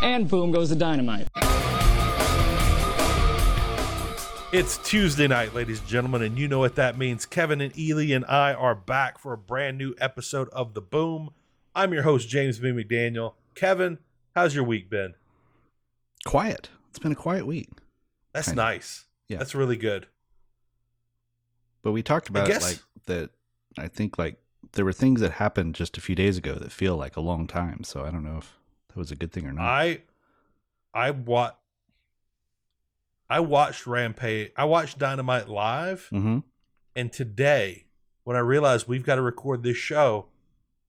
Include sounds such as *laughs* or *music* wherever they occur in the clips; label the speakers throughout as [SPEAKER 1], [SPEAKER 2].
[SPEAKER 1] and boom goes the dynamite.
[SPEAKER 2] It's Tuesday night, ladies and gentlemen, and you know what that means. Kevin and Ely and I are back for a brand new episode of The Boom. I'm your host, James B. McDaniel. Kevin, how's your week been?
[SPEAKER 3] Quiet. It's been a quiet week.
[SPEAKER 2] That's
[SPEAKER 3] Kinda.
[SPEAKER 2] nice.
[SPEAKER 3] Yeah.
[SPEAKER 2] That's really good.
[SPEAKER 3] But we talked about it
[SPEAKER 2] guess-
[SPEAKER 3] like that. I think like there were things that happened just a few days ago that feel like a long time. So I don't know if that was a good thing or not.
[SPEAKER 2] I I wa- I watched Rampage. I watched Dynamite live,
[SPEAKER 3] mm-hmm.
[SPEAKER 2] and today when I realized we've got to record this show,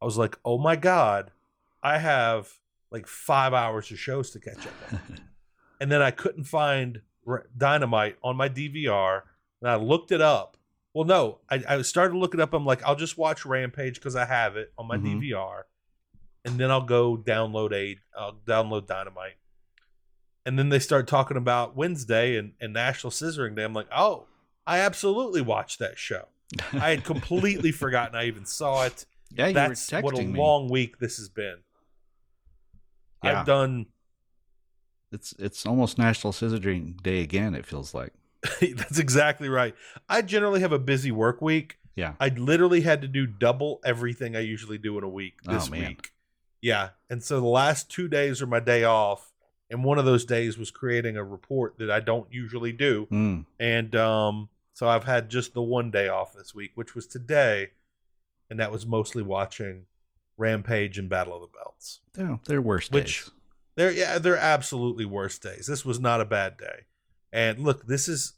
[SPEAKER 2] I was like, "Oh my god, I have like 5 hours of shows to catch up on." and then I couldn't find R- Dynamite on my DVR, and I looked it up. Well, no, I, I started to look it up. I'm like, I'll just watch Rampage because I have it on my
[SPEAKER 3] Mhm.
[SPEAKER 2] DVR, and then I'll go download a I'll download Dynamite. And then they start talking about Wednesday and, and National Scissoring Day. I'm like, oh, I absolutely watched that show. *laughs* I had completely forgotten I even saw it.
[SPEAKER 3] *laughs* yeah, you were
[SPEAKER 2] That's
[SPEAKER 3] texting
[SPEAKER 2] what a
[SPEAKER 3] me.
[SPEAKER 2] long week this has been.
[SPEAKER 3] Yeah.
[SPEAKER 2] I've done *laughs*
[SPEAKER 3] It's it's almost National Scissoring Day again. It feels like.
[SPEAKER 2] That's exactly right. I generally have a busy work week.
[SPEAKER 3] Yeah.
[SPEAKER 2] I literally had to do double everything I usually do in a week
[SPEAKER 3] Oh,
[SPEAKER 2] this
[SPEAKER 3] man.
[SPEAKER 2] week. Yeah. And so the last two days are my day off. And one of those days was creating a report that I don't usually do.
[SPEAKER 3] Mm.
[SPEAKER 2] And um, so I've had just the one day off this week, which was today. And that was mostly watching Rampage and Battle of the Belts.
[SPEAKER 3] Yeah, they're worse
[SPEAKER 2] Which-
[SPEAKER 3] days.
[SPEAKER 2] They're yeah, they're absolutely worst days. This was not a bad day. And look, this is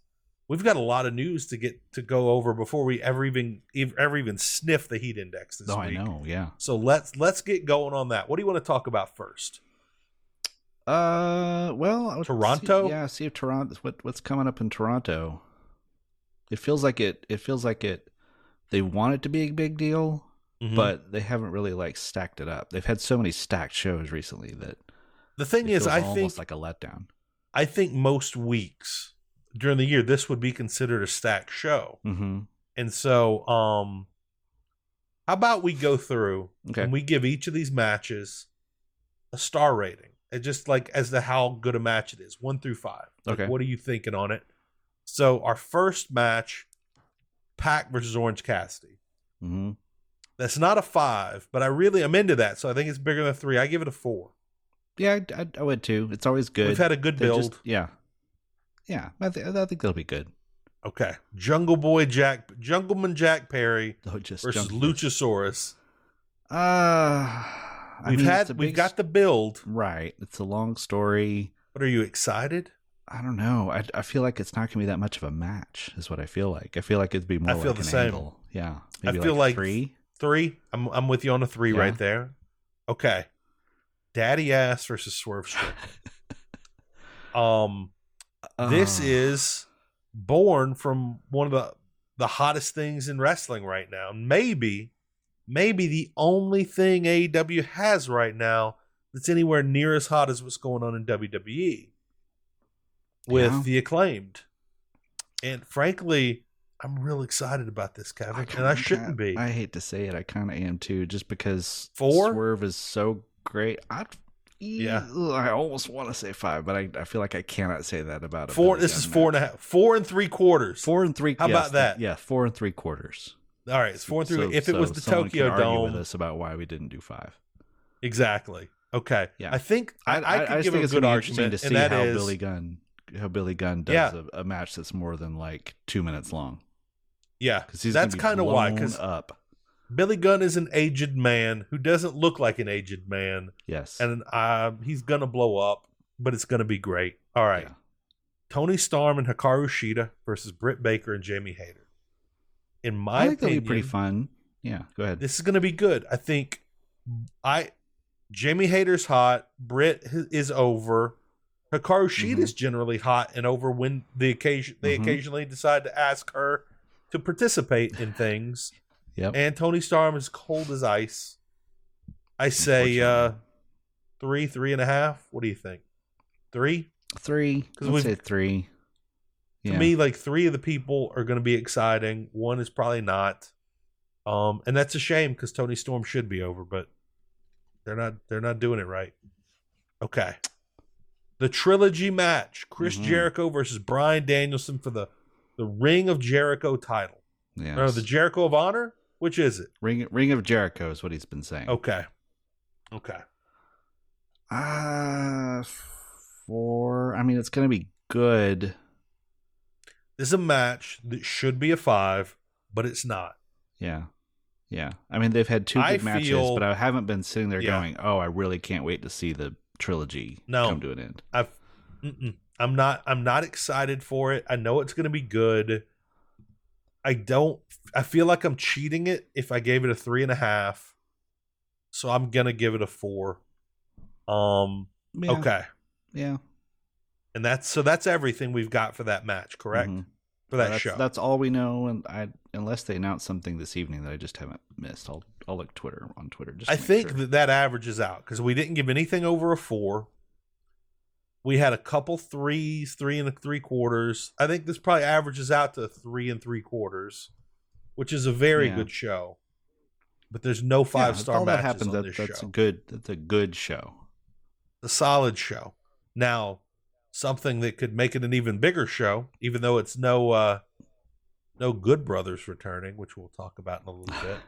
[SPEAKER 2] we've got a lot of news to get to go over before we ever even ev- ever even sniff the heat index this
[SPEAKER 3] Oh, I
[SPEAKER 2] week.
[SPEAKER 3] know. Yeah.
[SPEAKER 2] So let's let's get going on that. What do you want to talk about first?
[SPEAKER 3] Uh, well, I would see-
[SPEAKER 2] Toronto?
[SPEAKER 3] yeah, see if Toronto. What what's coming up in Toronto? It feels like it. It feels like it. They want it to be a big deal,
[SPEAKER 2] Mm-hmm.
[SPEAKER 3] but they haven't really like stacked it up. They've had so many stacked shows recently that
[SPEAKER 2] the thing
[SPEAKER 3] it
[SPEAKER 2] is,
[SPEAKER 3] feels
[SPEAKER 2] I
[SPEAKER 3] almost
[SPEAKER 2] think
[SPEAKER 3] like a letdown.
[SPEAKER 2] I think most weeks during the year this would be considered a stack show.
[SPEAKER 3] Mm-hmm.
[SPEAKER 2] And so, um, how about we go through
[SPEAKER 3] Okay.
[SPEAKER 2] and we give each of these matches a star rating? It just like as to how good a match it is, one through five. Like,
[SPEAKER 3] Okay.
[SPEAKER 2] What are you thinking on it? So our first match, Pac versus Orange Cassidy.
[SPEAKER 3] Mm-hmm.
[SPEAKER 2] That's not a five, but I really am into that. So I think it's bigger than a three. I give it a four.
[SPEAKER 3] Yeah, I'd- I'd- I, would too. It's always good.
[SPEAKER 2] We've had a good
[SPEAKER 3] They
[SPEAKER 2] build.
[SPEAKER 3] just- yeah, yeah. I, th- I think they'll be good.
[SPEAKER 2] okay. Jungle Boy Jack, Jungleman Jack Perry
[SPEAKER 3] They'll just
[SPEAKER 2] versus
[SPEAKER 3] jump-
[SPEAKER 2] Luchasaurus.
[SPEAKER 3] Uh, Ah, I
[SPEAKER 2] We've
[SPEAKER 3] mean, it's a
[SPEAKER 2] had, we've
[SPEAKER 3] big
[SPEAKER 2] got the build.
[SPEAKER 3] right. It's a long story.
[SPEAKER 2] But are you excited?
[SPEAKER 3] I don't know. I, I feel like it's not gonna be that much of a match. Is what I feel like. I feel like it'd be more.
[SPEAKER 2] I feel
[SPEAKER 3] like
[SPEAKER 2] the
[SPEAKER 3] an
[SPEAKER 2] same.
[SPEAKER 3] angle. Yeah. Maybe
[SPEAKER 2] feel like-
[SPEAKER 3] like, three.
[SPEAKER 2] Three. I'm I'm with you on a three
[SPEAKER 3] Yeah.
[SPEAKER 2] right there. Okay. Daddy ass versus Swerve
[SPEAKER 3] *laughs*
[SPEAKER 2] Strickland. um, this
[SPEAKER 3] Uh,
[SPEAKER 2] is born from one of the the hottest things in wrestling right now. Maybe, maybe the only thing AEW has right now that's anywhere near as hot as what's going on in WWE with
[SPEAKER 3] Yeah.
[SPEAKER 2] the acclaimed. And frankly, I'm real excited about this, Kevin, and I
[SPEAKER 3] kinda-
[SPEAKER 2] shouldn't be.
[SPEAKER 3] I hate to say it. I kind of am too, just because
[SPEAKER 2] Four?
[SPEAKER 3] Swerve is so great. I
[SPEAKER 2] Yeah.
[SPEAKER 3] Ugh, I almost want to say five, but I, I feel like I cannot say that about a
[SPEAKER 2] Four.
[SPEAKER 3] Billy
[SPEAKER 2] This
[SPEAKER 3] Gunn
[SPEAKER 2] is
[SPEAKER 3] match.
[SPEAKER 2] four and a half, four and three quarters.
[SPEAKER 3] Four and three.
[SPEAKER 2] How
[SPEAKER 3] yes,
[SPEAKER 2] about that?
[SPEAKER 3] Yeah, four and three quarters.
[SPEAKER 2] All right, it's four and three.
[SPEAKER 3] So-
[SPEAKER 2] if it was
[SPEAKER 3] so
[SPEAKER 2] the
[SPEAKER 3] someone can
[SPEAKER 2] Tokyo
[SPEAKER 3] argue with
[SPEAKER 2] Dome,
[SPEAKER 3] us about why we didn't do five.
[SPEAKER 2] exactly. Okay.
[SPEAKER 3] Yeah.
[SPEAKER 2] I think I, I, could
[SPEAKER 3] just
[SPEAKER 2] give
[SPEAKER 3] think
[SPEAKER 2] a
[SPEAKER 3] it's
[SPEAKER 2] good
[SPEAKER 3] gonna be interesting
[SPEAKER 2] argument,
[SPEAKER 3] to see
[SPEAKER 2] and that
[SPEAKER 3] how
[SPEAKER 2] is
[SPEAKER 3] Billy Gunn how Billy Gunn does
[SPEAKER 2] Yeah.
[SPEAKER 3] a, a match that's more than like two minutes long
[SPEAKER 2] yeah.
[SPEAKER 3] because he's
[SPEAKER 2] that's
[SPEAKER 3] kind
[SPEAKER 2] kind of
[SPEAKER 3] of
[SPEAKER 2] why because
[SPEAKER 3] up.
[SPEAKER 2] Billy Gunn is an aged man who doesn't look like an aged man,
[SPEAKER 3] Yes,
[SPEAKER 2] and uh, he's gonna blow up, but it's gonna be great. All right,
[SPEAKER 3] Yeah.
[SPEAKER 2] Tony Storm and Hikaru Shida versus Britt Baker and Jamie Hayter. In my
[SPEAKER 3] I think that'll be
[SPEAKER 2] opinion,
[SPEAKER 3] pretty fun. Yeah, go ahead.
[SPEAKER 2] this is going to be good. I think I Jamie Hayter's hot. Britt h- is over. Hikaru
[SPEAKER 3] Mm-hmm.
[SPEAKER 2] Shida is generally hot and over when the occasion they
[SPEAKER 3] Mhm.
[SPEAKER 2] occasionally decide to ask her to participate in things.
[SPEAKER 3] *sighs* Yep.
[SPEAKER 2] And Tony Storm is cold as ice. I say uh,
[SPEAKER 3] Unfortunately.
[SPEAKER 2] three, three and a half. What do you think? Three
[SPEAKER 3] Three.
[SPEAKER 2] 'Cause
[SPEAKER 3] Let's say
[SPEAKER 2] we've-
[SPEAKER 3] three.
[SPEAKER 2] to
[SPEAKER 3] Yeah.
[SPEAKER 2] me, like three of the people are going to be exciting. One is probably not, um, and that's a shame because Tony Storm should be over, but they're not. They're not doing it right. Okay, the trilogy match: Chris
[SPEAKER 3] Mhm.
[SPEAKER 2] Jericho versus Brian Danielson for the the Ring of Jericho title.
[SPEAKER 3] Yes.
[SPEAKER 2] Or oh, the Jericho of Honor? Which is it?
[SPEAKER 3] Ring Ring of Jericho is what he's been saying.
[SPEAKER 2] Okay. Okay.
[SPEAKER 3] Uh, four. I mean, it's gonna be good.
[SPEAKER 2] This is a match that should be a five, but it's not.
[SPEAKER 3] Yeah, yeah. I mean, they've had two
[SPEAKER 2] I
[SPEAKER 3] good matches,
[SPEAKER 2] feel-
[SPEAKER 3] but I haven't been sitting there
[SPEAKER 2] Yeah.
[SPEAKER 3] going, "Oh, I really can't wait to see the trilogy
[SPEAKER 2] No.
[SPEAKER 3] come to an end."
[SPEAKER 2] I've mm-mm. I'm not I'm not excited for it. I know it's going to be good. I don't I feel like I'm cheating it if I gave it a three and a half. So I'm gonna give it a four. Um
[SPEAKER 3] Yeah,
[SPEAKER 2] okay.
[SPEAKER 3] Yeah.
[SPEAKER 2] And that's so that's everything we've got for that match, correct?
[SPEAKER 3] Mhm.
[SPEAKER 2] For that
[SPEAKER 3] that's,
[SPEAKER 2] show.
[SPEAKER 3] That's all we know, and I unless they announce something this evening that I just haven't missed, I'll I'll look Twitter on Twitter. Just to
[SPEAKER 2] I
[SPEAKER 3] make
[SPEAKER 2] think
[SPEAKER 3] sure.
[SPEAKER 2] that that averages out because we didn't give anything over a four. We had a couple threes, three and three quarters. I think this probably averages out to three and three quarters, which is a very
[SPEAKER 3] Yeah.
[SPEAKER 2] good show. But there's no
[SPEAKER 3] Yeah,
[SPEAKER 2] five
[SPEAKER 3] if
[SPEAKER 2] star
[SPEAKER 3] all
[SPEAKER 2] matches
[SPEAKER 3] happens,
[SPEAKER 2] on
[SPEAKER 3] that-
[SPEAKER 2] this
[SPEAKER 3] that's
[SPEAKER 2] show.
[SPEAKER 3] a good. That's a good show.
[SPEAKER 2] A solid show. Now, something that could make it an even bigger show, even though it's no uh no Good Brothers returning, which we'll talk about in a
[SPEAKER 3] *sighs*
[SPEAKER 2] little bit.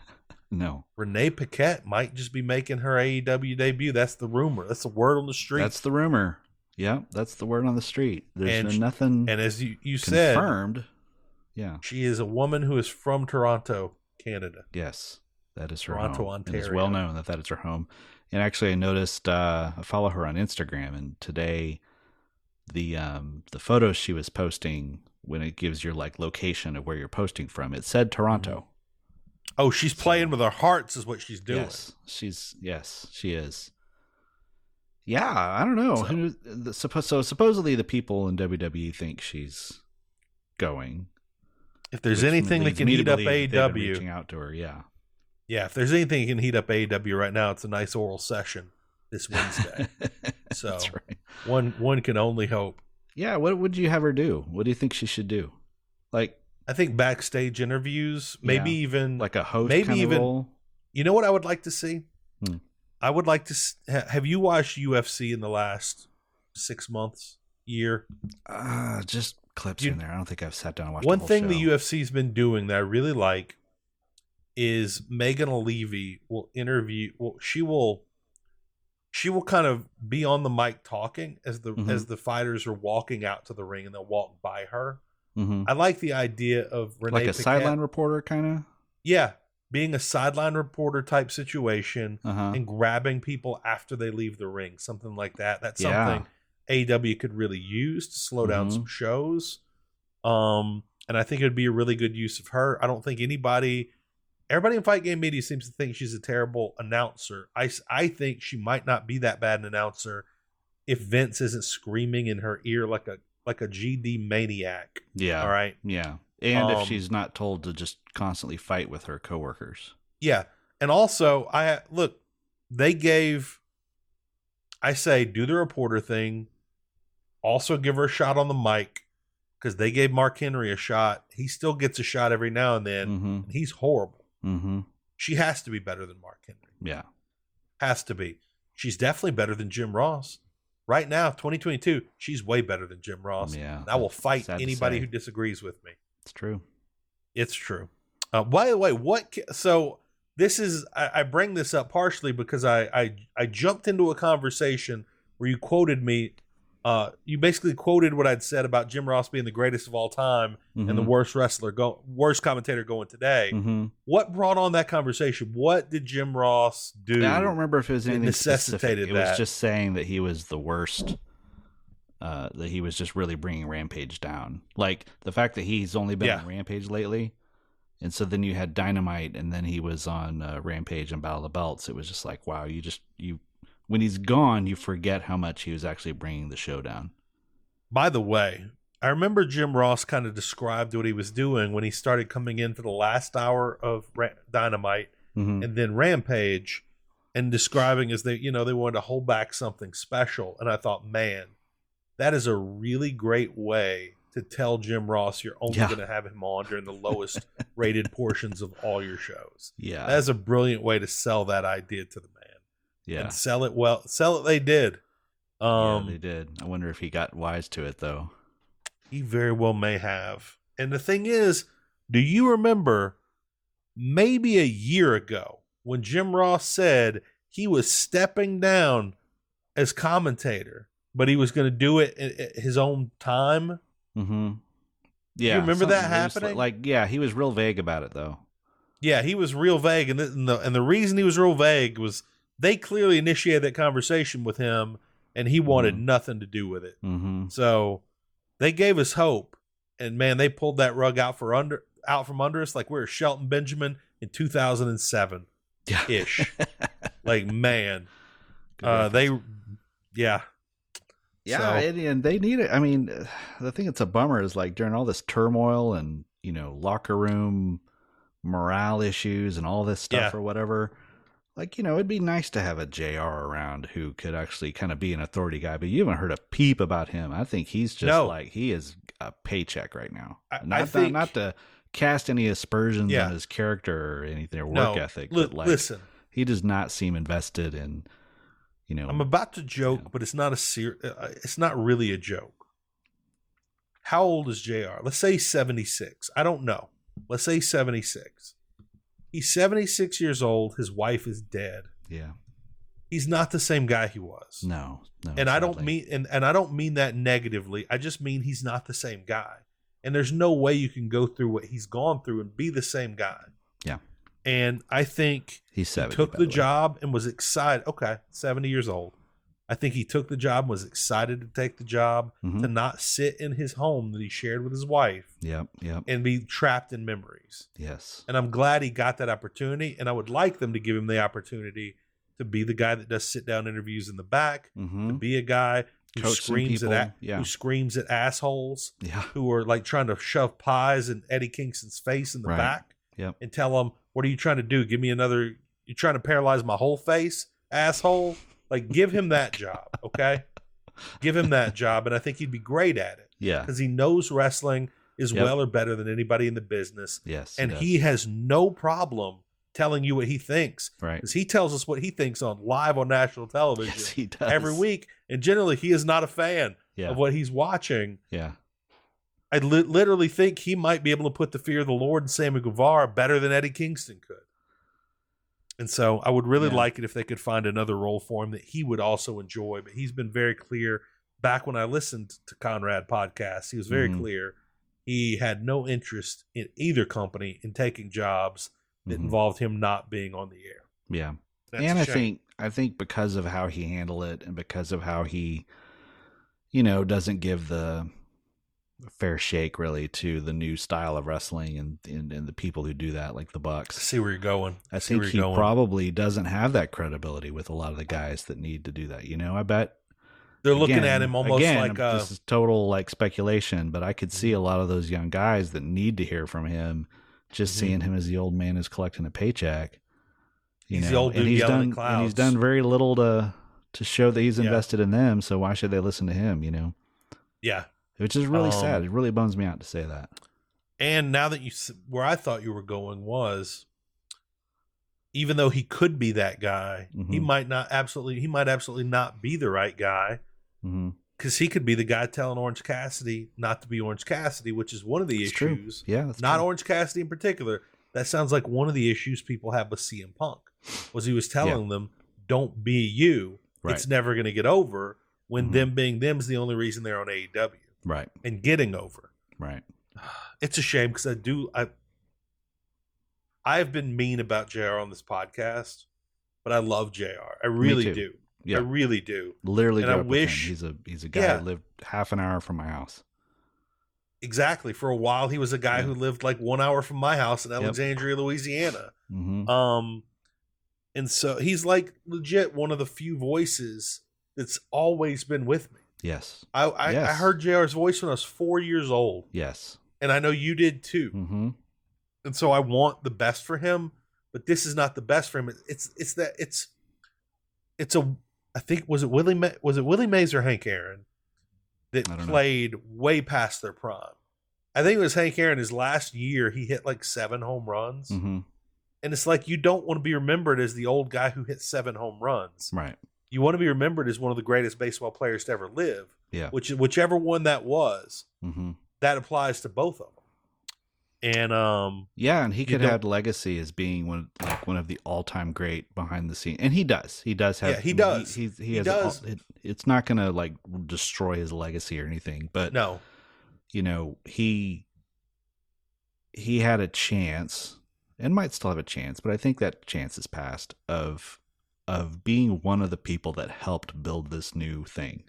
[SPEAKER 3] No,
[SPEAKER 2] Renee Paquette might just be making her AEW debut. That's the rumor. That's the word on the street.
[SPEAKER 3] that's the rumor. Yeah, that's the word on the street. There's
[SPEAKER 2] And
[SPEAKER 3] no-
[SPEAKER 2] sh-
[SPEAKER 3] nothing
[SPEAKER 2] and as you, you said,
[SPEAKER 3] confirmed. yeah.
[SPEAKER 2] she is a woman who is from Toronto, Canada.
[SPEAKER 3] Yes, that is her
[SPEAKER 2] Toronto,
[SPEAKER 3] home. It is well
[SPEAKER 2] Ontario.
[SPEAKER 3] known that that is her home. And actually, I noticed uh, I follow her on Instagram, and today the um, the photos she was posting when it gives your like location of where you're posting from, it said
[SPEAKER 2] Mm-hmm.
[SPEAKER 3] Toronto.
[SPEAKER 2] Oh, she's playing with her hearts, is what she's doing.
[SPEAKER 3] yes, she's yes, she is. Yeah, I don't know.
[SPEAKER 2] So-
[SPEAKER 3] Who, the, suppo- so supposedly the people in WWE think she's going.
[SPEAKER 2] If there's
[SPEAKER 3] which
[SPEAKER 2] anything that
[SPEAKER 3] leads
[SPEAKER 2] can
[SPEAKER 3] me to
[SPEAKER 2] heat up
[SPEAKER 3] believe that they've been
[SPEAKER 2] AEW,
[SPEAKER 3] reaching out to her. Yeah,
[SPEAKER 2] yeah, if there's anything that can heat up AEW right now, it's a nice oral session *laughs* this Wednesday. So-
[SPEAKER 3] *laughs* that's right.
[SPEAKER 2] one one can only hope.
[SPEAKER 3] Yeah, what would you have her do? What do you think she should do? Like
[SPEAKER 2] I think backstage interviews, maybe
[SPEAKER 3] Yeah.
[SPEAKER 2] even
[SPEAKER 3] like a host
[SPEAKER 2] Maybe
[SPEAKER 3] kind
[SPEAKER 2] even-
[SPEAKER 3] of role?
[SPEAKER 2] you know what I would like to see.
[SPEAKER 3] Hmm.
[SPEAKER 2] I would like to. s- ha- Have you watched UFC in the last six months, year?
[SPEAKER 3] Uh, just clips
[SPEAKER 2] You-
[SPEAKER 3] in there. I don't think I've sat down and watched
[SPEAKER 2] One
[SPEAKER 3] the whole
[SPEAKER 2] thing
[SPEAKER 3] show.
[SPEAKER 2] the UFC's been doing that I really like is Megan Levy will interview. Well, she will, she will kind of be on the mic talking as the
[SPEAKER 3] Mhm.
[SPEAKER 2] as the fighters are walking out to the ring and they'll walk by her.
[SPEAKER 3] Mhm.
[SPEAKER 2] I like the idea of Renee
[SPEAKER 3] like a
[SPEAKER 2] Paquette-
[SPEAKER 3] sideline reporter kind
[SPEAKER 2] yeah, being a sideline reporter type situation
[SPEAKER 3] of. Uh huh.
[SPEAKER 2] and grabbing people after they leave the ring, something like that. That's
[SPEAKER 3] Yeah.
[SPEAKER 2] something AW could really use to slow down
[SPEAKER 3] Mhm.
[SPEAKER 2] some shows. Um, and I think it'd be a really good use of her. I don't think anybody, everybody in fight game media seems to think she's a terrible announcer. I, s- I think she might not be that bad an announcer if Vince isn't screaming in her ear like a like a GD maniac.
[SPEAKER 3] Yeah.
[SPEAKER 2] All right,
[SPEAKER 3] Yeah. And
[SPEAKER 2] Um,
[SPEAKER 3] if she's not told to just constantly fight with her coworkers.
[SPEAKER 2] yeah. And also, I look, they gave. I say do the reporter thing. Also, give her a shot on the mic because they gave Mark Henry a shot. He still gets a shot every now and then.
[SPEAKER 3] Mm-hmm.
[SPEAKER 2] and he's horrible.
[SPEAKER 3] Mm-hmm.
[SPEAKER 2] She has to be better than Mark Henry.
[SPEAKER 3] Yeah.
[SPEAKER 2] Has to be. She's definitely better than Jim Ross. Right now, 2022, she's way better than Jim Ross.
[SPEAKER 3] Yeah.
[SPEAKER 2] And I will fight
[SPEAKER 3] Sad to
[SPEAKER 2] anybody
[SPEAKER 3] say.
[SPEAKER 2] who disagrees with me.
[SPEAKER 3] It's true.
[SPEAKER 2] It's true. Uh, by the way, what? ca- So this is I, I bring this up partially because I, I I jumped into a conversation where you quoted me. Uh, you basically quoted what I'd said about Jim Ross being the greatest of all time and the worst wrestler, go, worst commentator going today.
[SPEAKER 3] Mm-hmm.
[SPEAKER 2] What brought on that conversation? What did Jim Ross do?
[SPEAKER 3] I don't remember if it was
[SPEAKER 2] It
[SPEAKER 3] anything
[SPEAKER 2] necessitated
[SPEAKER 3] specific. It
[SPEAKER 2] that.
[SPEAKER 3] was just saying that he was the worst. Uh, that he was just really bringing Rampage down. Like the fact that he's only been
[SPEAKER 2] Yeah.
[SPEAKER 3] on Rampage lately, and so then you had Dynamite, and then he was on uh, Rampage and Battle of the Belts. It was just like, wow, you just you when he's gone, you forget how much he was actually bringing the show down.
[SPEAKER 2] By the way, I remember Jim Ross kind of described what he was doing when he started coming in for the last hour of Ra- Dynamite.
[SPEAKER 3] Mm-hmm.
[SPEAKER 2] and then Rampage and describing as they, you know, they wanted to hold back something special. And I thought, man, that is a really great way to tell Jim Ross you're only
[SPEAKER 3] Yeah.
[SPEAKER 2] going to have him on during the
[SPEAKER 3] *laughs*
[SPEAKER 2] lowest rated portions of all your shows.
[SPEAKER 3] Yeah,
[SPEAKER 2] That is a brilliant way to sell that idea to the man
[SPEAKER 3] yeah,
[SPEAKER 2] and sell it well. Sell it they did. Um,
[SPEAKER 3] yeah, they did. I wonder if he got wise to it though.
[SPEAKER 2] He very well may have. And the thing is, do you remember maybe a year ago when Jim Ross said he was stepping down as commentator, but he was going to do it at, at his own time?
[SPEAKER 3] Mm-hmm. Yeah,
[SPEAKER 2] remember
[SPEAKER 3] something
[SPEAKER 2] that
[SPEAKER 3] loose,
[SPEAKER 2] happening?
[SPEAKER 3] Like, yeah, he was real vague about it though.
[SPEAKER 2] Yeah, he was real vague, and the, and the and the reason he was real vague was they clearly initiated that conversation with him, and he wanted
[SPEAKER 3] Mhm.
[SPEAKER 2] nothing to do with it.
[SPEAKER 3] Mm-hmm.
[SPEAKER 2] So they gave us hope, and man, they pulled that rug out for under out from under us like we were Shelton Benjamin in 2007
[SPEAKER 3] *laughs* Yeah.
[SPEAKER 2] ish. like man,
[SPEAKER 3] Good
[SPEAKER 2] uh,
[SPEAKER 3] reference.
[SPEAKER 2] they yeah
[SPEAKER 3] Yeah,
[SPEAKER 2] So-
[SPEAKER 3] and, and they need it. I mean, uh, the thing that's a bummer is like during all this turmoil and you know locker room morale issues and all this stuff
[SPEAKER 2] Yeah.
[SPEAKER 3] or whatever. Like you know, it'd be nice to have a Jr. around who could actually kind of be an authority guy. But you haven't heard a peep about him. I think he's just
[SPEAKER 2] No.
[SPEAKER 3] like he is a paycheck right now.
[SPEAKER 2] I- I
[SPEAKER 3] not, not-
[SPEAKER 2] think-
[SPEAKER 3] not to cast any aspersions
[SPEAKER 2] Yeah.
[SPEAKER 3] on his character or anything or
[SPEAKER 2] no
[SPEAKER 3] work ethic.
[SPEAKER 2] li-
[SPEAKER 3] but like
[SPEAKER 2] listen,
[SPEAKER 3] he does not seem invested in you know.
[SPEAKER 2] I'm about to joke,
[SPEAKER 3] Yeah.
[SPEAKER 2] but it's not a ser- uh, it's not really a joke. How old is JR? Let's say 76. I don't know. Let's say 76. He's 76 years old. His wife is dead.
[SPEAKER 3] yeah,
[SPEAKER 2] He's not the same guy he was.
[SPEAKER 3] no, no.
[SPEAKER 2] and I don't
[SPEAKER 3] sadly.
[SPEAKER 2] mean and, and I don't mean that negatively. I just mean he's not the same guy. And there's no way you can go through what he's gone through and be the same guy.
[SPEAKER 3] Yeah.
[SPEAKER 2] And I think
[SPEAKER 3] He's seventy.
[SPEAKER 2] took
[SPEAKER 3] by
[SPEAKER 2] the
[SPEAKER 3] way.
[SPEAKER 2] job and was excited. Okay, 70 years old. I think he took the job, was excited to take the job,
[SPEAKER 3] Mhm.
[SPEAKER 2] to not sit in his home that he shared with his wife
[SPEAKER 3] Yep. Yep.
[SPEAKER 2] and be trapped in memories.
[SPEAKER 3] Yes.
[SPEAKER 2] And I'm glad he got that opportunity. And I would like them to give him the opportunity to be the guy that does sit down interviews in the back,
[SPEAKER 3] Mm-hmm.
[SPEAKER 2] to be a guy who
[SPEAKER 3] Coach some
[SPEAKER 2] screams at a-
[SPEAKER 3] people, yeah.
[SPEAKER 2] who screams at assholes
[SPEAKER 3] Yeah.
[SPEAKER 2] who are like trying to shove pies in Eddie Kingston's face in the
[SPEAKER 3] Right.
[SPEAKER 2] back
[SPEAKER 3] Yep.
[SPEAKER 2] and tell him, What are you trying to do? Give me another, you're trying to paralyze my whole face, asshole. Like, give him that job, okay? give him that job. And I think he'd be great at it *laughs*
[SPEAKER 3] Yeah.
[SPEAKER 2] because he knows wrestling is
[SPEAKER 3] Yep.
[SPEAKER 2] well or better than anybody in the business.
[SPEAKER 3] Yes.
[SPEAKER 2] And
[SPEAKER 3] yes.
[SPEAKER 2] he has no problem telling you what he thinks
[SPEAKER 3] right.
[SPEAKER 2] because he tells us what he thinks on live on national television
[SPEAKER 3] Yes, he does
[SPEAKER 2] every week. And generally, he is not a fan
[SPEAKER 3] Yeah.
[SPEAKER 2] of what he's watching.
[SPEAKER 3] yeah.
[SPEAKER 2] I li- literally think he might be able to put the fear of the Lord in Sammy Guevara better than Eddie Kingston could. And so I would really
[SPEAKER 3] Yeah.
[SPEAKER 2] like it if they could find another role for him that he would also enjoy. But he's been very clear. Back when I listened to Conrad podcast, he was very
[SPEAKER 3] Mhm.
[SPEAKER 2] clear. He had no interest in either company in taking jobs that
[SPEAKER 3] Mhm.
[SPEAKER 2] involved him not being on the air.
[SPEAKER 3] Yeah.
[SPEAKER 2] That's
[SPEAKER 3] and
[SPEAKER 2] a
[SPEAKER 3] I
[SPEAKER 2] shame.
[SPEAKER 3] think I think because of how he handled it and because of how he, you know, doesn't give the fair shake really to the new style of wrestling and and, and the people who do that, like the
[SPEAKER 2] I
[SPEAKER 3] Bucks.
[SPEAKER 2] see where you're going.
[SPEAKER 3] I
[SPEAKER 2] see
[SPEAKER 3] think
[SPEAKER 2] where
[SPEAKER 3] he
[SPEAKER 2] you're going.
[SPEAKER 3] probably doesn't have that credibility with a lot of the guys that need to do that. You know, I bet
[SPEAKER 2] They're looking
[SPEAKER 3] Again-
[SPEAKER 2] at him almost
[SPEAKER 3] again,
[SPEAKER 2] like uh, Mm-hmm.
[SPEAKER 3] this is total like speculation, but I could see a lot of those young guys that need to hear from him. Just
[SPEAKER 2] Mhm.
[SPEAKER 3] seeing him as the old man who's collecting a paycheck.
[SPEAKER 2] He's the old
[SPEAKER 3] and
[SPEAKER 2] dude
[SPEAKER 3] he's
[SPEAKER 2] yelling at
[SPEAKER 3] done, And
[SPEAKER 2] clouds.
[SPEAKER 3] he's done very little to to show that he's
[SPEAKER 2] Yeah.
[SPEAKER 3] invested in them. So why should they listen to him? You know,
[SPEAKER 2] yeah,
[SPEAKER 3] which is really
[SPEAKER 2] Um,
[SPEAKER 3] sad. It really bums me out to say that.
[SPEAKER 2] And now that you, s- where I thought you were going was, even though he could be that guy, he
[SPEAKER 3] Mhm.
[SPEAKER 2] might not absolutely, he might absolutely not be the right guy
[SPEAKER 3] hmm
[SPEAKER 2] because he could be the guy telling Orange Cassidy not to be Orange Cassidy, which is one of the
[SPEAKER 3] It's true.
[SPEAKER 2] issues.
[SPEAKER 3] Yeah, that's
[SPEAKER 2] Not
[SPEAKER 3] true.
[SPEAKER 2] Orange Cassidy in particular. That sounds like one of the issues people have with CM Punk was he was telling them, "Don't be you.
[SPEAKER 3] Right.
[SPEAKER 2] It's never going to get over." When
[SPEAKER 3] Mhm.
[SPEAKER 2] them being them is the only reason they're on AEW
[SPEAKER 3] right,
[SPEAKER 2] and getting over.
[SPEAKER 3] right.
[SPEAKER 2] it's a shame because I do I I've been mean about JR on this podcast, but I love JR. I really
[SPEAKER 3] too.
[SPEAKER 2] do.
[SPEAKER 3] Yeah,
[SPEAKER 2] I really do.
[SPEAKER 3] literally.
[SPEAKER 2] and I
[SPEAKER 3] grew up with him.
[SPEAKER 2] wish-
[SPEAKER 3] he's a he's a guy
[SPEAKER 2] Yeah.
[SPEAKER 3] who lived half an hour from my house.
[SPEAKER 2] Exactly. For a while he was a guy
[SPEAKER 3] Yeah.
[SPEAKER 2] who lived like one hour from my house in Alexandria, Louisiana.
[SPEAKER 3] hmm
[SPEAKER 2] Um and so he's like legit one of the few voices that's always been with me.
[SPEAKER 3] Yes,
[SPEAKER 2] I I, I
[SPEAKER 3] Yes.
[SPEAKER 2] heard JR's voice when I was four years old.
[SPEAKER 3] yes.
[SPEAKER 2] And I know you did too.
[SPEAKER 3] hmm
[SPEAKER 2] and so I want the best for him, but this is not the best for him. It- It's it's that it's it's a I think was it Willie Ma- was it Willie Mays or Hank Aaron that
[SPEAKER 3] I don't know.
[SPEAKER 2] played way past their prime. I think it was Hank Aaron. His last year, he hit like seven home runs,
[SPEAKER 3] hmm
[SPEAKER 2] and it's like you don't want to be remembered as the old guy who hit seven home runs.
[SPEAKER 3] Right.
[SPEAKER 2] you want to be remembered as one of the greatest baseball players to ever live,
[SPEAKER 3] Yeah.
[SPEAKER 2] which whichever one that was,
[SPEAKER 3] hmm
[SPEAKER 2] that applies to both of them. And um,
[SPEAKER 3] Yeah, and he
[SPEAKER 2] You
[SPEAKER 3] could
[SPEAKER 2] don't-
[SPEAKER 3] have legacy as being one like one of the all time great behind the scene, and he does. He does have.
[SPEAKER 2] Yeah, he
[SPEAKER 3] I mean,
[SPEAKER 2] does.
[SPEAKER 3] He, he,
[SPEAKER 2] He
[SPEAKER 3] has an all-
[SPEAKER 2] does.
[SPEAKER 3] it, it's not gonna like destroy his legacy or anything, but
[SPEAKER 2] no,
[SPEAKER 3] you know he he had a chance and might still have a chance, but I think that chance is past of of being one of the people that helped build this new thing.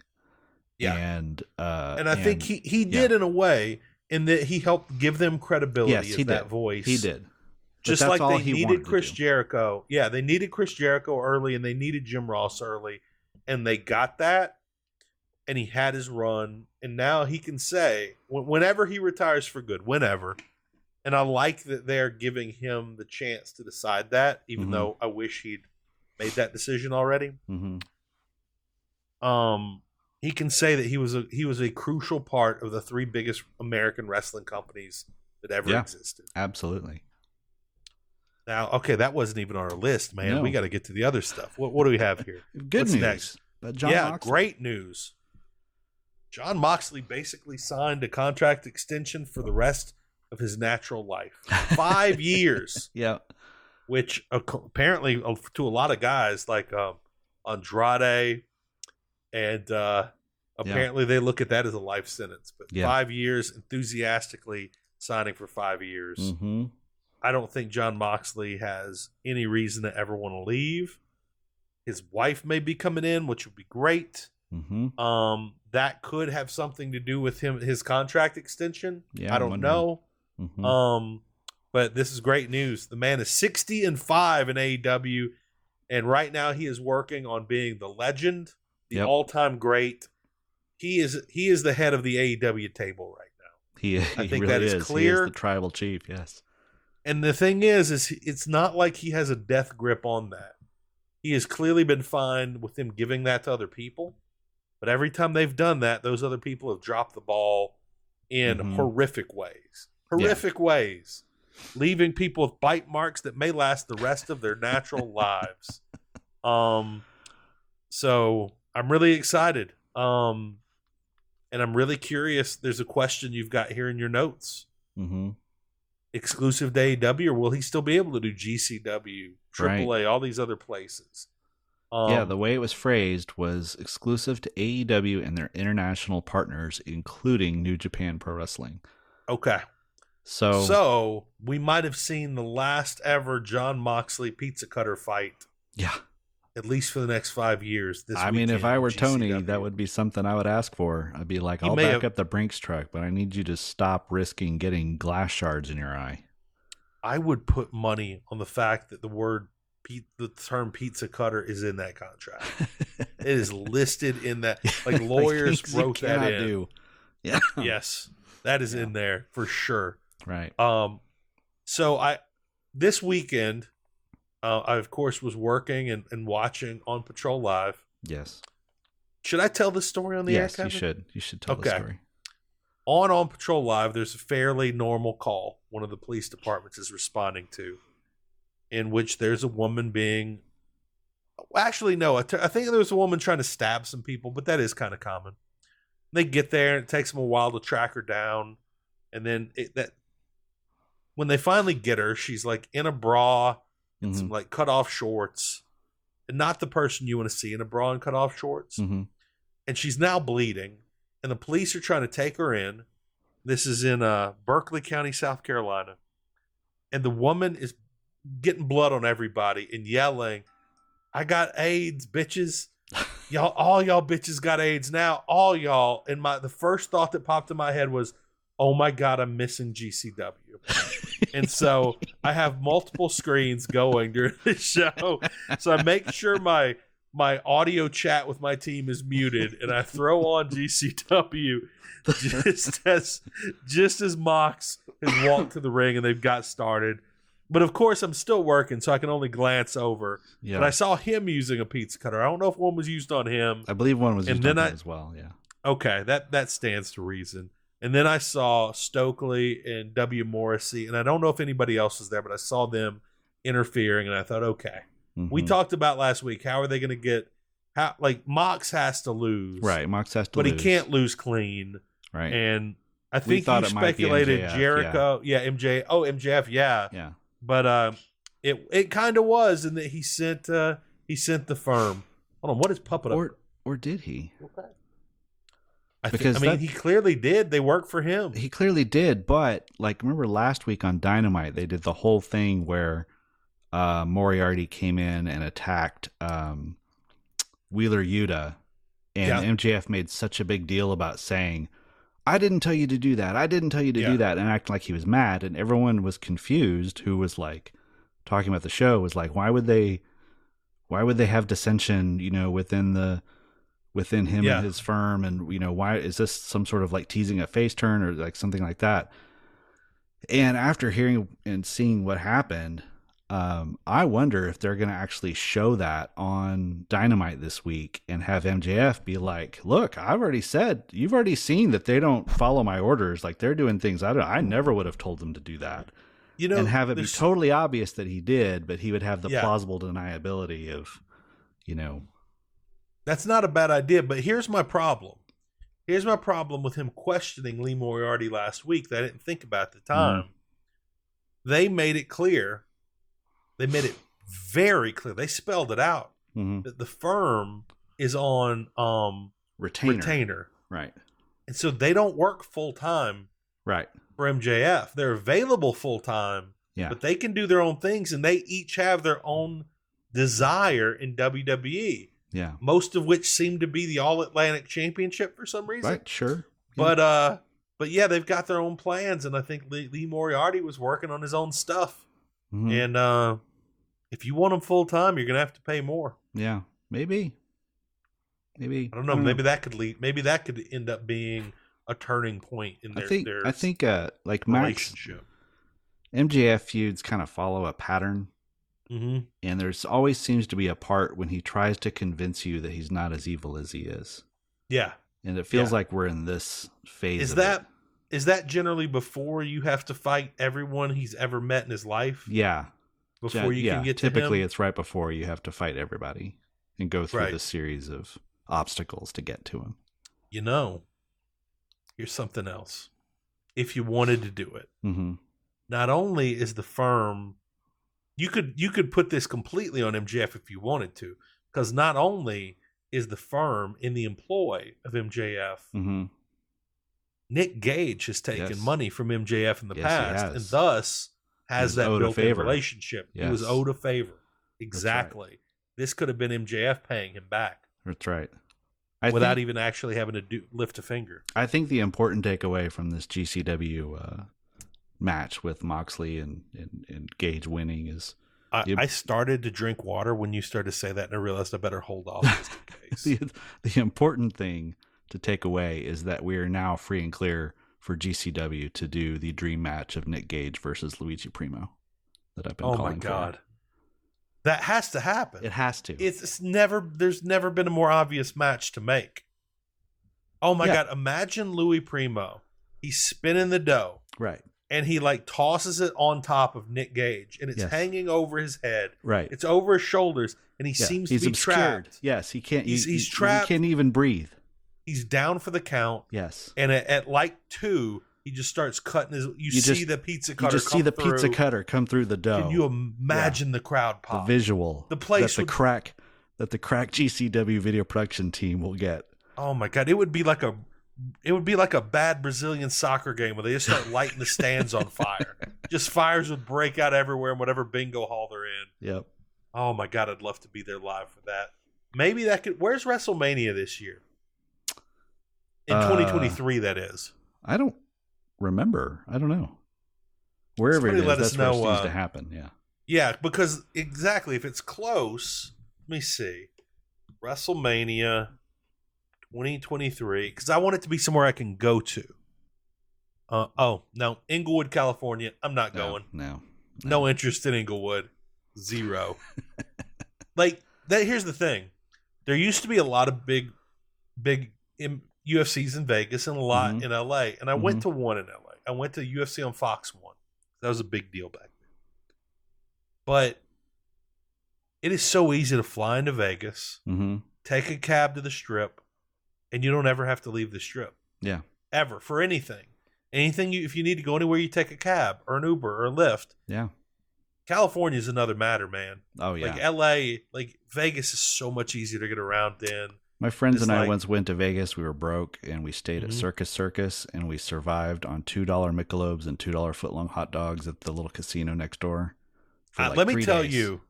[SPEAKER 2] Yeah.
[SPEAKER 3] and uh,
[SPEAKER 2] and I think he he
[SPEAKER 3] yeah.
[SPEAKER 2] did in a way in that he helped give them credibility
[SPEAKER 3] Yes,
[SPEAKER 2] as
[SPEAKER 3] he
[SPEAKER 2] that
[SPEAKER 3] did.
[SPEAKER 2] voice.
[SPEAKER 3] he did. But
[SPEAKER 2] just
[SPEAKER 3] that's
[SPEAKER 2] like
[SPEAKER 3] all
[SPEAKER 2] they
[SPEAKER 3] he wanted
[SPEAKER 2] needed
[SPEAKER 3] to
[SPEAKER 2] Chris
[SPEAKER 3] do.
[SPEAKER 2] Jericho. Yeah, they needed Chris Jericho early, and they needed Jim Ross early, and they got that. And he had his run, and now he can say wh- whenever he retires for good, whenever. And I like that they're giving him the chance to decide that, even
[SPEAKER 3] Mhm.
[SPEAKER 2] though I wish he'd made that decision already.
[SPEAKER 3] hmm
[SPEAKER 2] Um, he can say that he was a he was a crucial part of the three biggest American wrestling companies that ever
[SPEAKER 3] Yeah.
[SPEAKER 2] existed.
[SPEAKER 3] Absolutely.
[SPEAKER 2] Now, okay, that wasn't even on our list, man.
[SPEAKER 3] No.
[SPEAKER 2] We got to get to the other stuff. What, what do we have here?
[SPEAKER 3] Good
[SPEAKER 2] What's
[SPEAKER 3] news.
[SPEAKER 2] next?
[SPEAKER 3] But *laughs* John
[SPEAKER 2] yeah,
[SPEAKER 3] Moxley- *laughs*
[SPEAKER 2] great news. John Moxley basically signed a contract extension for the rest of his natural life. Five *laughs* years,
[SPEAKER 3] Yeah.
[SPEAKER 2] which ac- apparently uh, to a lot of guys like um, Andrade, and uh, apparently they look at that as a life sentence. But
[SPEAKER 3] Yeah.
[SPEAKER 2] five years, enthusiastically signing for five years.
[SPEAKER 3] Mm-hmm.
[SPEAKER 2] I don't think John Moxley has any reason to ever want to leave. His wife may be coming in, which would be great.
[SPEAKER 3] Mm-hmm.
[SPEAKER 2] Um, that could have something to do with him his contract extension.
[SPEAKER 3] Yeah,
[SPEAKER 2] I
[SPEAKER 3] I'm
[SPEAKER 2] don't
[SPEAKER 3] wondering.
[SPEAKER 2] know.
[SPEAKER 3] Mm-hmm.
[SPEAKER 2] Um, but this is great news. The man is sixty and five in AEW, and right now he is working on being the legend, the
[SPEAKER 3] Yep.
[SPEAKER 2] all-time great. He is he is the head of the AEW table right now.
[SPEAKER 3] he, he
[SPEAKER 2] think
[SPEAKER 3] really
[SPEAKER 2] that is
[SPEAKER 3] is. He
[SPEAKER 2] clear.
[SPEAKER 3] is the tribal chief. Yes.
[SPEAKER 2] And the thing is, is he- it's not like he has a death grip on that. He has clearly been fine with them giving that to other people, but every time they've done that, those other people have dropped the ball in
[SPEAKER 3] Mhm.
[SPEAKER 2] horrific ways.
[SPEAKER 3] Yeah.
[SPEAKER 2] Horrific ways, leaving people with bite marks that may last the rest of their natural lives. Um, so I'm really excited. Um, and I'm really curious. There's a question you've got here in your notes
[SPEAKER 3] Mm-hmm.
[SPEAKER 2] Um, exclusive to AEW, or will he still be able to do GCW,
[SPEAKER 3] Right.
[SPEAKER 2] AAA, all these other places? Um,
[SPEAKER 3] Mm-hmm. yeah. The way it was phrased was exclusive to AEW and their international partners, including New Japan Pro Wrestling.
[SPEAKER 2] okay.
[SPEAKER 3] So,
[SPEAKER 2] So we might have seen the last ever John Moxley pizza cutter fight,
[SPEAKER 3] yeah.
[SPEAKER 2] at least for the next five years. This
[SPEAKER 3] I mean, if
[SPEAKER 2] weekend
[SPEAKER 3] I
[SPEAKER 2] in
[SPEAKER 3] were Tony,
[SPEAKER 2] GCW.
[SPEAKER 3] that would be something I would ask for. I'd be like,
[SPEAKER 2] He
[SPEAKER 3] I'll
[SPEAKER 2] may
[SPEAKER 3] back
[SPEAKER 2] have-
[SPEAKER 3] up the Brinks truck, but I need you to stop risking getting glass shards in your eye. *laughs*
[SPEAKER 2] I would put money on the fact that the word pe- the term pizza cutter is in that contract. it
[SPEAKER 3] *laughs*
[SPEAKER 2] is listed in that. Like lawyers
[SPEAKER 3] things you
[SPEAKER 2] wrote that
[SPEAKER 3] cannot
[SPEAKER 2] in.
[SPEAKER 3] do. Yeah.
[SPEAKER 2] Yes, that is
[SPEAKER 3] Yeah.
[SPEAKER 2] in there for sure.
[SPEAKER 3] Right.
[SPEAKER 2] Um, so I this weekend, uh, I of course was working and, and watching on Patrol Live.
[SPEAKER 3] Yes.
[SPEAKER 2] Should I tell this story on the air?
[SPEAKER 3] Yes, you
[SPEAKER 2] Kevin?
[SPEAKER 3] should. You should tell the
[SPEAKER 2] Okay.
[SPEAKER 3] story.
[SPEAKER 2] On on Patrol Live, there's a fairly normal call one of the police departments is responding to, in which there's a woman being. Actually, no. I, t- I think there was a woman trying to stab some people, but that is kind of common. They get there, and it takes them a while to track her down, and then it, that when they finally get her, she's like in a bra,
[SPEAKER 3] Mhm.
[SPEAKER 2] some like cut off shorts, and not the person you want to see in a bra and cut off shorts.
[SPEAKER 3] Mhm.
[SPEAKER 2] And she's now bleeding, and the police are trying to take her in. This is in uh, Berkeley County, South Carolina, and the woman is getting blood on everybody and yelling, "I got AIDS, bitches! Y'all, all y'all bitches got AIDS now, all y'all!" And my the first thought that popped in my head was, "Oh my god, I'm missing GCW." and so I have multiple screens going during the show. So I make sure my my audio chat with my team is muted and I throw on GCW just as just as Mox has walked to the ring and they've got started. But of course I'm still working, so I can only glance over.
[SPEAKER 3] yeah.
[SPEAKER 2] But I saw him using a pizza cutter. I don't know if one was used on him.
[SPEAKER 3] I believe one was
[SPEAKER 2] And
[SPEAKER 3] used
[SPEAKER 2] then
[SPEAKER 3] on
[SPEAKER 2] I-
[SPEAKER 3] him as well. Yeah.
[SPEAKER 2] Okay, that that stands to reason. And then I saw Stokely and W. Morrissey, and I don't know if anybody else was there, but I saw them interfering, and I thought, okay, we
[SPEAKER 3] Mhm.
[SPEAKER 2] talked about last week. How are they going to get how like Mox has to lose,
[SPEAKER 3] Right, Mox has to
[SPEAKER 2] But
[SPEAKER 3] lose.
[SPEAKER 2] he can't lose clean.
[SPEAKER 3] Right.
[SPEAKER 2] And I
[SPEAKER 3] We
[SPEAKER 2] think
[SPEAKER 3] thought
[SPEAKER 2] you
[SPEAKER 3] it might be
[SPEAKER 2] speculated
[SPEAKER 3] MJF,
[SPEAKER 2] Jericho, yeah. MJ, oh MJF, yeah.
[SPEAKER 3] yeah.
[SPEAKER 2] But uh, it it kind of was, in that he sent uh he sent the firm. Hold on, what is puppet?
[SPEAKER 3] Or or did he?
[SPEAKER 2] I, think,
[SPEAKER 3] because
[SPEAKER 2] I mean,
[SPEAKER 3] that-
[SPEAKER 2] he clearly did. They work for him.
[SPEAKER 3] He clearly did, but like remember last week on Dynamite they did the whole thing where uh Moriarty came in and attacked um Wheeler Yuta and
[SPEAKER 2] Yeah.
[SPEAKER 3] MJF made such a big deal about saying I didn't tell you to do that. I didn't tell you to
[SPEAKER 2] Yeah.
[SPEAKER 3] do that and act like he was mad and everyone was confused who was like talking about the show was like why would they why would they have dissension, you know, within the within him
[SPEAKER 2] Yeah.
[SPEAKER 3] and his firm and you know why is this some sort of like teasing a face turn or like something like that and after hearing and seeing what happened um, i wonder if they're going to actually show that on dynamite this week and have mjf be like look i've already said you've already seen that they don't follow my orders like they're doing things i don't i never would have told them to do that
[SPEAKER 2] You know,
[SPEAKER 3] and have it be
[SPEAKER 2] there's-
[SPEAKER 3] totally obvious that he did but he would have the
[SPEAKER 2] Yeah.
[SPEAKER 3] plausible deniability of you know
[SPEAKER 2] That's not a bad idea, but here's my problem. Here's my problem with him questioning Lee Moriarty last week that I didn't think about at the time. They made it clear. They made it very clear. They spelled it out
[SPEAKER 3] mhm,
[SPEAKER 2] that the firm is on um
[SPEAKER 3] retainer.
[SPEAKER 2] retainer.
[SPEAKER 3] right
[SPEAKER 2] And so they don't work full time
[SPEAKER 3] right
[SPEAKER 2] for MJF. They're available full time,
[SPEAKER 3] yeah
[SPEAKER 2] but they can do their own things and they each have their own desire in E. WWE.
[SPEAKER 3] yeah
[SPEAKER 2] most of which seem to be the All Atlantic Championship for some reason.
[SPEAKER 3] Right, sure.
[SPEAKER 2] But uh, but yeah, they've got their own plans, and I think Lee, Lee Moriarty was working on his own stuff.
[SPEAKER 3] Mhm.
[SPEAKER 2] And uh, if you want him full time, you're gonna have to pay more.
[SPEAKER 3] yeah, maybe. Maybe. Mm-hmm.
[SPEAKER 2] I don't know. Maybe that could lead. Maybe that could end up being a turning point in their
[SPEAKER 3] I think
[SPEAKER 2] their
[SPEAKER 3] I think uh like Max
[SPEAKER 2] relationship.
[SPEAKER 3] MJF feuds kind of follow a pattern
[SPEAKER 2] hmm
[SPEAKER 3] and there's always seems to be a part when he tries to convince you that he's not as evil as he is.
[SPEAKER 2] Yeah.
[SPEAKER 3] And it feels
[SPEAKER 2] Yeah.
[SPEAKER 3] like we're in this phase
[SPEAKER 2] Is
[SPEAKER 3] of it.
[SPEAKER 2] that is that generally before you have to fight everyone he's ever met in his life?
[SPEAKER 3] Yeah.
[SPEAKER 2] Before
[SPEAKER 3] gen-
[SPEAKER 2] you
[SPEAKER 3] yeah,
[SPEAKER 2] can get
[SPEAKER 3] typically
[SPEAKER 2] to him?
[SPEAKER 3] it's right before you have to fight everybody and go through
[SPEAKER 2] Right.
[SPEAKER 3] this series of obstacles to get to him.
[SPEAKER 2] you know, here's something else. If you wanted to do it,
[SPEAKER 3] Mhm.
[SPEAKER 2] not only is the firm, you could you could put this completely on MJF if you wanted to, because not only is the firm in the employ of MJF,
[SPEAKER 3] Mhm.
[SPEAKER 2] Nick Gage has taken
[SPEAKER 3] Yes.
[SPEAKER 2] money from MJF in the
[SPEAKER 3] Yes, he
[SPEAKER 2] past,
[SPEAKER 3] has.
[SPEAKER 2] and thus has
[SPEAKER 3] was
[SPEAKER 2] that
[SPEAKER 3] owed a
[SPEAKER 2] built
[SPEAKER 3] favor.
[SPEAKER 2] relationship. He was
[SPEAKER 3] Yes.
[SPEAKER 2] owed a favor. Exactly. This could have been MJF paying him back
[SPEAKER 3] That's right. I
[SPEAKER 2] without
[SPEAKER 3] think-
[SPEAKER 2] even actually having to do lift a finger.
[SPEAKER 3] I think the important takeaway from this GCW uh, match with Moxley and, and, and Gage winning is *laughs*
[SPEAKER 2] I,
[SPEAKER 3] Yep.
[SPEAKER 2] I started to drink water when you started to say that, and I realized I better hold off just
[SPEAKER 3] *laughs*
[SPEAKER 2] in case.
[SPEAKER 3] the, the important thing to take away is that we are now free and clear for GCW to do the dream match of Nick Gage versus Luigi Primo that I've been
[SPEAKER 2] oh my
[SPEAKER 3] calling
[SPEAKER 2] god, that has to
[SPEAKER 3] for.
[SPEAKER 2] happen.
[SPEAKER 3] It has to.
[SPEAKER 2] it's, it's never. There's never been a more obvious match to make. Oh my
[SPEAKER 3] Yeah.
[SPEAKER 2] god! Imagine Louis Primo. He's spinning the dough,
[SPEAKER 3] right.
[SPEAKER 2] and he like tosses it on top of Nick Gage, and it's
[SPEAKER 3] Yes.
[SPEAKER 2] hanging over his head.
[SPEAKER 3] Right.
[SPEAKER 2] It's over his shoulders, and he
[SPEAKER 3] Yeah.
[SPEAKER 2] seems
[SPEAKER 3] he's
[SPEAKER 2] to be
[SPEAKER 3] obscured.
[SPEAKER 2] trapped.
[SPEAKER 3] Yes, he can't.
[SPEAKER 2] He's-
[SPEAKER 3] he,
[SPEAKER 2] he's
[SPEAKER 3] he-
[SPEAKER 2] trapped.
[SPEAKER 3] He can't even breathe.
[SPEAKER 2] He's down for the count,
[SPEAKER 3] Yes.
[SPEAKER 2] and at, at like two, he just starts cutting his. You,
[SPEAKER 3] You
[SPEAKER 2] see
[SPEAKER 3] just-
[SPEAKER 2] the pizza
[SPEAKER 3] You
[SPEAKER 2] cutter.
[SPEAKER 3] just see
[SPEAKER 2] come
[SPEAKER 3] the pizza
[SPEAKER 2] through.
[SPEAKER 3] cutter come through the dough.
[SPEAKER 2] Can you imagine the crowd
[SPEAKER 3] the
[SPEAKER 2] pop?
[SPEAKER 3] visual
[SPEAKER 2] The place
[SPEAKER 3] that the
[SPEAKER 2] would-
[SPEAKER 3] crack that the crack GCW video production team will get.
[SPEAKER 2] oh my god, it would be like a it would be like a bad Brazilian soccer game where they just start lighting the stands on fire. Just fires would break out everywhere in whatever bingo hall they're in.
[SPEAKER 3] Yep.
[SPEAKER 2] Oh my god, I'd love to be there live for that. Maybe that could where's WrestleMania this year? In
[SPEAKER 3] Uh,
[SPEAKER 2] 2023 that is.
[SPEAKER 3] I don't remember. I don't know. Wherever
[SPEAKER 2] Somebody
[SPEAKER 3] it is,
[SPEAKER 2] let us
[SPEAKER 3] that's where it
[SPEAKER 2] know,
[SPEAKER 3] seems
[SPEAKER 2] uh,
[SPEAKER 3] to happen. Yeah.
[SPEAKER 2] Yeah, because exactly if it's close, let me see. WrestleMania 2023 cuz I want it to be somewhere I can go to. Uh, oh, no, Inglewood, California. I'm not
[SPEAKER 3] No,
[SPEAKER 2] going.
[SPEAKER 3] No.
[SPEAKER 2] No interest in Inglewood. Zero. like that here's the thing. There used to be a lot of big big M- UFCs in Vegas and a lot
[SPEAKER 3] Mhm.
[SPEAKER 2] in LA, and I went to one in LA. I went to UFC on Fox 1. That was a big deal back then. But it is so easy to fly into Vegas
[SPEAKER 3] Mm-hmm.
[SPEAKER 2] take a cab to the strip, and you don't ever have to leave the strip.
[SPEAKER 3] Yeah.
[SPEAKER 2] Ever for anything. Anything you if you need to go anywhere, you take a cab or an Uber or a Lyft.
[SPEAKER 3] Yeah.
[SPEAKER 2] California's another matter, man.
[SPEAKER 3] Oh yeah.
[SPEAKER 2] Like LA, like Vegas is so much easier to get around in.
[SPEAKER 3] My friends
[SPEAKER 2] It's
[SPEAKER 3] and I
[SPEAKER 2] like-
[SPEAKER 3] once went to Vegas. We were broke and we stayed
[SPEAKER 2] Mhm.
[SPEAKER 3] at Circus Circus and we survived on $2 Michelobes and $2 footlong hot dogs at the little casino next door. for
[SPEAKER 2] Uh,
[SPEAKER 3] like
[SPEAKER 2] let me
[SPEAKER 3] three
[SPEAKER 2] tell
[SPEAKER 3] days.
[SPEAKER 2] you,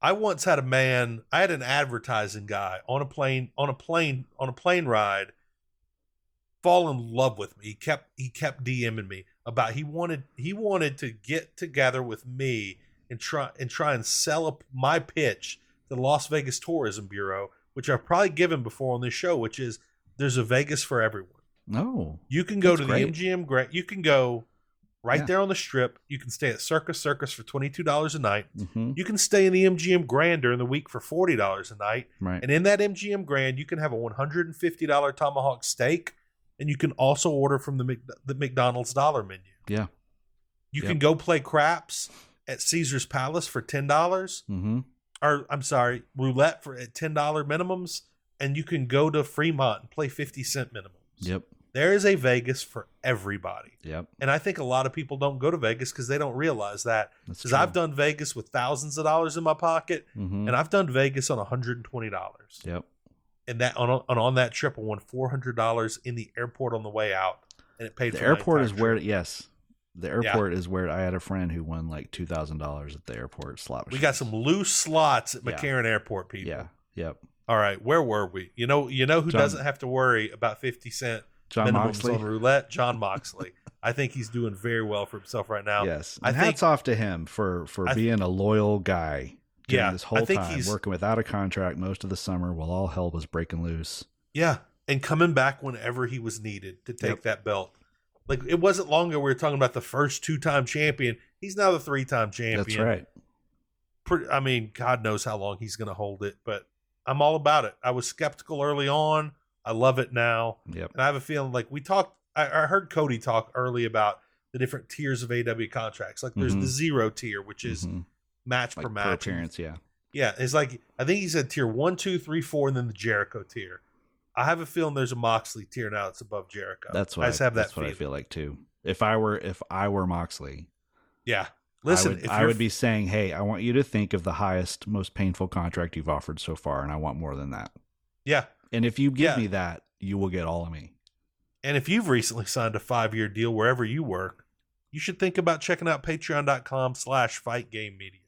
[SPEAKER 2] I once had a man. I had an advertising guy on a plane on a plane on a plane ride. Fall in love with me. He kept he kept DMing me about he wanted he wanted to get together with me and try and try and sell up my pitch to the Las Vegas Tourism Bureau, which I've probably given before on this show, which is there's a Vegas for everyone.
[SPEAKER 3] No.
[SPEAKER 2] You can go
[SPEAKER 3] That's
[SPEAKER 2] to
[SPEAKER 3] great.
[SPEAKER 2] the MGM Grand. You can go right
[SPEAKER 3] Yeah.
[SPEAKER 2] there on the strip. You can stay at Circus Circus for twenty two dollars a night.
[SPEAKER 3] hmm
[SPEAKER 2] You can stay in the MGM Grand during the week for forty dollars a night,
[SPEAKER 3] Right.
[SPEAKER 2] and in that MGM Grand, you can have a one hundred and fifty dollar tomahawk steak, and you can also order from the Mc, the McDonald's dollar menu.
[SPEAKER 3] Yeah.
[SPEAKER 2] You
[SPEAKER 3] Yep.
[SPEAKER 2] can go play craps at Caesar's Palace for ten dollars,
[SPEAKER 3] hmm
[SPEAKER 2] or I'm sorry, roulette for at ten dollar minimums, and you can go to Fremont and play fifty cent minimums.
[SPEAKER 3] Yep.
[SPEAKER 2] There is a Vegas for everybody,
[SPEAKER 3] Yep.
[SPEAKER 2] and I think a lot of people don't go to Vegas because they don't realize that.
[SPEAKER 3] That's
[SPEAKER 2] Because I've done Vegas with thousands of dollars in my pocket
[SPEAKER 3] hmm
[SPEAKER 2] and I've done Vegas on $120,
[SPEAKER 3] Yep.
[SPEAKER 2] and that on on, on that trip, I won $400 in the airport on the way out, and it paid.
[SPEAKER 3] The
[SPEAKER 2] for my
[SPEAKER 3] airport
[SPEAKER 2] entire
[SPEAKER 3] is where,
[SPEAKER 2] trip.
[SPEAKER 3] yes. The airport is where I had a friend who won like $2,000 at the airport slot.
[SPEAKER 2] we got
[SPEAKER 3] machines.
[SPEAKER 2] some loose slots at
[SPEAKER 3] Yeah.
[SPEAKER 2] McCarran Airport, people.
[SPEAKER 3] Yeah. Yep.
[SPEAKER 2] All right, where were we? You know, you know who
[SPEAKER 3] John-
[SPEAKER 2] doesn't have to worry about 50 cent
[SPEAKER 3] John
[SPEAKER 2] minimums
[SPEAKER 3] Moxley.
[SPEAKER 2] on roulette? John Moxley. *laughs* I think he's doing very well for himself right now.
[SPEAKER 3] Yes.
[SPEAKER 2] I
[SPEAKER 3] And
[SPEAKER 2] think-
[SPEAKER 3] hats off to him for for
[SPEAKER 2] I th-
[SPEAKER 3] being a loyal guy during
[SPEAKER 2] Yeah,
[SPEAKER 3] this
[SPEAKER 2] I
[SPEAKER 3] whole
[SPEAKER 2] think
[SPEAKER 3] time,
[SPEAKER 2] he's-
[SPEAKER 3] working without a contract most of the summer while all hell was breaking loose.
[SPEAKER 2] Yeah, and coming back whenever he was needed to take
[SPEAKER 3] Yep.
[SPEAKER 2] that belt. Like it wasn't long ago we were talking about the first two-time champion. He's now the three-time champion.
[SPEAKER 3] That's right.
[SPEAKER 2] Pre- I mean, God knows how long he's going to hold it, but I'm all about it. I was skeptical early on. I love it now,
[SPEAKER 3] Yep.
[SPEAKER 2] and I have a feeling like we talked. I, I heard Cody talk early about the different tiers of AW contracts. Like there's the
[SPEAKER 3] Mhm.
[SPEAKER 2] zero tier, which is
[SPEAKER 3] Mhm.
[SPEAKER 2] match per
[SPEAKER 3] like per
[SPEAKER 2] match, and
[SPEAKER 3] appearance, yeah.
[SPEAKER 2] yeah, it's like I think he said tier one, two, three, four, and then the Jericho tier. I have a feeling there's a Moxley tier now that's above Jericho.
[SPEAKER 3] That's what
[SPEAKER 2] I just have that
[SPEAKER 3] that's what
[SPEAKER 2] feeling.
[SPEAKER 3] I feel like too. If I were if I were Moxley,
[SPEAKER 2] Yeah. Listen,
[SPEAKER 3] I would,
[SPEAKER 2] if
[SPEAKER 3] I
[SPEAKER 2] you're-
[SPEAKER 3] would be saying, "Hey, I want you to think of the highest, most painful contract you've offered so far, and I want more than that.
[SPEAKER 2] yeah,
[SPEAKER 3] And if you give
[SPEAKER 2] Yeah.
[SPEAKER 3] me that, you will get all of me."
[SPEAKER 2] and if you've recently *laughs* signed a five year deal wherever you work, you should think about checking out patreon.com slash fight game media.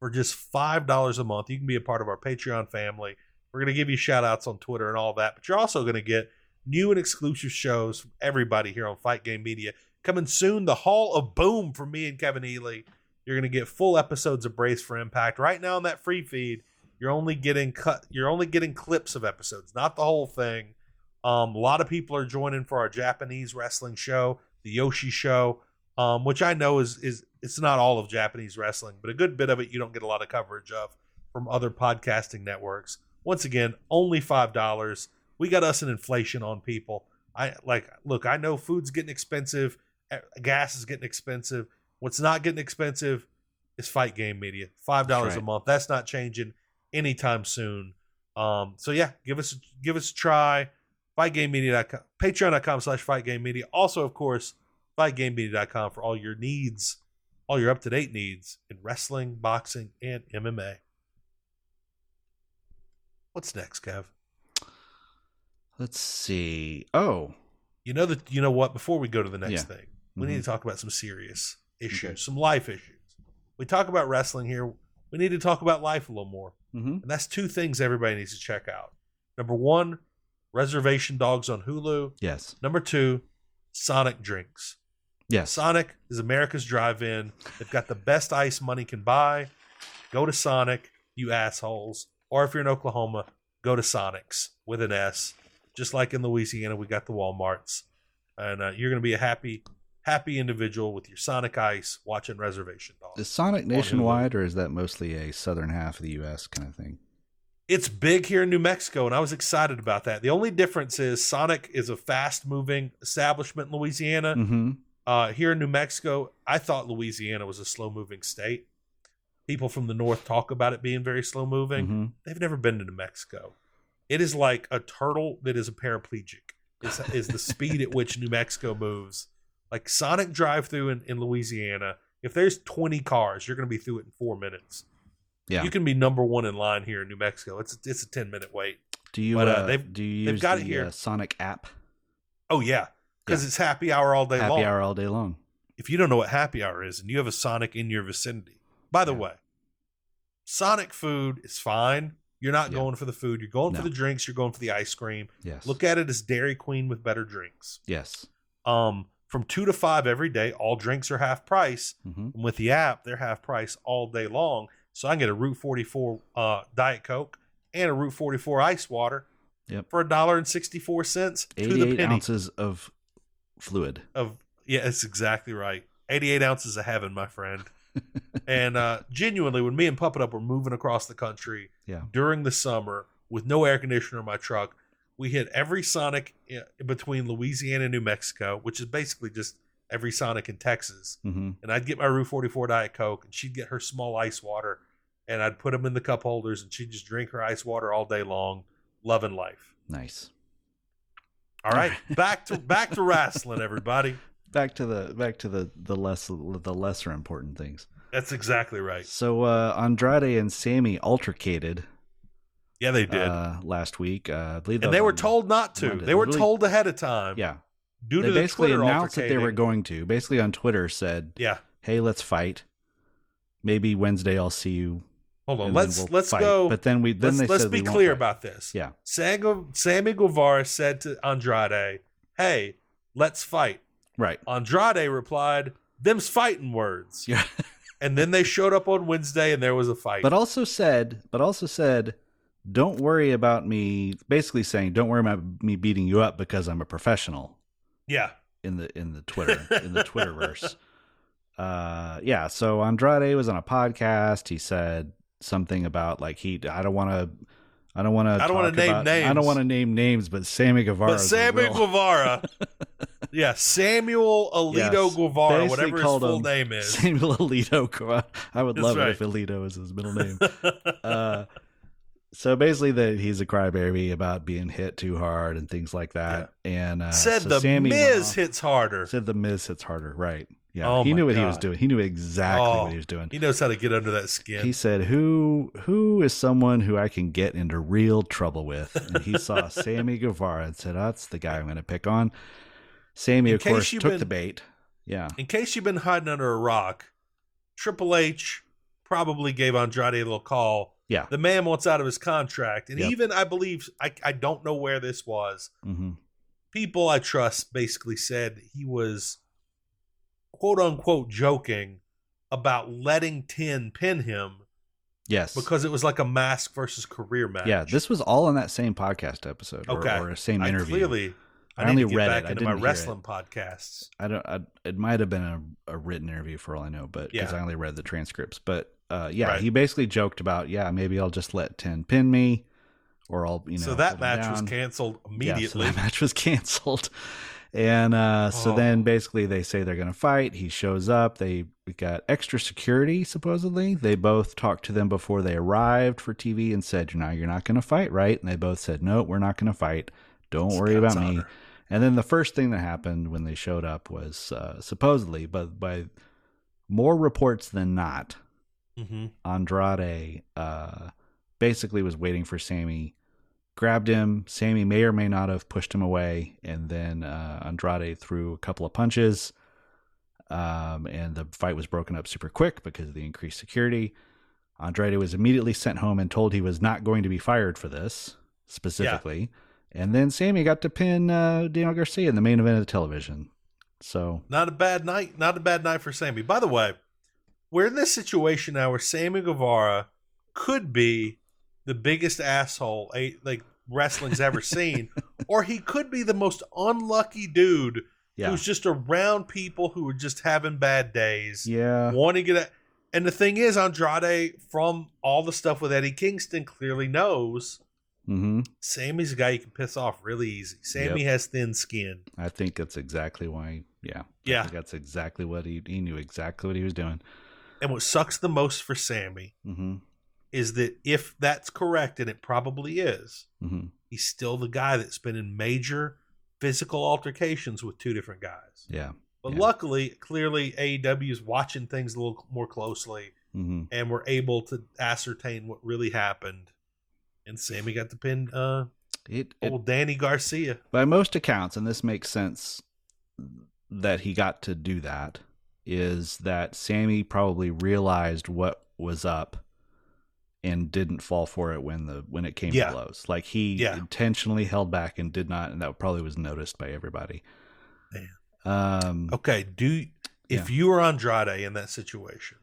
[SPEAKER 2] For just five dollars a month, you can be a part of our Patreon family. We're gonna give you shout outs on Twitter and all that, but you're also gonna get new and exclusive shows from everybody here on Fight Game Media. Coming soon, the Hall of Boom from me and Kevin Ely. You're gonna get full episodes of Brace for Impact. Right now on that free feed, you're only getting cut you're only getting clips of episodes, not the whole thing. Um, a lot of people are joining for our Japanese wrestling show, the Yoshi show, um, which I know is is it's not all of Japanese wrestling, but a good bit of it you don't get a lot of coverage of from other podcasting networks. Once again, only five dollars. We got us an inflation on people. I like look. I know food's getting expensive, eh, gas is getting expensive. What's not getting expensive is fight game media. Five dollars
[SPEAKER 3] That's
[SPEAKER 2] a
[SPEAKER 3] right.
[SPEAKER 2] month. That's not changing anytime soon. Um, so yeah, give us give us a try. Fightgamemedia.com, patreon.com slash fightgamemedia. Also, of course, fightgamemedia.com for all your needs, all your up-to-date needs in wrestling, boxing, and MMA. What's next, Kev?
[SPEAKER 3] Let's see. Oh,
[SPEAKER 2] You know that you know what, before we go to the next
[SPEAKER 3] Yeah. Mm-hmm.
[SPEAKER 2] thing, we need to talk about some serious issues,
[SPEAKER 3] Okay.
[SPEAKER 2] some life issues. We talk about wrestling here. We need to talk about life a little more.
[SPEAKER 3] hmm
[SPEAKER 2] And that's two things everybody needs to check out. Number one, reservation dogs on Hulu.
[SPEAKER 3] Yes.
[SPEAKER 2] Number two, Sonic drinks.
[SPEAKER 3] Yes.
[SPEAKER 2] Sonic is America's drive-in. They've got the best ice money can buy. Go to Sonic, you assholes. Or if you're in Oklahoma, go to Sonic's with an S. Just like in Louisiana, we got the WalMarts, and uh, you're going to be a happy, happy individual with your Sonic ice watching Reservation Dogs.
[SPEAKER 3] Is Sonic
[SPEAKER 2] Hulu.
[SPEAKER 3] nationwide, or is that mostly a southern half of the U.S. kind of thing?
[SPEAKER 2] it's big here in New Mexico, and I was excited about that. The only difference is Sonic is a fast-moving establishment in Louisiana.
[SPEAKER 3] Mm-hmm.
[SPEAKER 2] uh, here in New Mexico, I thought Louisiana was a slow moving state. People from the north talk about it being very slow moving.
[SPEAKER 3] hmm
[SPEAKER 2] They've never been to New Mexico. It is like a turtle that is a paraplegic. Is is the speed at which New Mexico moves? Like Sonic drive through in, in Louisiana, if there's 20 cars, you're going to be through it in four minutes.
[SPEAKER 3] Yeah.
[SPEAKER 2] You can be number one in line here in New Mexico. It's it's a 10 minute wait.
[SPEAKER 3] do you
[SPEAKER 2] but, uh,
[SPEAKER 3] uh,
[SPEAKER 2] they've-
[SPEAKER 3] do you
[SPEAKER 2] they've
[SPEAKER 3] use
[SPEAKER 2] got
[SPEAKER 3] the
[SPEAKER 2] it here.
[SPEAKER 3] Uh, Sonic app
[SPEAKER 2] Oh yeah, because it's happy hour all day
[SPEAKER 3] happy
[SPEAKER 2] long.
[SPEAKER 3] hour all day long?
[SPEAKER 2] If you don't know what happy hour is, and you have a Sonic in your vicinity, by the
[SPEAKER 3] Yeah.
[SPEAKER 2] way, Sonic food is fine. You're not
[SPEAKER 3] Yeah.
[SPEAKER 2] going for the food. You're going for
[SPEAKER 3] No.
[SPEAKER 2] the drinks. You're going for the ice cream.
[SPEAKER 3] Yes.
[SPEAKER 2] Look at it as Dairy Queen with better drinks.
[SPEAKER 3] Yes.
[SPEAKER 2] Um, from two to five every day, all drinks are half price.
[SPEAKER 3] hmm
[SPEAKER 2] And with the app, they're half price all day long. So I can get a Route 44 uh, Diet Coke and a Route 44 ice water
[SPEAKER 3] Yep.
[SPEAKER 2] for a dollar and sixty four cents to the
[SPEAKER 3] Eighty-eight
[SPEAKER 2] penny.
[SPEAKER 3] ounces of fluid. *laughs*
[SPEAKER 2] Of yeah, that's exactly right. Eighty eight ounces of heaven, my friend. and uh, genuinely, when me and Puppet Up were moving across the country
[SPEAKER 3] Yeah.
[SPEAKER 2] during the summer with no air conditioner in my truck, we hit every Sonic in between Louisiana and New Mexico, which is basically just every Sonic in Texas
[SPEAKER 3] hmm
[SPEAKER 2] and I'd get my Rue 44 Diet Coke, and she'd get her small ice water, and I'd put them in the cup holders, and she'd just drink her ice water all day long, loving life.
[SPEAKER 3] Nice.
[SPEAKER 2] All right, back to back
[SPEAKER 3] *laughs*
[SPEAKER 2] to wrestling, everybody.
[SPEAKER 3] Back to the back to the the less the lesser important things.
[SPEAKER 2] That's exactly right.
[SPEAKER 3] So uh, Andrade and Sammy altercated
[SPEAKER 2] Yeah, they did,
[SPEAKER 3] uh, last week. Uh, I believe
[SPEAKER 2] and
[SPEAKER 3] that
[SPEAKER 2] they were
[SPEAKER 3] was-
[SPEAKER 2] told not to.
[SPEAKER 3] Monday.
[SPEAKER 2] They were
[SPEAKER 3] Really-
[SPEAKER 2] told ahead of time.
[SPEAKER 3] Yeah,
[SPEAKER 2] due
[SPEAKER 3] they
[SPEAKER 2] to the
[SPEAKER 3] basically
[SPEAKER 2] Twitter
[SPEAKER 3] announced that they were
[SPEAKER 2] altercating.
[SPEAKER 3] going to. Basically on Twitter said,
[SPEAKER 2] Yeah,
[SPEAKER 3] "Hey, let's fight. Maybe Wednesday I'll see you."
[SPEAKER 2] hold on.
[SPEAKER 3] and
[SPEAKER 2] Let's
[SPEAKER 3] then we'll
[SPEAKER 2] let's
[SPEAKER 3] fight."
[SPEAKER 2] go.
[SPEAKER 3] But then we then
[SPEAKER 2] let's
[SPEAKER 3] they
[SPEAKER 2] let's
[SPEAKER 3] said
[SPEAKER 2] be
[SPEAKER 3] we won't
[SPEAKER 2] clear
[SPEAKER 3] fight.
[SPEAKER 2] about this.
[SPEAKER 3] Yeah.
[SPEAKER 2] Sango, Sammy Guevara said to Andrade, "Hey, let's fight." *laughs*
[SPEAKER 3] right.
[SPEAKER 2] Andrade replied, "Them's fighting words."
[SPEAKER 3] Yeah.
[SPEAKER 2] And then they showed up on Wednesday and there was a fight.
[SPEAKER 3] *laughs* but also said but also said don't worry about me basically saying don't worry about me beating you up because i'm a professional
[SPEAKER 2] yeah.
[SPEAKER 3] in the in the twitter in
[SPEAKER 2] *laughs*
[SPEAKER 3] the twitterverse uh yeah so andrade was on a podcast he said something about like he i don't want to i don't want to
[SPEAKER 2] I don't wanna name
[SPEAKER 3] i don't
[SPEAKER 2] names.
[SPEAKER 3] want to name names but sammy guevara
[SPEAKER 2] But Sammy
[SPEAKER 3] *laughs*
[SPEAKER 2] Guevara. yeah, Samuel Alito
[SPEAKER 3] Yes.
[SPEAKER 2] Guevara,
[SPEAKER 3] Basically
[SPEAKER 2] whatever his
[SPEAKER 3] called
[SPEAKER 2] full
[SPEAKER 3] him
[SPEAKER 2] name
[SPEAKER 3] *laughs*
[SPEAKER 2] is.
[SPEAKER 3] samuel alito Guevara. i would
[SPEAKER 2] That's
[SPEAKER 3] love
[SPEAKER 2] right.
[SPEAKER 3] it if alito was his
[SPEAKER 2] *laughs*
[SPEAKER 3] middle name uh, so basically that he's a crybaby about being hit too hard and things like that. And uh,
[SPEAKER 2] Said
[SPEAKER 3] so
[SPEAKER 2] the
[SPEAKER 3] Sammy went
[SPEAKER 2] Miz
[SPEAKER 3] off-
[SPEAKER 2] hits harder.
[SPEAKER 3] Said the Miz hits harder. Right. Yeah.
[SPEAKER 2] Oh
[SPEAKER 3] he
[SPEAKER 2] my
[SPEAKER 3] knew what he was
[SPEAKER 2] God.
[SPEAKER 3] doing. He knew exactly
[SPEAKER 2] Oh,
[SPEAKER 3] what he was doing.
[SPEAKER 2] He knows how to get under that skin.
[SPEAKER 3] He said, "Who who is someone who I can get into real trouble with?" And
[SPEAKER 2] *laughs*
[SPEAKER 3] he saw Sammy Guevara and said, "That's the guy I'm going to pick on." Sammy,
[SPEAKER 2] In
[SPEAKER 3] of course,
[SPEAKER 2] case you've
[SPEAKER 3] took
[SPEAKER 2] been-
[SPEAKER 3] the bait. Yeah.
[SPEAKER 2] In case you've been hiding under a rock, Triple H probably gave Andrade a little call.
[SPEAKER 3] Yeah.
[SPEAKER 2] The man wants out of his contract. And
[SPEAKER 3] Yep.
[SPEAKER 2] even, I believe, I, I don't know where this was.
[SPEAKER 3] Mm-hmm.
[SPEAKER 2] people I trust basically said he was quote unquote joking about letting 10 pin him
[SPEAKER 3] Yes.
[SPEAKER 2] because it was like a mask versus career match.
[SPEAKER 3] yeah, this was all in that same podcast episode or,
[SPEAKER 2] Okay.
[SPEAKER 3] or same
[SPEAKER 2] I
[SPEAKER 3] interview.
[SPEAKER 2] clearly I,
[SPEAKER 3] I
[SPEAKER 2] need
[SPEAKER 3] only
[SPEAKER 2] to get
[SPEAKER 3] read it.
[SPEAKER 2] back
[SPEAKER 3] I
[SPEAKER 2] into my
[SPEAKER 3] didn't hear it.
[SPEAKER 2] wrestling podcasts.
[SPEAKER 3] I don't. I, it might have been a, a written interview for all I know, but because
[SPEAKER 2] Yeah.
[SPEAKER 3] I only read the transcripts. But uh, yeah,
[SPEAKER 2] Right.
[SPEAKER 3] he basically joked about, yeah, maybe I'll just let Ten pin me, or I'll you know.
[SPEAKER 2] so that
[SPEAKER 3] hold him
[SPEAKER 2] match was
[SPEAKER 3] down.
[SPEAKER 2] canceled
[SPEAKER 3] Yeah, so *laughs*
[SPEAKER 2] immediately.
[SPEAKER 3] that match was canceled, and uh, so
[SPEAKER 2] Oh.
[SPEAKER 3] then basically they say they're going to fight. He shows up. They we got extra security supposedly. They both talked to them before they arrived for TV and said, you know, you're not going to fight, right? And they both said, no, we're not going to fight. Don't worry about
[SPEAKER 2] Scott's
[SPEAKER 3] me.
[SPEAKER 2] honor.
[SPEAKER 3] And then the first thing that happened when they showed up was uh, supposedly, but by more reports than not,
[SPEAKER 2] Mhm.
[SPEAKER 3] Andrade uh, basically was waiting for Sammy, grabbed him. Sammy may or may not have pushed him away, and then uh, Andrade threw a couple of punches. Um, and the fight was broken up super quick because of the increased security. Andrade was immediately sent home and told he was not going to be fired for this specifically. And then Sammy got to pin uh, Daniel Garcia in the main event of the television. So
[SPEAKER 2] Not a bad night. Not a bad night for Sammy. By the way, we're in this situation now where Sammy Guevara could be the biggest asshole a, like wrestling's
[SPEAKER 3] *laughs*
[SPEAKER 2] ever seen, or he could be the most unlucky dude
[SPEAKER 3] yeah,
[SPEAKER 2] who's just around people who are just having bad days,
[SPEAKER 3] yeah,
[SPEAKER 2] want to get. A, and the thing is, Andrade, from all the stuff with Eddie Kingston, clearly knows
[SPEAKER 3] mm-hmm.
[SPEAKER 2] Sammy's a guy you can piss off really easy. Sammy has thin skin.
[SPEAKER 3] I think that's exactly why. Yeah, I
[SPEAKER 2] Yeah,
[SPEAKER 3] think that's exactly what he he knew exactly what he was doing.
[SPEAKER 2] and what sucks the most for Sammy
[SPEAKER 3] Mm-hmm.
[SPEAKER 2] is that if that's correct, and it probably is,
[SPEAKER 3] hmm
[SPEAKER 2] he's still the guy that's been in major physical altercations with two different guys.
[SPEAKER 3] Yeah.
[SPEAKER 2] But
[SPEAKER 3] Yeah.
[SPEAKER 2] luckily, clearly AEW is watching things a little more closely,
[SPEAKER 3] hmm
[SPEAKER 2] and we're able to ascertain what really happened. And Sammy got to pin uh,
[SPEAKER 3] It, it
[SPEAKER 2] old Danny Garcia.
[SPEAKER 3] by most accounts, and this makes sense that he got to do that, is that Sammy probably realized what was up and didn't fall for it when the when it came
[SPEAKER 2] Yeah.
[SPEAKER 3] to blows. Like he
[SPEAKER 2] Yeah.
[SPEAKER 3] intentionally held back and did not, and that probably was noticed by everybody.
[SPEAKER 2] Man. Oh.
[SPEAKER 3] Um,
[SPEAKER 2] Okay, do if you were Andrade in that situation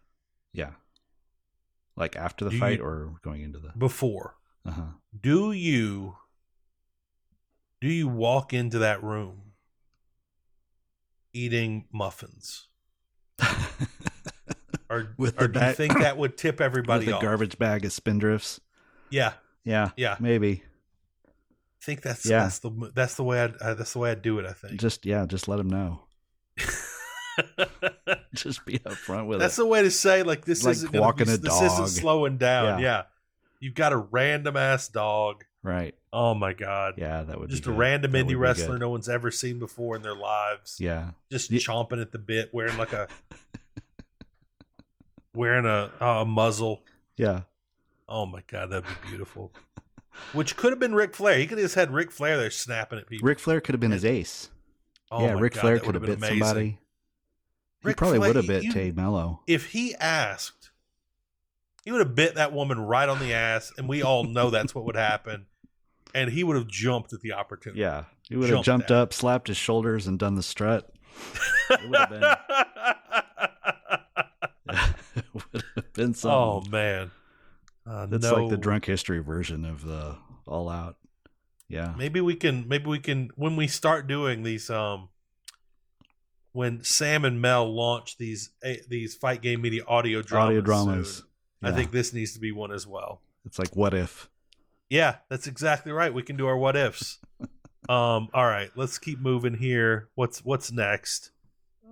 [SPEAKER 3] yeah, like after the
[SPEAKER 2] Do
[SPEAKER 3] fight
[SPEAKER 2] you-
[SPEAKER 3] or going into the
[SPEAKER 2] before,
[SPEAKER 3] uh *laughs* huh.
[SPEAKER 2] do you do you walk into that room eating muffins, or
[SPEAKER 3] With the
[SPEAKER 2] or do you
[SPEAKER 3] bag-
[SPEAKER 2] think that would
[SPEAKER 3] *coughs*
[SPEAKER 2] tip everybody
[SPEAKER 3] the
[SPEAKER 2] off?
[SPEAKER 3] garbage bag of spindrifts.
[SPEAKER 2] Yeah,
[SPEAKER 3] Yeah,
[SPEAKER 2] yeah.
[SPEAKER 3] maybe
[SPEAKER 2] I think that's
[SPEAKER 3] Yeah.
[SPEAKER 2] that's the that's the way I, uh, that's the way I do it. I think
[SPEAKER 3] just yeah, just let
[SPEAKER 2] *laughs*
[SPEAKER 3] him know. *laughs* Just be upfront with
[SPEAKER 2] that's
[SPEAKER 3] it.
[SPEAKER 2] the way to say like this
[SPEAKER 3] Like
[SPEAKER 2] isn't gonna
[SPEAKER 3] walking
[SPEAKER 2] be,
[SPEAKER 3] a
[SPEAKER 2] this isn't
[SPEAKER 3] dog.
[SPEAKER 2] slowing down.
[SPEAKER 3] Yeah.
[SPEAKER 2] Yeah. you've got a random ass dog.
[SPEAKER 3] Right.
[SPEAKER 2] Oh my god.
[SPEAKER 3] Yeah, that would
[SPEAKER 2] Just
[SPEAKER 3] be
[SPEAKER 2] a
[SPEAKER 3] good.
[SPEAKER 2] random
[SPEAKER 3] That would be
[SPEAKER 2] indie wrestler
[SPEAKER 3] good.
[SPEAKER 2] no one's ever seen before in their lives.
[SPEAKER 3] Yeah.
[SPEAKER 2] Just
[SPEAKER 3] Ye-
[SPEAKER 2] chomping at the bit, wearing like a wearing a, a muzzle.
[SPEAKER 3] Yeah.
[SPEAKER 2] Oh my god, that'd be beautiful. Which could have been Ric Flair. He could have just had Ric Flair there snapping at people.
[SPEAKER 3] Ric Flair could have been his ace.
[SPEAKER 2] oh
[SPEAKER 3] yeah,
[SPEAKER 2] my
[SPEAKER 3] Ric
[SPEAKER 2] God,
[SPEAKER 3] Flair
[SPEAKER 2] that
[SPEAKER 3] could have
[SPEAKER 2] would've
[SPEAKER 3] bit
[SPEAKER 2] been amazing.
[SPEAKER 3] somebody. he
[SPEAKER 2] Ric
[SPEAKER 3] probably
[SPEAKER 2] Flair,
[SPEAKER 3] would have bit
[SPEAKER 2] you-
[SPEAKER 3] Tay Mello.
[SPEAKER 2] if he asked, he would have bit that woman right on the ass, and we all know that's what would happen. And he would have jumped at the opportunity.
[SPEAKER 3] Yeah. He would have
[SPEAKER 2] Jumped
[SPEAKER 3] jumped
[SPEAKER 2] at.
[SPEAKER 3] up, slapped his shoulders, and done the strut. It would have been, *laughs* it would have
[SPEAKER 2] *laughs*
[SPEAKER 3] been
[SPEAKER 2] oh
[SPEAKER 3] something.
[SPEAKER 2] man, uh,
[SPEAKER 3] That's
[SPEAKER 2] no.
[SPEAKER 3] like the drunk history version of the All Out. Yeah.
[SPEAKER 2] Maybe we can. Maybe we can. When we start doing these, um, when Sam and Mel launch these eh, these fight game media audio dramas,
[SPEAKER 3] Audio dramas.
[SPEAKER 2] soon, I
[SPEAKER 3] Yeah.
[SPEAKER 2] think this needs to be one as well.
[SPEAKER 3] it's like what if?
[SPEAKER 2] Yeah, that's exactly right. We can do our what
[SPEAKER 3] *laughs*
[SPEAKER 2] ifs. um, all right, let's keep moving here. What's what's next?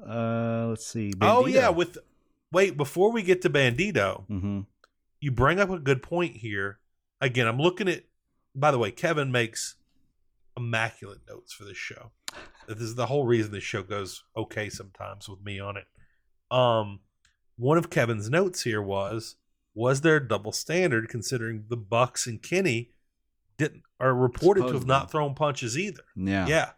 [SPEAKER 3] Uh, let's see.
[SPEAKER 2] Oh yeah, with wait, before we get to Bandito,
[SPEAKER 3] mm-hmm.
[SPEAKER 2] you bring up a good point here. Again, I'm looking at by the way, Kevin makes immaculate notes for this show. This is the whole reason this show goes okay sometimes with me on it. Um one of Kevin's notes here was was there a double standard considering the Bucks and Kenny didn't are reported to have
[SPEAKER 3] Supposedly.
[SPEAKER 2] not thrown punches either.
[SPEAKER 3] Yeah.
[SPEAKER 2] Yeah.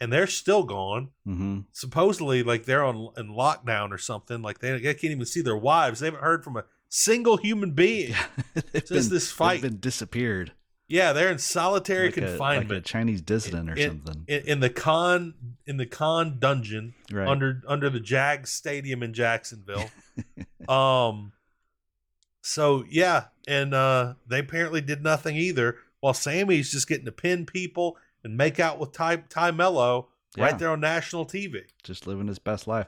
[SPEAKER 2] And they're still gone. *laughs*
[SPEAKER 3] Mm-hmm.
[SPEAKER 2] Supposedly like they're on in lockdown or something. Like they, they can't even see their wives. They haven't heard from a single human being.
[SPEAKER 3] *laughs* They've
[SPEAKER 2] Since this
[SPEAKER 3] they've
[SPEAKER 2] fight-
[SPEAKER 3] been disappeared.
[SPEAKER 2] Yeah, they're in solitary
[SPEAKER 3] like a-
[SPEAKER 2] confinement
[SPEAKER 3] like a Chinese dissident or
[SPEAKER 2] It-
[SPEAKER 3] something.
[SPEAKER 2] in, in the con in the con dungeon
[SPEAKER 3] right.
[SPEAKER 2] under under the Jag Stadium in
[SPEAKER 3] *laughs*
[SPEAKER 2] Jacksonville. um, so yeah, and uh, they apparently did nothing either. While Sammy's just getting to pin people and make out with Ty Ty Mello
[SPEAKER 3] Yeah.
[SPEAKER 2] right there on national TV.
[SPEAKER 3] just living his best life.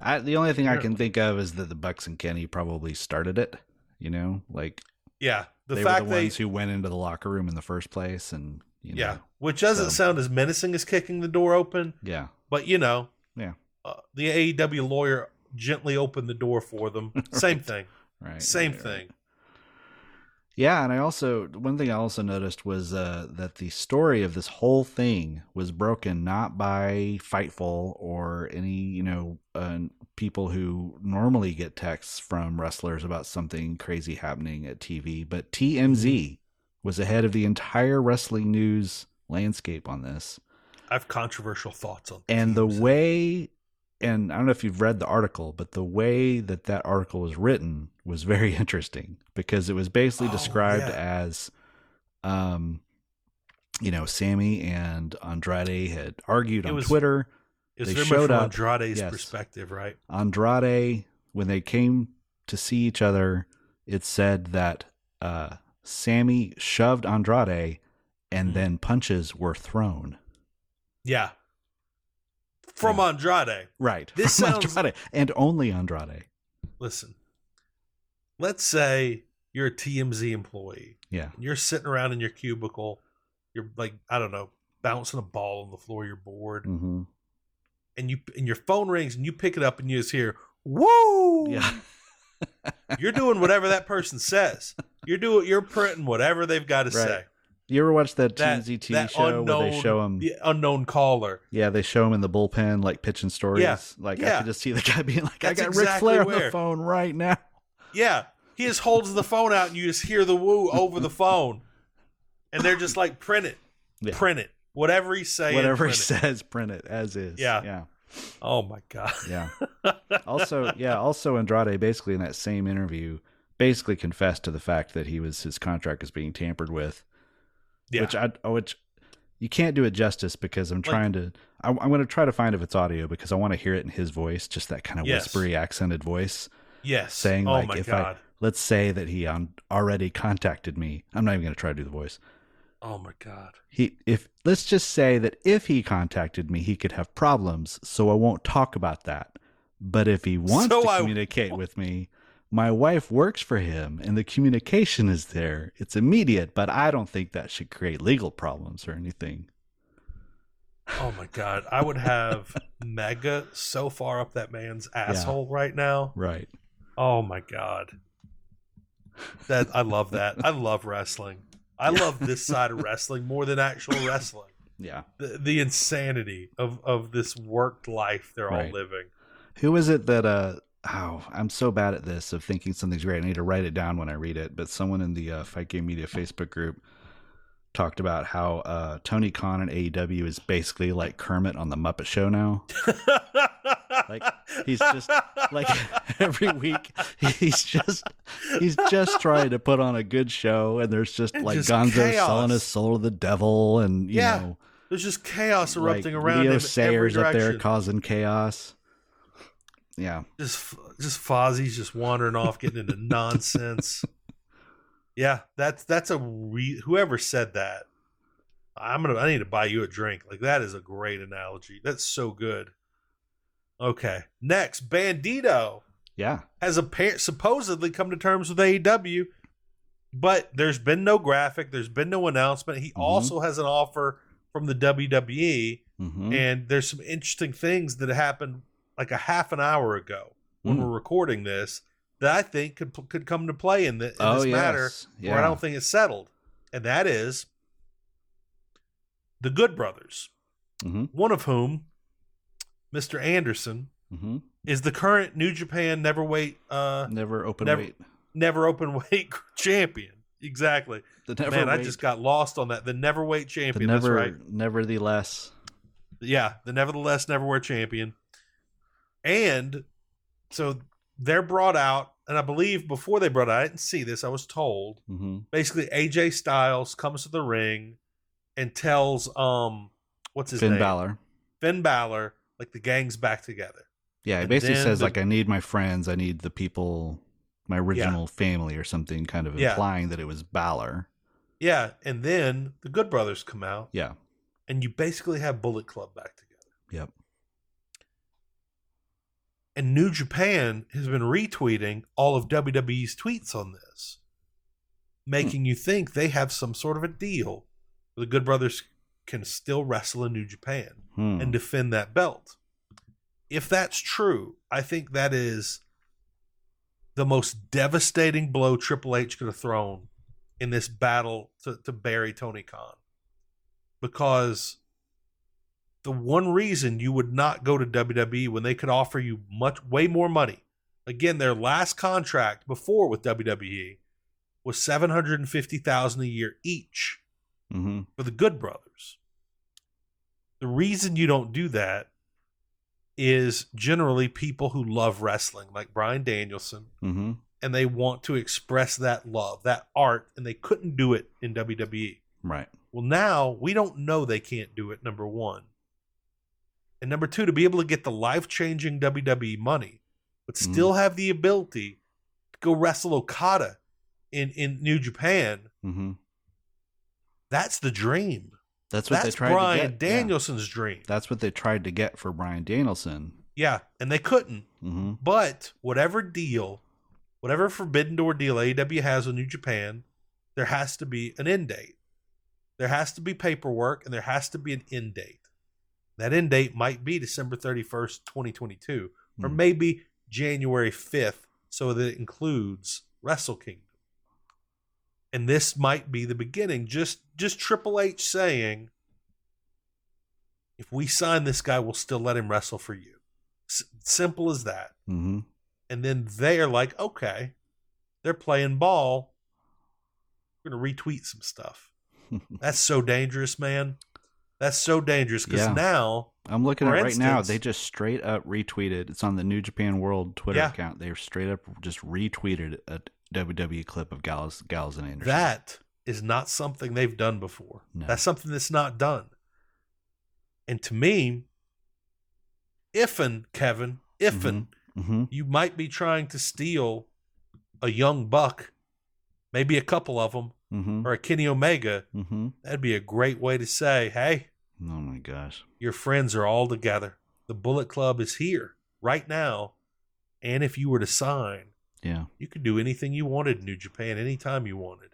[SPEAKER 3] I, the only thing I can
[SPEAKER 2] Apparently.
[SPEAKER 3] think of is that the Bucks and Kenny probably started it. You know, like
[SPEAKER 2] Yeah, the
[SPEAKER 3] they
[SPEAKER 2] fact
[SPEAKER 3] were the
[SPEAKER 2] they
[SPEAKER 3] ones who went into the locker room in the first place, and you know,
[SPEAKER 2] yeah, which doesn't
[SPEAKER 3] so-
[SPEAKER 2] sound as menacing as kicking the door open,
[SPEAKER 3] yeah,
[SPEAKER 2] but you know,
[SPEAKER 3] Yeah.
[SPEAKER 2] uh, the AEW lawyer gently opened the door for
[SPEAKER 3] *laughs*
[SPEAKER 2] them. Same thing.
[SPEAKER 3] right,
[SPEAKER 2] Same
[SPEAKER 3] right, right.
[SPEAKER 2] thing.
[SPEAKER 3] Yeah, and I also one thing I also noticed was uh, that the story of this whole thing was broken not by Fightful or any you know uh, people who normally get texts from wrestlers about something crazy happening at TV, but TMZ was ahead of the entire wrestling news landscape on this,
[SPEAKER 2] I have controversial thoughts on
[SPEAKER 3] and the
[SPEAKER 2] teams.
[SPEAKER 3] way. And I don't know if you've read the article, but the way that that article was written was very *laughs* interesting because it was basically
[SPEAKER 2] Oh,
[SPEAKER 3] described
[SPEAKER 2] yeah.
[SPEAKER 3] as um, you know, Sammy and Andrade had argued
[SPEAKER 2] It
[SPEAKER 3] on
[SPEAKER 2] was-
[SPEAKER 3] Twitter.
[SPEAKER 2] it's
[SPEAKER 3] they
[SPEAKER 2] very
[SPEAKER 3] showed
[SPEAKER 2] much
[SPEAKER 3] up-
[SPEAKER 2] from Andrade's
[SPEAKER 3] yes.
[SPEAKER 2] perspective, right?
[SPEAKER 3] Andrade, when they came to see each other, it said that uh, Sammy shoved Andrade, and
[SPEAKER 2] Mhm.
[SPEAKER 3] then punches were thrown.
[SPEAKER 2] Yeah. From
[SPEAKER 3] Yeah.
[SPEAKER 2] Andrade.
[SPEAKER 3] Right.
[SPEAKER 2] This
[SPEAKER 3] *laughs* from
[SPEAKER 2] sounds-
[SPEAKER 3] Andrade and only Andrade.
[SPEAKER 2] Listen. Let's say you're a TMZ employee.
[SPEAKER 3] Yeah.
[SPEAKER 2] And you're sitting around in your cubicle. You're like, I don't know, bouncing a ball on the floor, you're bored.
[SPEAKER 3] Mm-hmm.
[SPEAKER 2] And you and your phone rings and you pick it up and you just hear, Woo!
[SPEAKER 3] Yeah. *laughs*
[SPEAKER 2] You're doing whatever that person says. You're doing. You're printing whatever they've got to
[SPEAKER 3] Right.
[SPEAKER 2] say.
[SPEAKER 3] You ever watch that
[SPEAKER 2] That-
[SPEAKER 3] TNT
[SPEAKER 2] that
[SPEAKER 3] show where they
[SPEAKER 2] unknown-
[SPEAKER 3] show him? Yeah.
[SPEAKER 2] The unknown caller.
[SPEAKER 3] they show him in the bullpen, like pitching stories.
[SPEAKER 2] Yeah.
[SPEAKER 3] Like I
[SPEAKER 2] Yeah.
[SPEAKER 3] could just see the guy *laughs* being like, "I
[SPEAKER 2] That's
[SPEAKER 3] got Ric
[SPEAKER 2] exactly
[SPEAKER 3] Flair on the
[SPEAKER 2] where.
[SPEAKER 3] phone right now."
[SPEAKER 2] Yeah, he just holds the phone out, and you just hear the woo over the phone, and they're just like, print it,
[SPEAKER 3] Yeah.
[SPEAKER 2] print it, whatever he's saying.
[SPEAKER 3] Whatever he
[SPEAKER 2] print it."
[SPEAKER 3] says, print it as is.
[SPEAKER 2] Yeah.
[SPEAKER 3] yeah,
[SPEAKER 2] Oh my god.
[SPEAKER 3] yeah.
[SPEAKER 2] *laughs*
[SPEAKER 3] also, yeah. Also, Andrade basically in that same interview basically confessed to the fact that he was his contract is being tampered with.
[SPEAKER 2] Yeah.
[SPEAKER 3] Which I oh, which you can't do it justice because I'm
[SPEAKER 2] Like-
[SPEAKER 3] trying to. I, I'm going to try to find if it's audio because I want to hear it in his voice, just that kind of
[SPEAKER 2] Yes.
[SPEAKER 3] whispery, accented voice.
[SPEAKER 2] yes.
[SPEAKER 3] saying,
[SPEAKER 2] oh
[SPEAKER 3] like,
[SPEAKER 2] my
[SPEAKER 3] if I-
[SPEAKER 2] god.
[SPEAKER 3] Let's say that he on, already contacted me. I'm not even going to try to do the voice.
[SPEAKER 2] Oh my god.
[SPEAKER 3] He if let's just say that if he contacted me, he could have problems, so I won't talk about that. But if he wants
[SPEAKER 2] So
[SPEAKER 3] to
[SPEAKER 2] I-
[SPEAKER 3] communicate with me, my wife works for him and the communication is there. It's immediate, but I don't think that should create legal problems or anything.
[SPEAKER 2] Oh my god. I would have mega so far up that man's asshole right now.
[SPEAKER 3] Right.
[SPEAKER 2] Oh my god. That I love that. I love wrestling. I love this side of wrestling more than actual wrestling.
[SPEAKER 3] Yeah.
[SPEAKER 2] The, the insanity of of this worked life they're
[SPEAKER 3] Right.
[SPEAKER 2] all living.
[SPEAKER 3] Who is it that uh oh, I'm so bad at this of thinking something's great. I need to write it down when I read it. But someone in the uh, Fight Game Media Facebook group talked about how uh, Tony Khan and AEW is basically like Kermit on the Muppet
[SPEAKER 2] *laughs*
[SPEAKER 3] Show now. Like, he's just, Like every week, *laughs* he's just he's just trying to put on a good show, and there's just
[SPEAKER 2] And
[SPEAKER 3] like
[SPEAKER 2] just
[SPEAKER 3] Gonzo
[SPEAKER 2] chaos.
[SPEAKER 3] selling his soul to the devil, and you
[SPEAKER 2] Yeah,
[SPEAKER 3] know,
[SPEAKER 2] *laughs* there's just chaos erupting
[SPEAKER 3] like
[SPEAKER 2] around
[SPEAKER 3] Leo
[SPEAKER 2] him
[SPEAKER 3] Sayers
[SPEAKER 2] in every
[SPEAKER 3] up there
[SPEAKER 2] direction.
[SPEAKER 3] causing chaos. Yeah,
[SPEAKER 2] just just Fozzie's just wandering off, getting
[SPEAKER 3] *laughs*
[SPEAKER 2] into nonsense. Yeah, that's that's a re- whoever said that. I'm gonna. I need to buy you a drink. Like that is a great analogy. That's so good. Okay, next, Bandito
[SPEAKER 3] yeah,
[SPEAKER 2] has appa- supposedly come to terms with AEW, but there's been no graphic. There's been no announcement. He
[SPEAKER 3] Mhm.
[SPEAKER 2] also has an offer from the WWE,
[SPEAKER 3] hmm
[SPEAKER 2] and there's some interesting things that happened like a half an hour ago when
[SPEAKER 3] Mm.
[SPEAKER 2] we're recording this that I think could could come to play in, the, in this matter
[SPEAKER 3] Oh, yes.
[SPEAKER 2] where I don't think it's settled, and that is the Good Brothers,
[SPEAKER 3] Mhm.
[SPEAKER 2] one of whom, Mister Anderson,
[SPEAKER 3] Mhm.
[SPEAKER 2] *laughs* is the current New Japan Neverweight uh,
[SPEAKER 3] Never open
[SPEAKER 2] Never-
[SPEAKER 3] weight.
[SPEAKER 2] Never Open *laughs* Weight champion. Exactly,
[SPEAKER 3] The never
[SPEAKER 2] man. I
[SPEAKER 3] weight-
[SPEAKER 2] just got lost on that. The Neverweight
[SPEAKER 3] the
[SPEAKER 2] champion.
[SPEAKER 3] never
[SPEAKER 2] that's right.
[SPEAKER 3] nevertheless.
[SPEAKER 2] Yeah, the nevertheless neverwhere champion. And so they're brought out, and I believe before they brought out, I didn't see this, I was told.
[SPEAKER 3] Mm-hmm.
[SPEAKER 2] Basically, AJ Styles comes to the ring and tells um what's his
[SPEAKER 3] Finn
[SPEAKER 2] name?
[SPEAKER 3] Balor.
[SPEAKER 2] Finn Balor, like the gang's back together.
[SPEAKER 3] Yeah, he
[SPEAKER 2] And
[SPEAKER 3] basically
[SPEAKER 2] then
[SPEAKER 3] says
[SPEAKER 2] the-
[SPEAKER 3] like, "I need my friends. I need the people, my original family, or something." Kind of
[SPEAKER 2] Yeah.
[SPEAKER 3] implying that it was Balor.
[SPEAKER 2] Yeah, and then the Good Brothers come out,
[SPEAKER 3] Yeah,
[SPEAKER 2] and you basically have Bullet Club back together.
[SPEAKER 3] Yep.
[SPEAKER 2] And New Japan has been retweeting all of WWE's tweets on this, making you think they have some sort of a deal where the Good Brothers can still wrestle in New Japan
[SPEAKER 3] Hmm.
[SPEAKER 2] and defend that belt. If that's true, I think that is the most devastating blow Triple H could have thrown in this battle to, to bury Tony Khan. Because the one reason you would not go to WWE when they could offer you much way more money. Again, their last contract before with WWE was 750,000 a year each
[SPEAKER 3] Mhm.
[SPEAKER 2] for the Good Brothers. The reason you don't do that is generally people who love wrestling, like Brian Danielson,
[SPEAKER 3] Mhm.
[SPEAKER 2] and they want to express that love, that art, and they couldn't do it in WWE.
[SPEAKER 3] Right.
[SPEAKER 2] Well, now we don't know they can't do it, number one. And number two, to be able to get the life changing WWE E money, but still have the ability to go wrestle Okada in, in New Japan,
[SPEAKER 3] hmm
[SPEAKER 2] that's the dream.
[SPEAKER 3] That's what
[SPEAKER 2] That's,
[SPEAKER 3] they tried
[SPEAKER 2] Brian
[SPEAKER 3] to get. Yeah.
[SPEAKER 2] Danielson's dream.
[SPEAKER 3] That's what they tried to get for Brian Danielson.
[SPEAKER 2] Yeah, and they couldn't.
[SPEAKER 3] hmm
[SPEAKER 2] But whatever deal, whatever forbidden door deal AEW has with New Japan, there has to be an end date. There has to be paperwork and there has to be an end date. That end date might be December 31st, 2022, or
[SPEAKER 3] Hmm.
[SPEAKER 2] maybe January 5th, so that it includes Wrestle Kingdom. and this might be the beginning. Just just Triple H saying, if we sign this guy, we'll still let him wrestle for you. S- simple as that.
[SPEAKER 3] Mm-hmm. *laughs*
[SPEAKER 2] And then they're like, okay, they're playing ball. We're gonna retweet some stuff. That's so dangerous, man. That's so dangerous because
[SPEAKER 3] Yeah.
[SPEAKER 2] now
[SPEAKER 3] I'm looking at
[SPEAKER 2] For
[SPEAKER 3] it right now.
[SPEAKER 2] instance-
[SPEAKER 3] They just straight up retweeted. It's on the New Japan World Twitter
[SPEAKER 2] Yeah.
[SPEAKER 3] account. They straight up just retweeted a WWE clip of Gallows, Gallows and Anderson.
[SPEAKER 2] that is not something they've done before.
[SPEAKER 3] No.
[SPEAKER 2] That's something that's not done. And to me, ifin Kevin, ifin
[SPEAKER 3] hmm
[SPEAKER 2] you might be trying to steal a young buck, maybe a couple of them,
[SPEAKER 3] hmm
[SPEAKER 2] or a Kenny Omega.
[SPEAKER 3] hmm
[SPEAKER 2] That'd be a great way to say, hey,
[SPEAKER 3] Oh my gosh.
[SPEAKER 2] your friends are all together. The Bullet Club is here right now. And if you were to sign,
[SPEAKER 3] Yeah.
[SPEAKER 2] you could do anything you wanted in New Japan anytime you wanted.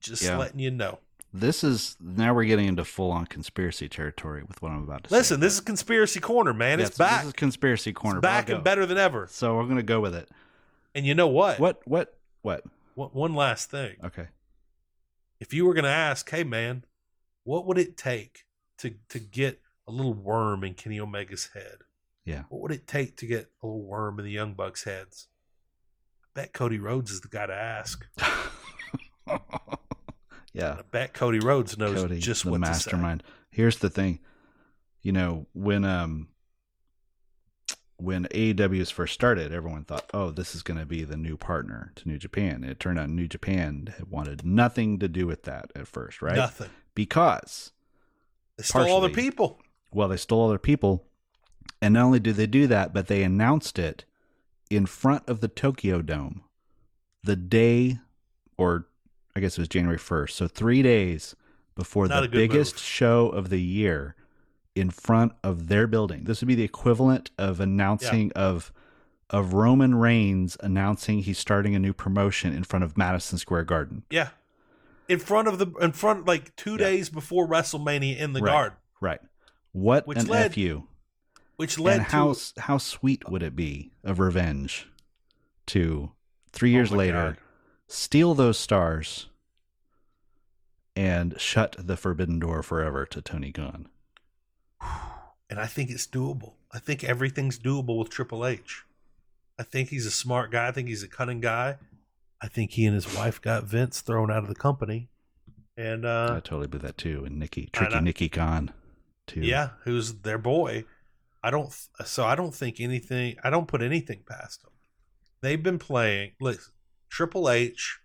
[SPEAKER 2] Just
[SPEAKER 3] Yeah.
[SPEAKER 2] letting you know.
[SPEAKER 3] This is now we're getting into full on conspiracy territory with what I'm about to say.
[SPEAKER 2] Listen, this is Conspiracy Corner, man.
[SPEAKER 3] Yeah,
[SPEAKER 2] it's
[SPEAKER 3] so
[SPEAKER 2] back.
[SPEAKER 3] This is conspiracy corner.
[SPEAKER 2] it's
[SPEAKER 3] but I'll
[SPEAKER 2] back and
[SPEAKER 3] go.
[SPEAKER 2] better than ever.
[SPEAKER 3] So we're gonna go with it.
[SPEAKER 2] And you know what?
[SPEAKER 3] What? What? What?
[SPEAKER 2] One- One last thing.
[SPEAKER 3] Okay. *laughs*
[SPEAKER 2] if you were going to ask, hey man, what would it take to to get a little worm in Kenny Omega's head?
[SPEAKER 3] Yeah.
[SPEAKER 2] What would it take to get a little worm in the Young Bucks' heads? I bet Cody Rhodes is the guy to ask.
[SPEAKER 3] yeah.
[SPEAKER 2] I bet Cody Rhodes knows
[SPEAKER 3] Cody,
[SPEAKER 2] just
[SPEAKER 3] the
[SPEAKER 2] what
[SPEAKER 3] mastermind. Here's the thing, you know, when um when AEW's first started, everyone thought, "Oh, this is going to be the new partner to New Japan." And it turned out New Japan had wanted nothing to do with that at first,
[SPEAKER 2] to say.
[SPEAKER 3] right?
[SPEAKER 2] Nothing.
[SPEAKER 3] Because
[SPEAKER 2] They stole all the
[SPEAKER 3] Partially.
[SPEAKER 2] people.
[SPEAKER 3] well, they stole other people, and not only did they do that, but they announced it in front of the Tokyo Dome the day, or I guess it was January first, so three days before
[SPEAKER 2] Not a
[SPEAKER 3] the
[SPEAKER 2] good
[SPEAKER 3] biggest
[SPEAKER 2] move.
[SPEAKER 3] show of the year, in front of their building. This would be the equivalent of announcing of of Roman Reigns announcing he's starting a new promotion in front of Madison Square Garden.
[SPEAKER 2] Yeah. In front of the in front like two
[SPEAKER 3] Yeah.
[SPEAKER 2] days before WrestleMania in the
[SPEAKER 3] Right.
[SPEAKER 2] guard,
[SPEAKER 3] Right. What
[SPEAKER 2] Which
[SPEAKER 3] an
[SPEAKER 2] led-
[SPEAKER 3] F you.
[SPEAKER 2] which led
[SPEAKER 3] and how
[SPEAKER 2] to
[SPEAKER 3] s how sweet would it be of revenge to three years
[SPEAKER 2] Oh my
[SPEAKER 3] later
[SPEAKER 2] God.
[SPEAKER 3] steal those stars and shut the forbidden door forever to Tony Gunn?
[SPEAKER 2] and I think it's doable. I think everything's doable with Triple H. I think he's a smart guy. I think he's a cunning guy. I think he and his wife got Vince thrown out of the company, and
[SPEAKER 3] I
[SPEAKER 2] uh,
[SPEAKER 3] totally believe that too. And Nikki,
[SPEAKER 2] I
[SPEAKER 3] tricky
[SPEAKER 2] know.
[SPEAKER 3] Nikki Gunn, too.
[SPEAKER 2] yeah, who's their boy? I don't. th- So I don't think anything. I don't put anything past them. They've been playing. Look, Triple H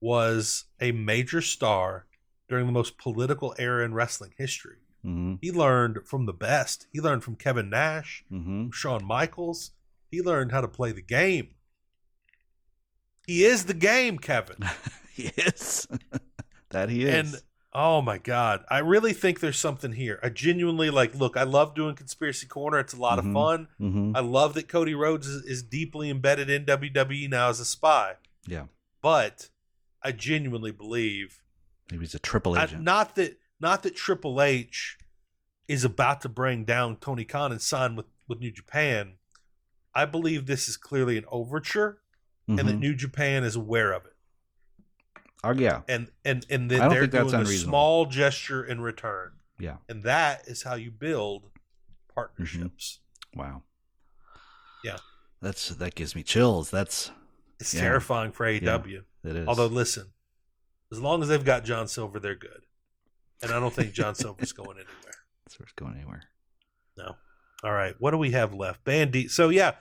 [SPEAKER 2] was a major star during the most political era in wrestling history.
[SPEAKER 3] Mm-hmm.
[SPEAKER 2] He learned from the best. He learned from Kevin Nash. *laughs*
[SPEAKER 3] Mm-hmm.
[SPEAKER 2] Shawn Michaels. He learned how to play the game. He is the game, Kevin.
[SPEAKER 3] yes, *laughs* that he is.
[SPEAKER 2] And oh my God, I really think there's something here. I genuinely like, look, I love doing Conspiracy Corner. It's a lot
[SPEAKER 3] Mhm.
[SPEAKER 2] of fun.
[SPEAKER 3] mm-hmm.
[SPEAKER 2] I love that Cody Rhodes is, is deeply embedded in WWE now as a spy.
[SPEAKER 3] Yeah.
[SPEAKER 2] But I genuinely believe
[SPEAKER 3] Maybe he's a triple
[SPEAKER 2] I-
[SPEAKER 3] agent.
[SPEAKER 2] not that not that Triple H is about to bring down Tony Khan and sign with, with New Japan. I believe this is clearly an overture and that
[SPEAKER 3] Mhm.
[SPEAKER 2] New Japan is aware of it.
[SPEAKER 3] oh, yeah,
[SPEAKER 2] And and and
[SPEAKER 3] I
[SPEAKER 2] that
[SPEAKER 3] don't
[SPEAKER 2] they're
[SPEAKER 3] think that's
[SPEAKER 2] doing a
[SPEAKER 3] unreasonable.
[SPEAKER 2] small gesture in return.
[SPEAKER 3] yeah. Mm-hmm.
[SPEAKER 2] And that is how you build partnerships.
[SPEAKER 3] Wow.
[SPEAKER 2] Yeah.
[SPEAKER 3] That's that gives me chills. That's
[SPEAKER 2] It's
[SPEAKER 3] Yeah.
[SPEAKER 2] terrifying for AEW.
[SPEAKER 3] that is.
[SPEAKER 2] Although listen, as long as they've got John Silver, they're good. And I don't think
[SPEAKER 3] *laughs*
[SPEAKER 2] John Silver's going anywhere.
[SPEAKER 3] So it's going anywhere.
[SPEAKER 2] No. All right. What do we have left? Bandito. So yeah,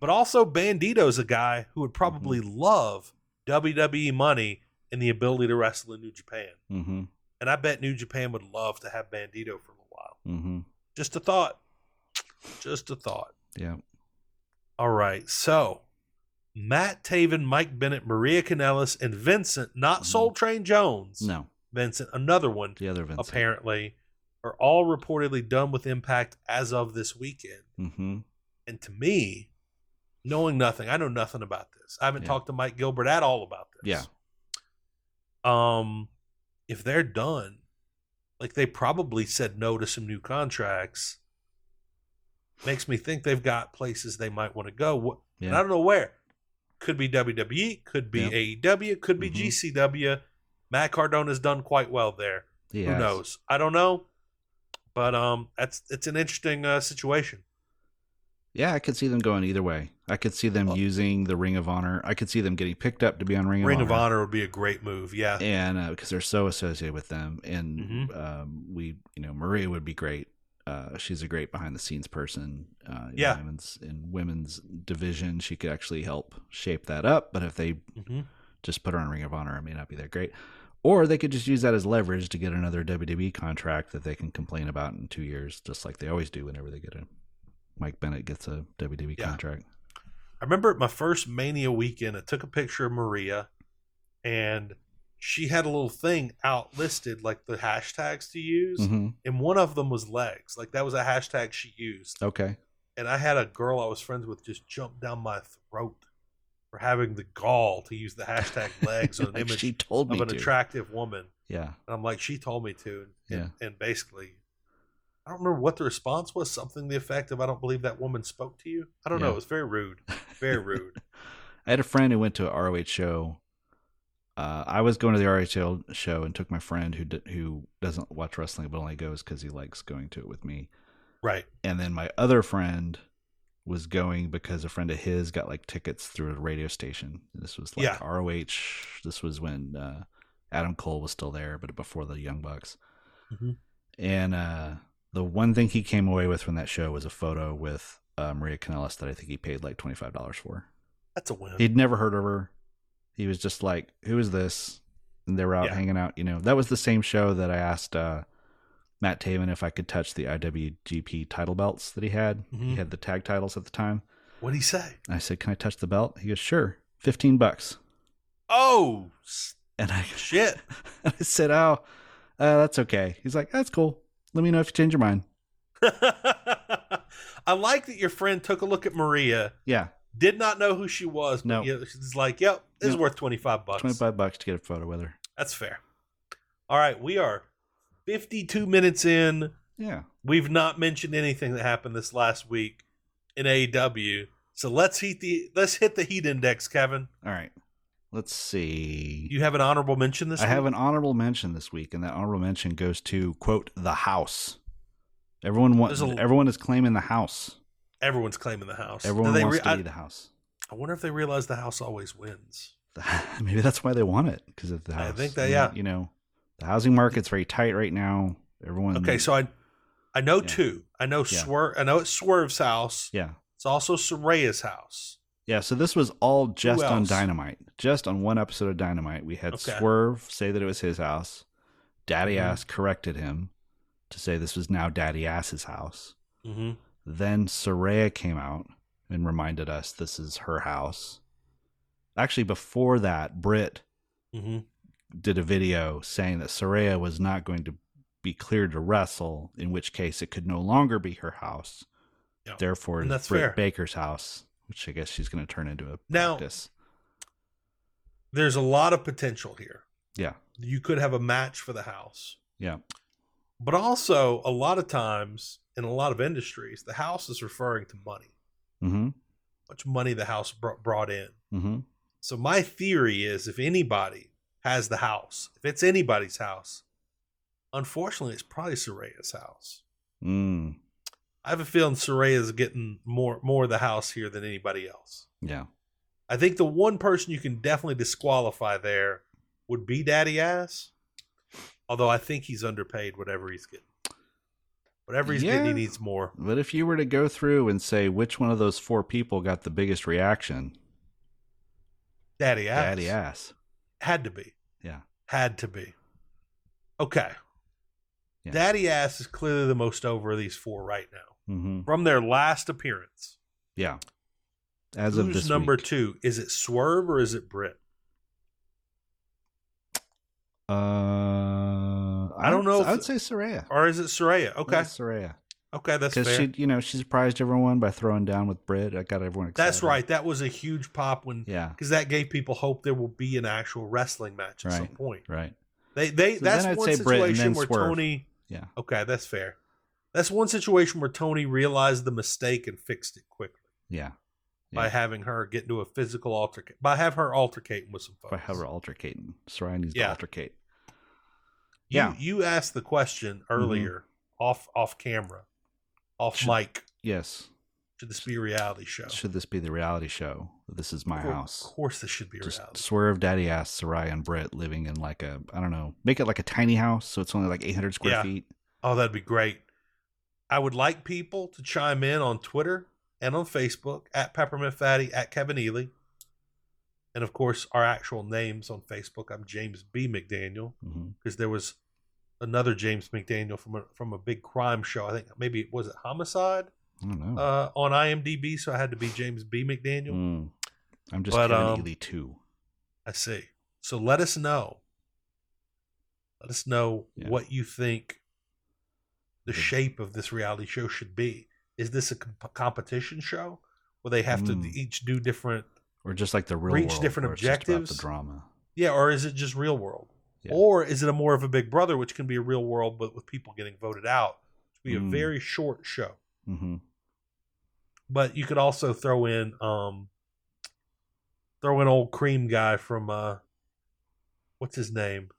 [SPEAKER 2] but also Bandito's a guy who would probably
[SPEAKER 3] Mm-hmm.
[SPEAKER 2] love WWE money and the ability to wrestle in New Japan.
[SPEAKER 3] Mm-hmm.
[SPEAKER 2] And I bet New Japan would love to have Bandito for a little while.
[SPEAKER 3] Mm-hmm.
[SPEAKER 2] Just a thought. Just a thought.
[SPEAKER 3] Yeah.
[SPEAKER 2] All right. So Matt Taven, Mike Bennett, Maria Canellis, and Vincent, not
[SPEAKER 3] Mhm.
[SPEAKER 2] Soul Train Jones.
[SPEAKER 3] No,
[SPEAKER 2] Vincent, another one,
[SPEAKER 3] the other Vincent.
[SPEAKER 2] apparently, are all reportedly done with Impact as of this weekend.
[SPEAKER 3] Mm-hmm.
[SPEAKER 2] And to me, knowing nothing, I know nothing about this. I haven't
[SPEAKER 3] Yeah.
[SPEAKER 2] talked to Mike Gilbert at all about this.
[SPEAKER 3] Yeah.
[SPEAKER 2] Um, if they're done, like they probably said no to some new contracts, makes me think they've got places they might want to go. Wh- And I
[SPEAKER 3] Yeah.
[SPEAKER 2] don't know where. Could be WWE, could be
[SPEAKER 3] Yep.
[SPEAKER 2] AEW, could be
[SPEAKER 3] Mhm.
[SPEAKER 2] GCW. Matt Cardona's done quite well there.
[SPEAKER 3] He
[SPEAKER 2] Who
[SPEAKER 3] has.
[SPEAKER 2] knows? I don't know. But um that's it's an interesting uh, situation.
[SPEAKER 3] Yeah, I could see them going either way. I could see them
[SPEAKER 2] Oh.
[SPEAKER 3] using the Ring of Honor. I could see them getting picked up to be on Ring,
[SPEAKER 2] Ring
[SPEAKER 3] of, Honor.
[SPEAKER 2] would be a great move. Yeah.
[SPEAKER 3] and uh, because they're so associated with them, and
[SPEAKER 2] Mhm.
[SPEAKER 3] um, we, you know, Maria would be great. Uh, she's a great behind the scenes person. Uh, in
[SPEAKER 2] Yeah.
[SPEAKER 3] women's in women's division, she could actually help shape that up. But if they
[SPEAKER 2] hmm
[SPEAKER 3] just put her on Ring of Honor, it may not be that great. Or they could just use that as leverage to get another WWE contract that they can complain about in two years, just like they always do whenever they get a Mike Bennett gets a WWE
[SPEAKER 2] Yeah.
[SPEAKER 3] contract.
[SPEAKER 2] I remember at my first Mania weekend, I took a picture of Maria and she had a little thing out listed, like the hashtags to use.
[SPEAKER 3] hmm
[SPEAKER 2] And one of them was legs. Like that was a hashtag she used.
[SPEAKER 3] Okay.
[SPEAKER 2] And I had a girl I was friends with just jump down my throat for having the gall to use the
[SPEAKER 3] *laughs*
[SPEAKER 2] hashtag legs on an
[SPEAKER 3] Like
[SPEAKER 2] image
[SPEAKER 3] she told me
[SPEAKER 2] of an
[SPEAKER 3] to.
[SPEAKER 2] attractive woman.
[SPEAKER 3] yeah.
[SPEAKER 2] And I'm like, she told me to. And, and- and basically, I don't remember what the response was. Something to the effect of, I don't believe that woman spoke to you. I don't know.
[SPEAKER 3] Yeah.
[SPEAKER 2] It was very
[SPEAKER 3] *laughs*
[SPEAKER 2] rude. Very rude.
[SPEAKER 3] I had a friend who went to a ROH show. Uh, I was going to the ROH show- show and took my friend who did, who doesn't watch wrestling but only goes because he likes going to it with me.
[SPEAKER 2] right.
[SPEAKER 3] And then my other friend was going because a friend of his got like tickets through a radio station. This was like
[SPEAKER 2] Yeah.
[SPEAKER 3] ROH. This was when uh, Adam Cole was still there, but before the Young Bucks.
[SPEAKER 2] Mhm.
[SPEAKER 3] And uh, the one thing he came away with from that show was a photo with uh, Maria Kanellis that I think he paid like twenty five dollars for.
[SPEAKER 2] That's a win.
[SPEAKER 3] He'd never heard of her. He was just like, "Who is this?" And they were out
[SPEAKER 2] Yeah.
[SPEAKER 3] hanging out. You know, that was the same show that I asked uh, Matt Taven if I could touch the IWGP title belts that he had. He
[SPEAKER 2] Mhm.
[SPEAKER 3] had the tag titles at the time.
[SPEAKER 2] What'd he say?
[SPEAKER 3] And I said, "Can I touch the belt?" He goes, "Sure, fifteen bucks."
[SPEAKER 2] Oh, s-
[SPEAKER 3] And I, *laughs*
[SPEAKER 2] shit. *laughs*
[SPEAKER 3] I said, "Oh, uh, that's okay." He's like, "That's cool. Let me know if you change your mind."
[SPEAKER 2] I like that your friend took a look at Maria,
[SPEAKER 3] Yeah,
[SPEAKER 2] did not know who she was. but
[SPEAKER 3] No.
[SPEAKER 2] yeah, She's like, yep, this is
[SPEAKER 3] No.
[SPEAKER 2] worth 25 bucks.
[SPEAKER 3] twenty five bucks to get a photo with her.
[SPEAKER 2] That's fair. All right. We are 52 minutes in.
[SPEAKER 3] Yeah,
[SPEAKER 2] We've not mentioned anything that happened this last week in AEW. So let's heat the let's hit the heat index, Kevin.
[SPEAKER 3] all right. Let's see.
[SPEAKER 2] You have an honorable mention this
[SPEAKER 3] I
[SPEAKER 2] week?
[SPEAKER 3] have an honorable mention this week, and that honorable mention goes to quote the house. Everyone wants.
[SPEAKER 2] There's a-
[SPEAKER 3] everyone is claiming the house.
[SPEAKER 2] Everyone's claiming the house. Do
[SPEAKER 3] Everyone
[SPEAKER 2] they
[SPEAKER 3] wants
[SPEAKER 2] re-
[SPEAKER 3] to
[SPEAKER 2] I-
[SPEAKER 3] be the house. *laughs*
[SPEAKER 2] I wonder if they realize the house always wins.
[SPEAKER 3] Maybe that's why they want it because of the
[SPEAKER 2] I
[SPEAKER 3] house.
[SPEAKER 2] think that-
[SPEAKER 3] And,
[SPEAKER 2] yeah.
[SPEAKER 3] You know, the housing market's very tight right now. Everyone.
[SPEAKER 2] Okay, so I I know
[SPEAKER 3] Yeah.
[SPEAKER 2] two. I know Swerve. I know it's Swerve's house.
[SPEAKER 3] yeah,
[SPEAKER 2] It's also Soraya's house.
[SPEAKER 3] yeah. So this was all just on
[SPEAKER 2] else?
[SPEAKER 3] Dynamite, just on one episode of Dynamite. We had
[SPEAKER 2] Okay.
[SPEAKER 3] Swerve say that it was his house. Daddy
[SPEAKER 2] Mhm.
[SPEAKER 3] Ass corrected him to say this was now Daddy Ass's house.
[SPEAKER 2] Mm-hmm.
[SPEAKER 3] Then Soraya came out and reminded us this is her house. Actually, before that, Britt
[SPEAKER 2] Mm-hmm.
[SPEAKER 3] did a video saying that Soraya was not going to be cleared to wrestle, in which case it could no longer be her house.
[SPEAKER 2] Yeah.
[SPEAKER 3] Therefore,
[SPEAKER 2] And
[SPEAKER 3] it's
[SPEAKER 2] that's
[SPEAKER 3] Britt
[SPEAKER 2] fair.
[SPEAKER 3] Baker's house, which I guess she's going to turn into a
[SPEAKER 2] Now-
[SPEAKER 3] practice.
[SPEAKER 2] There's a lot of potential here.
[SPEAKER 3] Yeah.
[SPEAKER 2] You could have a match for the house.
[SPEAKER 3] Yeah.
[SPEAKER 2] But also, a lot of times in a lot of industries, the house is referring to money,
[SPEAKER 3] Mm-hmm.
[SPEAKER 2] how much money the house br- brought in.
[SPEAKER 3] Mm-hmm.
[SPEAKER 2] So, my theory is if anybody has the house, if it's anybody's house, unfortunately, it's probably Soraya's house.
[SPEAKER 3] Mm.
[SPEAKER 2] I have a feeling Soraya's getting more more of the house here than anybody else.
[SPEAKER 3] Yeah.
[SPEAKER 2] I think the one person you can definitely disqualify there would be Daddy Ass. Although I think he's underpaid whatever he's getting. Whatever he's getting, he
[SPEAKER 3] Yeah.
[SPEAKER 2] needs more.
[SPEAKER 3] But if you were to go through and say which one of those four people got the biggest reaction,
[SPEAKER 2] Daddy Ass.
[SPEAKER 3] Daddy Ass.
[SPEAKER 2] Had to be.
[SPEAKER 3] Yeah.
[SPEAKER 2] Had to be. Okay.
[SPEAKER 3] Yeah.
[SPEAKER 2] Daddy Ass is clearly the most over of these four right now.
[SPEAKER 3] Mm-hmm.
[SPEAKER 2] From their last appearance.
[SPEAKER 3] Yeah. As of
[SPEAKER 2] Who's
[SPEAKER 3] this
[SPEAKER 2] number
[SPEAKER 3] week.
[SPEAKER 2] two? Is it Swerve or is it Britt?
[SPEAKER 3] Uh, I
[SPEAKER 2] I don't know if-
[SPEAKER 3] Uh, I would say Soraya.
[SPEAKER 2] Or is it Soraya? Okay.
[SPEAKER 3] Yeah, Soraya,
[SPEAKER 2] Okay, that's fair.
[SPEAKER 3] because she, you know, she surprised everyone by throwing down with Brit. I got everyone excited.
[SPEAKER 2] That's right. That was a huge pop when
[SPEAKER 3] Yeah,
[SPEAKER 2] because that gave people hope there will be an actual wrestling match at some
[SPEAKER 3] Right.
[SPEAKER 2] point.
[SPEAKER 3] right.
[SPEAKER 2] They they
[SPEAKER 3] So
[SPEAKER 2] that's
[SPEAKER 3] then I'd
[SPEAKER 2] one
[SPEAKER 3] say Britt and
[SPEAKER 2] situation
[SPEAKER 3] then
[SPEAKER 2] where
[SPEAKER 3] Swerve.
[SPEAKER 2] Tony.
[SPEAKER 3] Yeah,
[SPEAKER 2] Okay, that's fair. That's one situation where Tony realized the mistake and fixed it quickly.
[SPEAKER 3] yeah,
[SPEAKER 2] by
[SPEAKER 3] Yeah.
[SPEAKER 2] having her get into a physical altercation, by have her altercating with some folks.
[SPEAKER 3] By however altercating. Soraya needs
[SPEAKER 2] Yeah.
[SPEAKER 3] to altercate.
[SPEAKER 2] you,
[SPEAKER 3] yeah. Mm-hmm.
[SPEAKER 2] you asked the question earlier off off camera, off
[SPEAKER 3] Should-
[SPEAKER 2] mic.
[SPEAKER 3] Yes.
[SPEAKER 2] Should this be a reality show?
[SPEAKER 3] Should this be the reality show? This is my
[SPEAKER 2] Of cour-
[SPEAKER 3] house.
[SPEAKER 2] Of course, this should be a
[SPEAKER 3] Just
[SPEAKER 2] reality.
[SPEAKER 3] swerve daddy ass Soraya and Britt living in like a I don't know, make it like a tiny house so it's only like eight hundred square
[SPEAKER 2] Yeah.
[SPEAKER 3] feet.
[SPEAKER 2] Oh, that'd be great. I would like people to chime in on Twitter and on Facebook at Peppermint Fatty, at Kevin Ely. And of course, our actual names on Facebook. I'm James B. McDaniel
[SPEAKER 3] hmm
[SPEAKER 2] because there was another James McDaniel from a, from a big crime show. I think maybe it was it Homicide
[SPEAKER 3] I don't know.
[SPEAKER 2] uh, on IMDb. So I had to be James B. McDaniel.
[SPEAKER 3] Mm. I'm just
[SPEAKER 2] But,
[SPEAKER 3] Kevin
[SPEAKER 2] um,
[SPEAKER 3] Ely too.
[SPEAKER 2] I see. So let us know. Let us know
[SPEAKER 3] Yeah.
[SPEAKER 2] what you think the
[SPEAKER 3] Yeah.
[SPEAKER 2] shape of this reality show should be. Is this a comp- competition show where they have to
[SPEAKER 3] Mm.
[SPEAKER 2] each do different?
[SPEAKER 3] Or just like the real
[SPEAKER 2] reach
[SPEAKER 3] world,
[SPEAKER 2] different
[SPEAKER 3] where it's just about
[SPEAKER 2] objectives.
[SPEAKER 3] the drama.
[SPEAKER 2] Yeah, or is it just real world?
[SPEAKER 3] Yeah.
[SPEAKER 2] Or is it a more of a Big Brother, which can be a real world, but with people getting voted out? It would be a
[SPEAKER 3] Mm.
[SPEAKER 2] very short show.
[SPEAKER 3] hmm
[SPEAKER 2] But you could also throw in, um, throw in old cream guy from uh, what's his name?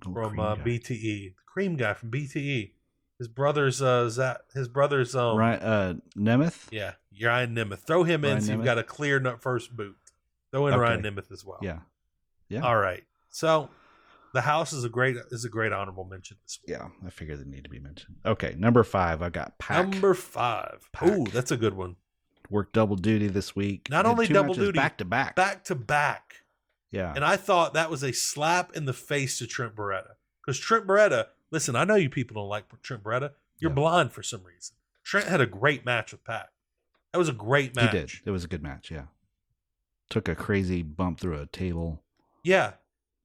[SPEAKER 2] from uh, BTE. The cream guy from BTE. His brother's uh Zach, his brother's um
[SPEAKER 3] right uh Nemeth.
[SPEAKER 2] yeah, Ryan Nemeth. Throw him in
[SPEAKER 3] Ryan
[SPEAKER 2] so you've
[SPEAKER 3] Nemeth?
[SPEAKER 2] got a clear nut first boot. Throw in
[SPEAKER 3] Okay.
[SPEAKER 2] Ryan Nemeth as well.
[SPEAKER 3] Yeah. Yeah.
[SPEAKER 2] All right. So the house is a great is a great honorable mention this week.
[SPEAKER 3] Yeah, I figured they need to be mentioned. Okay, number five, I've got Pack.
[SPEAKER 2] Number five.
[SPEAKER 3] Pack.
[SPEAKER 2] Ooh, that's a good one.
[SPEAKER 3] Worked double duty this week.
[SPEAKER 2] Not
[SPEAKER 3] Did
[SPEAKER 2] only
[SPEAKER 3] two
[SPEAKER 2] double
[SPEAKER 3] matches
[SPEAKER 2] duty,
[SPEAKER 3] back to back.
[SPEAKER 2] Back to back.
[SPEAKER 3] Yeah,
[SPEAKER 2] And I thought that was a slap in the face to Trent Beretta. Because Trent Beretta, listen, I know you people don't like Trent Beretta. You're
[SPEAKER 3] Yeah.
[SPEAKER 2] blind for some reason. Trent had a great match with Pac. That was a great match.
[SPEAKER 3] he did. It was a good match. Yeah, took a crazy bump through a table.
[SPEAKER 2] Yeah.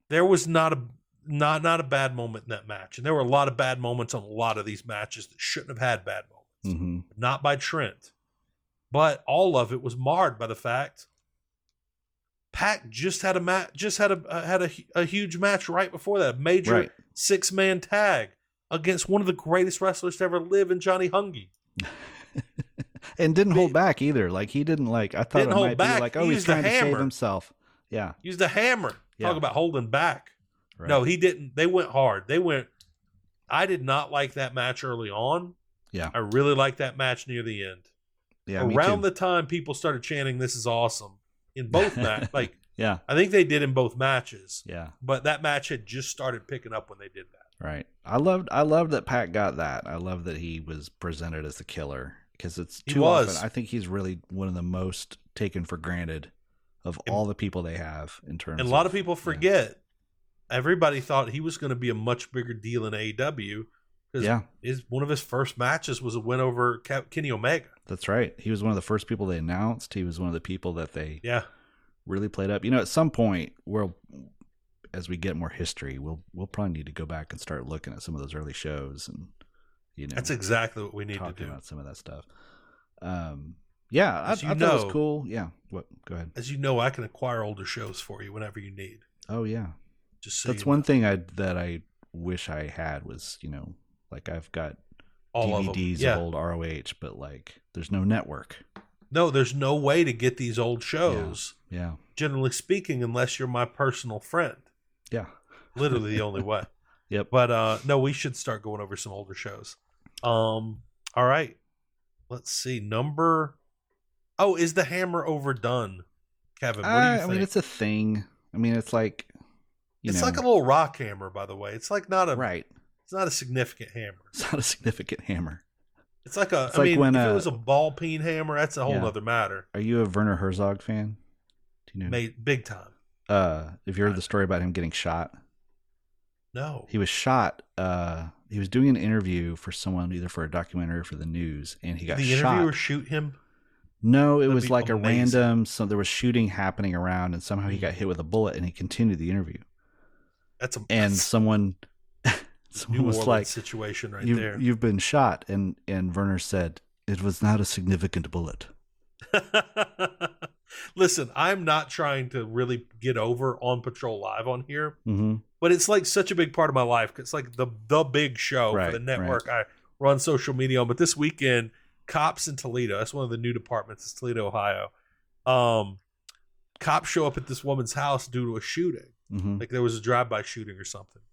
[SPEAKER 2] There was not a not not a bad moment in that match. And there were a lot of bad moments on a lot of these matches that shouldn't have had bad moments.
[SPEAKER 3] hmm
[SPEAKER 2] Not by Trent. But all of it was marred by the fact Pac just had a match just had a uh, had a, hu- a huge match right before that. A Major
[SPEAKER 3] Right.
[SPEAKER 2] six man tag against one of the greatest wrestlers to ever live in Johnny Hungy.
[SPEAKER 3] and didn't
[SPEAKER 2] Be-
[SPEAKER 3] hold back either. Like he didn't like. I thought
[SPEAKER 2] Didn't
[SPEAKER 3] it
[SPEAKER 2] hold
[SPEAKER 3] might
[SPEAKER 2] back.
[SPEAKER 3] be like,
[SPEAKER 2] He
[SPEAKER 3] oh, he's
[SPEAKER 2] used a
[SPEAKER 3] trying to save
[SPEAKER 2] hammer.
[SPEAKER 3] himself. Yeah.
[SPEAKER 2] Used a hammer.
[SPEAKER 3] Yeah.
[SPEAKER 2] Talk about holding back.
[SPEAKER 3] Right.
[SPEAKER 2] No, he didn't. They went hard. They went. I did not like that match early on.
[SPEAKER 3] Yeah.
[SPEAKER 2] I really liked that match near the end.
[SPEAKER 3] Yeah. me
[SPEAKER 2] Around
[SPEAKER 3] too.
[SPEAKER 2] the time people started chanting, "This is awesome!"
[SPEAKER 3] *laughs*
[SPEAKER 2] in both match. Like
[SPEAKER 3] Yeah.
[SPEAKER 2] I think they did in both matches,
[SPEAKER 3] Yeah.
[SPEAKER 2] but that match had just started picking up when they did that.
[SPEAKER 3] Right. I loved. I loved that Pat got that. I love that he was presented as the killer because it's
[SPEAKER 2] He
[SPEAKER 3] too
[SPEAKER 2] was.
[SPEAKER 3] often. I think he's really one of the most taken for granted of
[SPEAKER 2] And-
[SPEAKER 3] all the people they have in terms.
[SPEAKER 2] And a lot of people forget. Everybody thought he was going to be a much bigger deal in E AEW because
[SPEAKER 3] Yeah,
[SPEAKER 2] his one of his first matches was a win over Ke- Kenny Omega.
[SPEAKER 3] that's right. He was one of the first people they announced. He was one of the people that they
[SPEAKER 2] Yeah,
[SPEAKER 3] really played up. You know, at some point, we'll as we get more history, we'll we'll probably need to go back and start looking at some of those early shows and you know
[SPEAKER 2] that's exactly what we need to
[SPEAKER 3] talking
[SPEAKER 2] do.
[SPEAKER 3] about some of that stuff. Um, yeah, I, I
[SPEAKER 2] As you
[SPEAKER 3] thought it
[SPEAKER 2] know-
[SPEAKER 3] was cool. Yeah, what? Go ahead.
[SPEAKER 2] As you know, I can acquire older shows for you whenever you need.
[SPEAKER 3] Oh yeah,
[SPEAKER 2] Just so
[SPEAKER 3] that's
[SPEAKER 2] you
[SPEAKER 3] one
[SPEAKER 2] know.
[SPEAKER 3] thing I that I wish I had was you know like I've got
[SPEAKER 2] all of them.
[SPEAKER 3] DVDs of,
[SPEAKER 2] Yeah,
[SPEAKER 3] old ROH, but like there's no network.
[SPEAKER 2] no, there's no way to get these old shows.
[SPEAKER 3] Yeah,
[SPEAKER 2] Generally speaking, unless you're my personal friend,
[SPEAKER 3] yeah,
[SPEAKER 2] literally the only
[SPEAKER 3] *laughs*
[SPEAKER 2] way.
[SPEAKER 3] yep.
[SPEAKER 2] But uh no, we should start going over some older shows. Um, all right, let's see number. Oh, is the hammer overdone, Kevin? What do you
[SPEAKER 3] I, I
[SPEAKER 2] think?
[SPEAKER 3] mean, it's a thing. I mean, it's like you
[SPEAKER 2] it's
[SPEAKER 3] know,
[SPEAKER 2] like a little rock hammer, by the way. It's like not a
[SPEAKER 3] right. *laughs*
[SPEAKER 2] it's not a significant hammer.
[SPEAKER 3] It's not a significant hammer.
[SPEAKER 2] It's like a. I
[SPEAKER 3] It's like
[SPEAKER 2] mean,
[SPEAKER 3] when,
[SPEAKER 2] if it
[SPEAKER 3] uh,
[SPEAKER 2] was a ball peen hammer, that's a whole
[SPEAKER 3] Yeah.
[SPEAKER 2] other matter.
[SPEAKER 3] Are you a Werner Herzog fan? Do you know?
[SPEAKER 2] Made big time.
[SPEAKER 3] Uh, have you heard the story about him getting shot?
[SPEAKER 2] No,
[SPEAKER 3] He was shot. Uh, he was doing an interview for someone, either for a documentary or for the news, and he
[SPEAKER 2] Did
[SPEAKER 3] got
[SPEAKER 2] the
[SPEAKER 3] shot.
[SPEAKER 2] interviewer shoot him.
[SPEAKER 3] No, it
[SPEAKER 2] That'd
[SPEAKER 3] was
[SPEAKER 2] be
[SPEAKER 3] like
[SPEAKER 2] amazing. Mm-hmm.
[SPEAKER 3] a random. So there was shooting happening around, and somehow he got hit with a bullet, and he continued the interview.
[SPEAKER 2] That's a
[SPEAKER 3] And
[SPEAKER 2] that's
[SPEAKER 3] someone, *laughs*
[SPEAKER 2] a New
[SPEAKER 3] someone
[SPEAKER 2] Orleans
[SPEAKER 3] was like,
[SPEAKER 2] situation right
[SPEAKER 3] you,
[SPEAKER 2] there.
[SPEAKER 3] "You've been shot," and and Werner said, "It was not a significant bullet."
[SPEAKER 2] *laughs* Listen, I'm not trying to really get over on Patrol Live on here,
[SPEAKER 3] hmm
[SPEAKER 2] but it's like such a big part of my life. 'cause It's like the the big show for
[SPEAKER 3] Right,
[SPEAKER 2] the network. I run social media on, but this weekend, cops in Toledo. That's one of the new departments. It's Toledo, Ohio. Um, cops show up at this woman's house due to a shooting.
[SPEAKER 3] hmm
[SPEAKER 2] Like there was a drive-by shooting or something.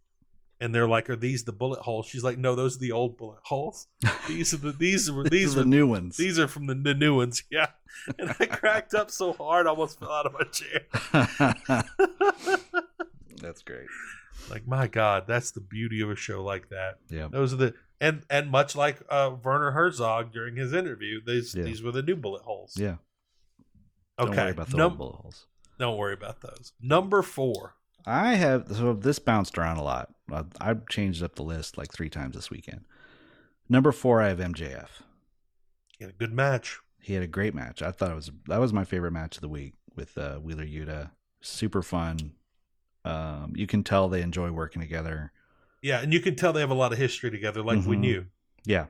[SPEAKER 2] And they're like, "Are these the bullet holes?" She's like, "No, those are the old bullet
[SPEAKER 3] *laughs*
[SPEAKER 2] holes. These are the these were these
[SPEAKER 3] These are
[SPEAKER 2] were
[SPEAKER 3] the new ones. *laughs*
[SPEAKER 2] these are from the, the new ones." *laughs* Yeah. And I cracked up so hard, I almost fell out of my chair.
[SPEAKER 3] That's great.
[SPEAKER 2] Like, my God, that's the beauty of a show like that.
[SPEAKER 3] Yeah.
[SPEAKER 2] Those are the and and much like uh, Werner Herzog during his interview, these
[SPEAKER 3] Yeah.
[SPEAKER 2] these were the new bullet holes.
[SPEAKER 3] Yeah.
[SPEAKER 2] Okay.
[SPEAKER 3] Don't worry about the
[SPEAKER 2] Num-
[SPEAKER 3] old bullet holes.
[SPEAKER 2] Don't worry about those. Number four.
[SPEAKER 3] I have so this bounced around a lot. I, I changed up the list like three times this weekend. Number four, I have MJF.
[SPEAKER 2] He had a good match.
[SPEAKER 3] He had a great match. I thought it was that was my favorite match of the week with uh, Wheeler Yuta. Super fun. Um, you can tell they enjoy working together.
[SPEAKER 2] Yeah, and you can tell they have a lot of history together, like we
[SPEAKER 3] Mhm.
[SPEAKER 2] knew.
[SPEAKER 3] Yeah.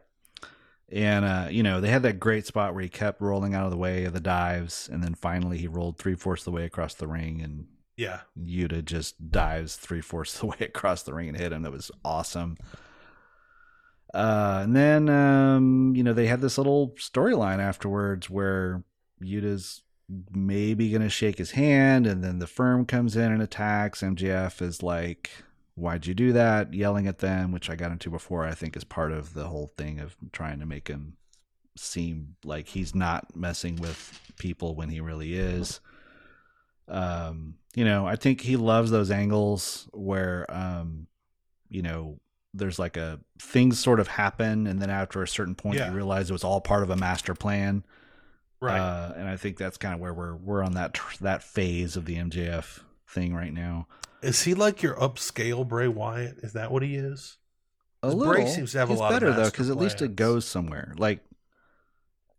[SPEAKER 3] And uh, you know, they had that great spot where he kept rolling out of the way of the dives, and then finally he rolled three fourths of the way across the ring and
[SPEAKER 2] Yeah.
[SPEAKER 3] Yuta just dives three fourths of the *laughs* way across the ring and hit him. That was awesome. Uh, and then um, you know they had this little storyline afterwards where Yuta's maybe gonna shake his hand, and then the firm comes in and attacks. MJF is like, "Why'd you do that?" Yelling at them, which I got into before. I think is part of the whole thing of trying to make him seem like he's not messing with people when he really is um you know i think he loves those angles where um you know there's like a things sort of happen and then after a certain point
[SPEAKER 2] Yeah.
[SPEAKER 3] you realize it was all part of a master plan
[SPEAKER 2] Right.
[SPEAKER 3] uh, and i think that's kind of where we're we're on that tr- that phase of the mjf thing right now
[SPEAKER 2] is he like your upscale Bray Wyatt? Is that what he is?
[SPEAKER 3] a
[SPEAKER 2] His
[SPEAKER 3] little
[SPEAKER 2] break seems to have a
[SPEAKER 3] he's
[SPEAKER 2] lot of
[SPEAKER 3] better though
[SPEAKER 2] master
[SPEAKER 3] because at least
[SPEAKER 2] plans.
[SPEAKER 3] it goes somewhere like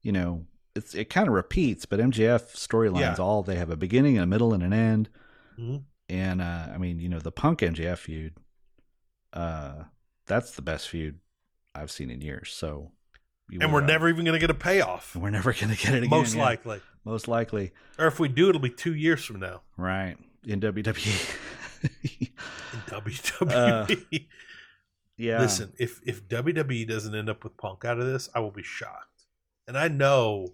[SPEAKER 3] you know it's it kind of repeats but mjf storylines
[SPEAKER 2] Yeah.
[SPEAKER 3] all they have a beginning a middle and an end
[SPEAKER 2] Mhm.
[SPEAKER 3] and uh, I mean, you know, the Punk MJF feud, uh, that's the best feud I've seen in years. So, you
[SPEAKER 2] And
[SPEAKER 3] would,
[SPEAKER 2] we're
[SPEAKER 3] uh,
[SPEAKER 2] never even going to get a payoff,
[SPEAKER 3] and *laughs* we're never gonna get it again.
[SPEAKER 2] most
[SPEAKER 3] yeah.
[SPEAKER 2] likely.
[SPEAKER 3] most likely,
[SPEAKER 2] Or if we do, it'll be two years from now
[SPEAKER 3] right? In E. WWE,
[SPEAKER 2] in
[SPEAKER 3] Uh,
[SPEAKER 2] E. WWE.
[SPEAKER 3] *laughs* yeah.
[SPEAKER 2] Listen, if if WWE doesn't end up with Punk out of this, I will be shocked. And I know,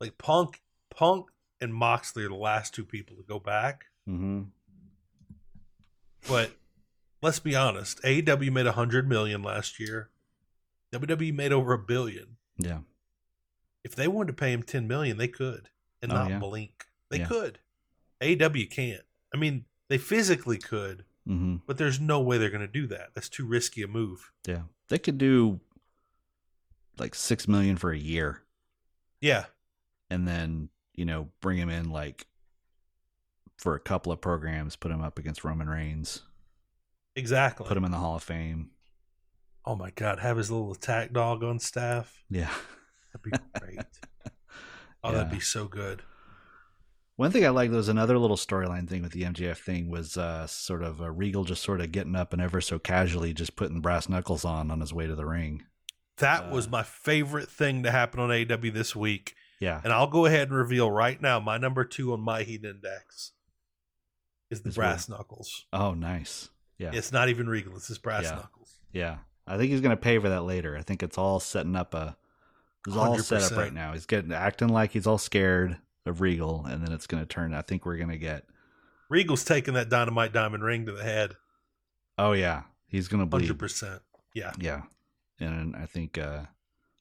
[SPEAKER 2] like Punk, Punk and Moxley are the last two people to go back.
[SPEAKER 3] hmm
[SPEAKER 2] But let's be honest, AEW made a hundred million last year. WWE made over a billion.
[SPEAKER 3] yeah,
[SPEAKER 2] If they wanted to pay him ten million, they could, and
[SPEAKER 3] Oh,
[SPEAKER 2] not
[SPEAKER 3] yeah.
[SPEAKER 2] blink. They
[SPEAKER 3] Yeah.
[SPEAKER 2] could. AEW can't. I mean, they physically could,
[SPEAKER 3] hmm
[SPEAKER 2] but there's no way they're going to do that. That's too risky a move.
[SPEAKER 3] yeah. They could do like six million for a year,
[SPEAKER 2] Yeah,
[SPEAKER 3] and then you know, bring him in like for a couple of programs, put him up against Roman Reigns,
[SPEAKER 2] exactly.
[SPEAKER 3] put him in the Hall of Fame.
[SPEAKER 2] Oh my God, have his little attack dog on staff.
[SPEAKER 3] Yeah. *laughs*
[SPEAKER 2] That'd be great. oh, that'd be so good.
[SPEAKER 3] One thing I liked was another little storyline thing with the MJF thing was uh, sort of uh, Regal just sort of getting up and ever so casually just putting brass knuckles on on his way to the ring.
[SPEAKER 2] That was
[SPEAKER 3] Uh,
[SPEAKER 2] my favorite thing to happen on AEW this week.
[SPEAKER 3] Yeah,
[SPEAKER 2] And I'll go ahead and reveal right now my number two on my heat index is the
[SPEAKER 3] Is
[SPEAKER 2] brass knuckles.
[SPEAKER 3] Oh, nice. Yeah.
[SPEAKER 2] It's not even regal, it's just brass
[SPEAKER 3] Yeah.
[SPEAKER 2] knuckles.
[SPEAKER 3] Yeah. I think he's gonna pay for that later. I think it's all setting up a. It's all set up
[SPEAKER 2] 100%.
[SPEAKER 3] right now. He's getting acting like he's all scared of Regal, and then it's gonna turn. I think we're gonna get.
[SPEAKER 2] Regal's taking that dynamite diamond ring to the head.
[SPEAKER 3] Oh yeah, he's gonna bleed.
[SPEAKER 2] Hundred percent. Yeah.
[SPEAKER 3] Yeah, and I think uh,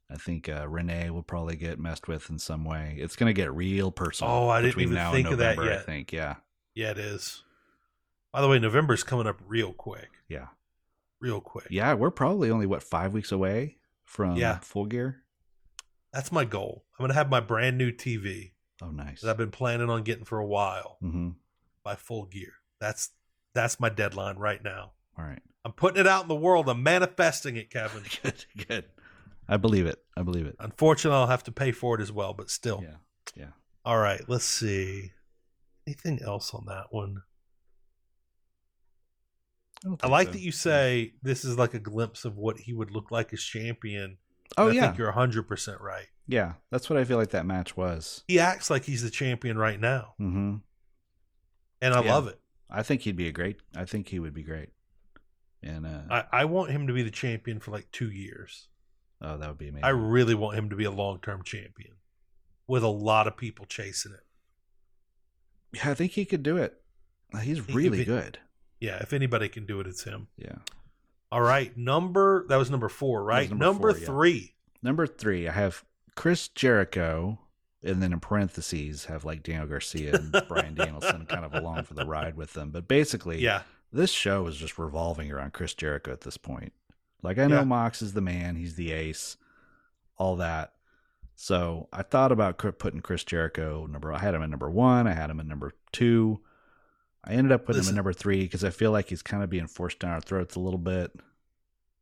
[SPEAKER 3] I think uh, Renee will probably get messed with in some way. It's gonna get real personal.
[SPEAKER 2] Oh, I didn't
[SPEAKER 3] between
[SPEAKER 2] even
[SPEAKER 3] now and
[SPEAKER 2] think of that
[SPEAKER 3] November, I
[SPEAKER 2] yet.
[SPEAKER 3] think yeah,
[SPEAKER 2] Yeah, it is. By the way, November's coming up real quick.
[SPEAKER 3] yeah,
[SPEAKER 2] Real quick.
[SPEAKER 3] yeah. We're probably only what five weeks away from
[SPEAKER 2] Yeah.
[SPEAKER 3] full gear.
[SPEAKER 2] That's my goal. I'm gonna have my brand new TV
[SPEAKER 3] Oh, nice.
[SPEAKER 2] that I've been planning on getting for a while.
[SPEAKER 3] mm-hmm.
[SPEAKER 2] by full gear. That's that's my deadline right now.
[SPEAKER 3] All
[SPEAKER 2] *laughs*
[SPEAKER 3] right,
[SPEAKER 2] I'm putting it out in the world. I'm manifesting it, Kevin.
[SPEAKER 3] good, good. I believe it. I believe it.
[SPEAKER 2] Unfortunately, I'll have to pay for it as well, but still.
[SPEAKER 3] Yeah.
[SPEAKER 2] All right, let's see. Anything else on that one?
[SPEAKER 3] don't
[SPEAKER 2] I
[SPEAKER 3] think
[SPEAKER 2] like
[SPEAKER 3] so.
[SPEAKER 2] that you say this is like a glimpse of what he would look like as champion.
[SPEAKER 3] Oh
[SPEAKER 2] and I
[SPEAKER 3] yeah,
[SPEAKER 2] think you're 100% right.
[SPEAKER 3] yeah. That's what I feel like that match was.
[SPEAKER 2] He acts like he's the champion right now,
[SPEAKER 3] Mm-hmm.
[SPEAKER 2] and I
[SPEAKER 3] Yeah.
[SPEAKER 2] love it.
[SPEAKER 3] I think he'd be a great. I think he would be great. And uh,
[SPEAKER 2] I, I want him to be the champion for like two years.
[SPEAKER 3] oh, that would be amazing.
[SPEAKER 2] I really want him to be a long term champion with a lot of people chasing it.
[SPEAKER 3] Yeah, I think he could do it. He's
[SPEAKER 2] He-
[SPEAKER 3] really
[SPEAKER 2] if he-
[SPEAKER 3] good.
[SPEAKER 2] Yeah, if anybody can do it, it's him.
[SPEAKER 3] Yeah.
[SPEAKER 2] All right, number that was number four,
[SPEAKER 3] was
[SPEAKER 2] right?
[SPEAKER 3] number
[SPEAKER 2] Number,
[SPEAKER 3] four, yeah.
[SPEAKER 2] three.
[SPEAKER 3] Number three, I have Chris Jericho, and then in parentheses have like Daniel Garcia and
[SPEAKER 2] *laughs*
[SPEAKER 3] Brian Danielson kind of along for the ride with them. But basically,
[SPEAKER 2] Yeah,
[SPEAKER 3] this show is just revolving around Chris Jericho at this point. Like I know
[SPEAKER 2] Yeah.
[SPEAKER 3] Mox is the man, he's the ace, all that. So I thought about cr- putting Chris Jericho number. I had him at number one. I had him at number two. I ended up putting him
[SPEAKER 2] Listen.
[SPEAKER 3] at number three because I feel like he's kind of being forced down our throats a little bit.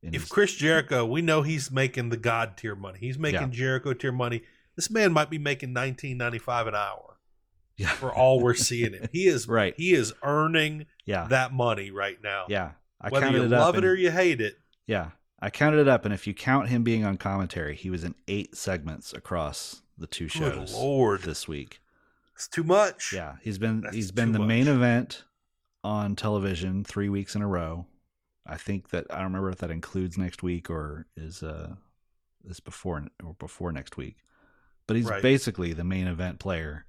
[SPEAKER 3] And
[SPEAKER 2] if
[SPEAKER 3] he's-
[SPEAKER 2] Chris Jericho, we know he's making the God tier money. He's making
[SPEAKER 3] Yeah.
[SPEAKER 2] Jericho tier money. This man might be making nineteen ninety five an hour
[SPEAKER 3] *laughs* yeah,
[SPEAKER 2] for all we're seeing him. He is
[SPEAKER 3] *laughs* Right.
[SPEAKER 2] He is earning
[SPEAKER 3] yeah,
[SPEAKER 2] that money right now.
[SPEAKER 3] yeah. I
[SPEAKER 2] Whether
[SPEAKER 3] counted
[SPEAKER 2] you
[SPEAKER 3] it up.
[SPEAKER 2] love it
[SPEAKER 3] and-
[SPEAKER 2] or you hate it,
[SPEAKER 3] Yeah, I counted it up, and if you count him being on commentary, he was in eight segments across the two
[SPEAKER 2] Good
[SPEAKER 3] shows
[SPEAKER 2] Lord.
[SPEAKER 3] this week.
[SPEAKER 2] it's too much.
[SPEAKER 3] Yeah, he's been
[SPEAKER 2] That's
[SPEAKER 3] he's been
[SPEAKER 2] too
[SPEAKER 3] the main
[SPEAKER 2] much.
[SPEAKER 3] event on television three weeks in a row. I think that I don't remember if that includes next week or is uh is before or before next week. But he's
[SPEAKER 2] Right.
[SPEAKER 3] basically the main event player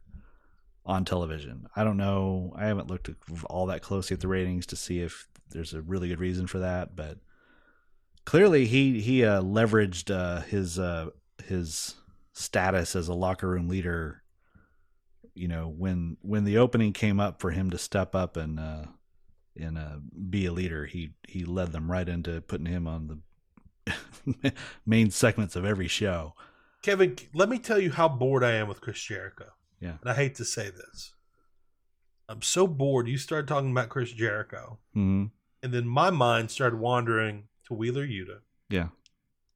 [SPEAKER 3] on television. I don't know. I haven't looked all that closely at the ratings to see if there's a really good reason for that, but clearly he he uh, leveraged uh, his uh, his status as a locker room leader. You know, when when the opening came up for him to step up and uh, and uh, be a leader, he he led them right into putting him on the *laughs* main segments of every show.
[SPEAKER 2] Kevin, let me tell you how bored I am with Chris Jericho.
[SPEAKER 3] Yeah.
[SPEAKER 2] And I hate to say this. I'm so bored. You started talking about Chris Jericho,
[SPEAKER 3] Mm-hmm.
[SPEAKER 2] and then my mind started wandering to Wheeler Yuta.
[SPEAKER 3] Yeah.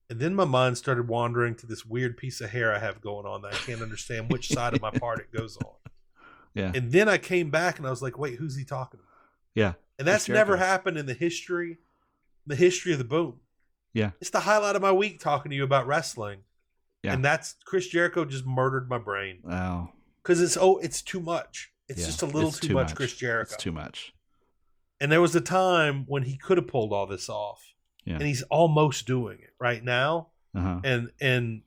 [SPEAKER 2] And then my mind started wandering to this weird piece of hair I have going on that I can't understand which side of my part it goes on.
[SPEAKER 3] *laughs* Yeah.
[SPEAKER 2] And then I came back and I was like, wait, who's he talking about?
[SPEAKER 3] Yeah.
[SPEAKER 2] And that's
[SPEAKER 3] Chris
[SPEAKER 2] never
[SPEAKER 3] Jericho.
[SPEAKER 2] happened in the history, the history of the boom.
[SPEAKER 3] Yeah.
[SPEAKER 2] It's the highlight of my week talking to you about wrestling.
[SPEAKER 3] Yeah.
[SPEAKER 2] And that's Chris Jericho just murdered my brain
[SPEAKER 3] Oh,
[SPEAKER 2] because it's oh it's too much. It's
[SPEAKER 3] yeah.
[SPEAKER 2] just a little
[SPEAKER 3] It's
[SPEAKER 2] too, much, Chris Jericho.
[SPEAKER 3] It's too much.
[SPEAKER 2] and there was a time when he could have pulled all this off,
[SPEAKER 3] Yeah.
[SPEAKER 2] and he's almost doing it right now.
[SPEAKER 3] Uh huh.
[SPEAKER 2] And and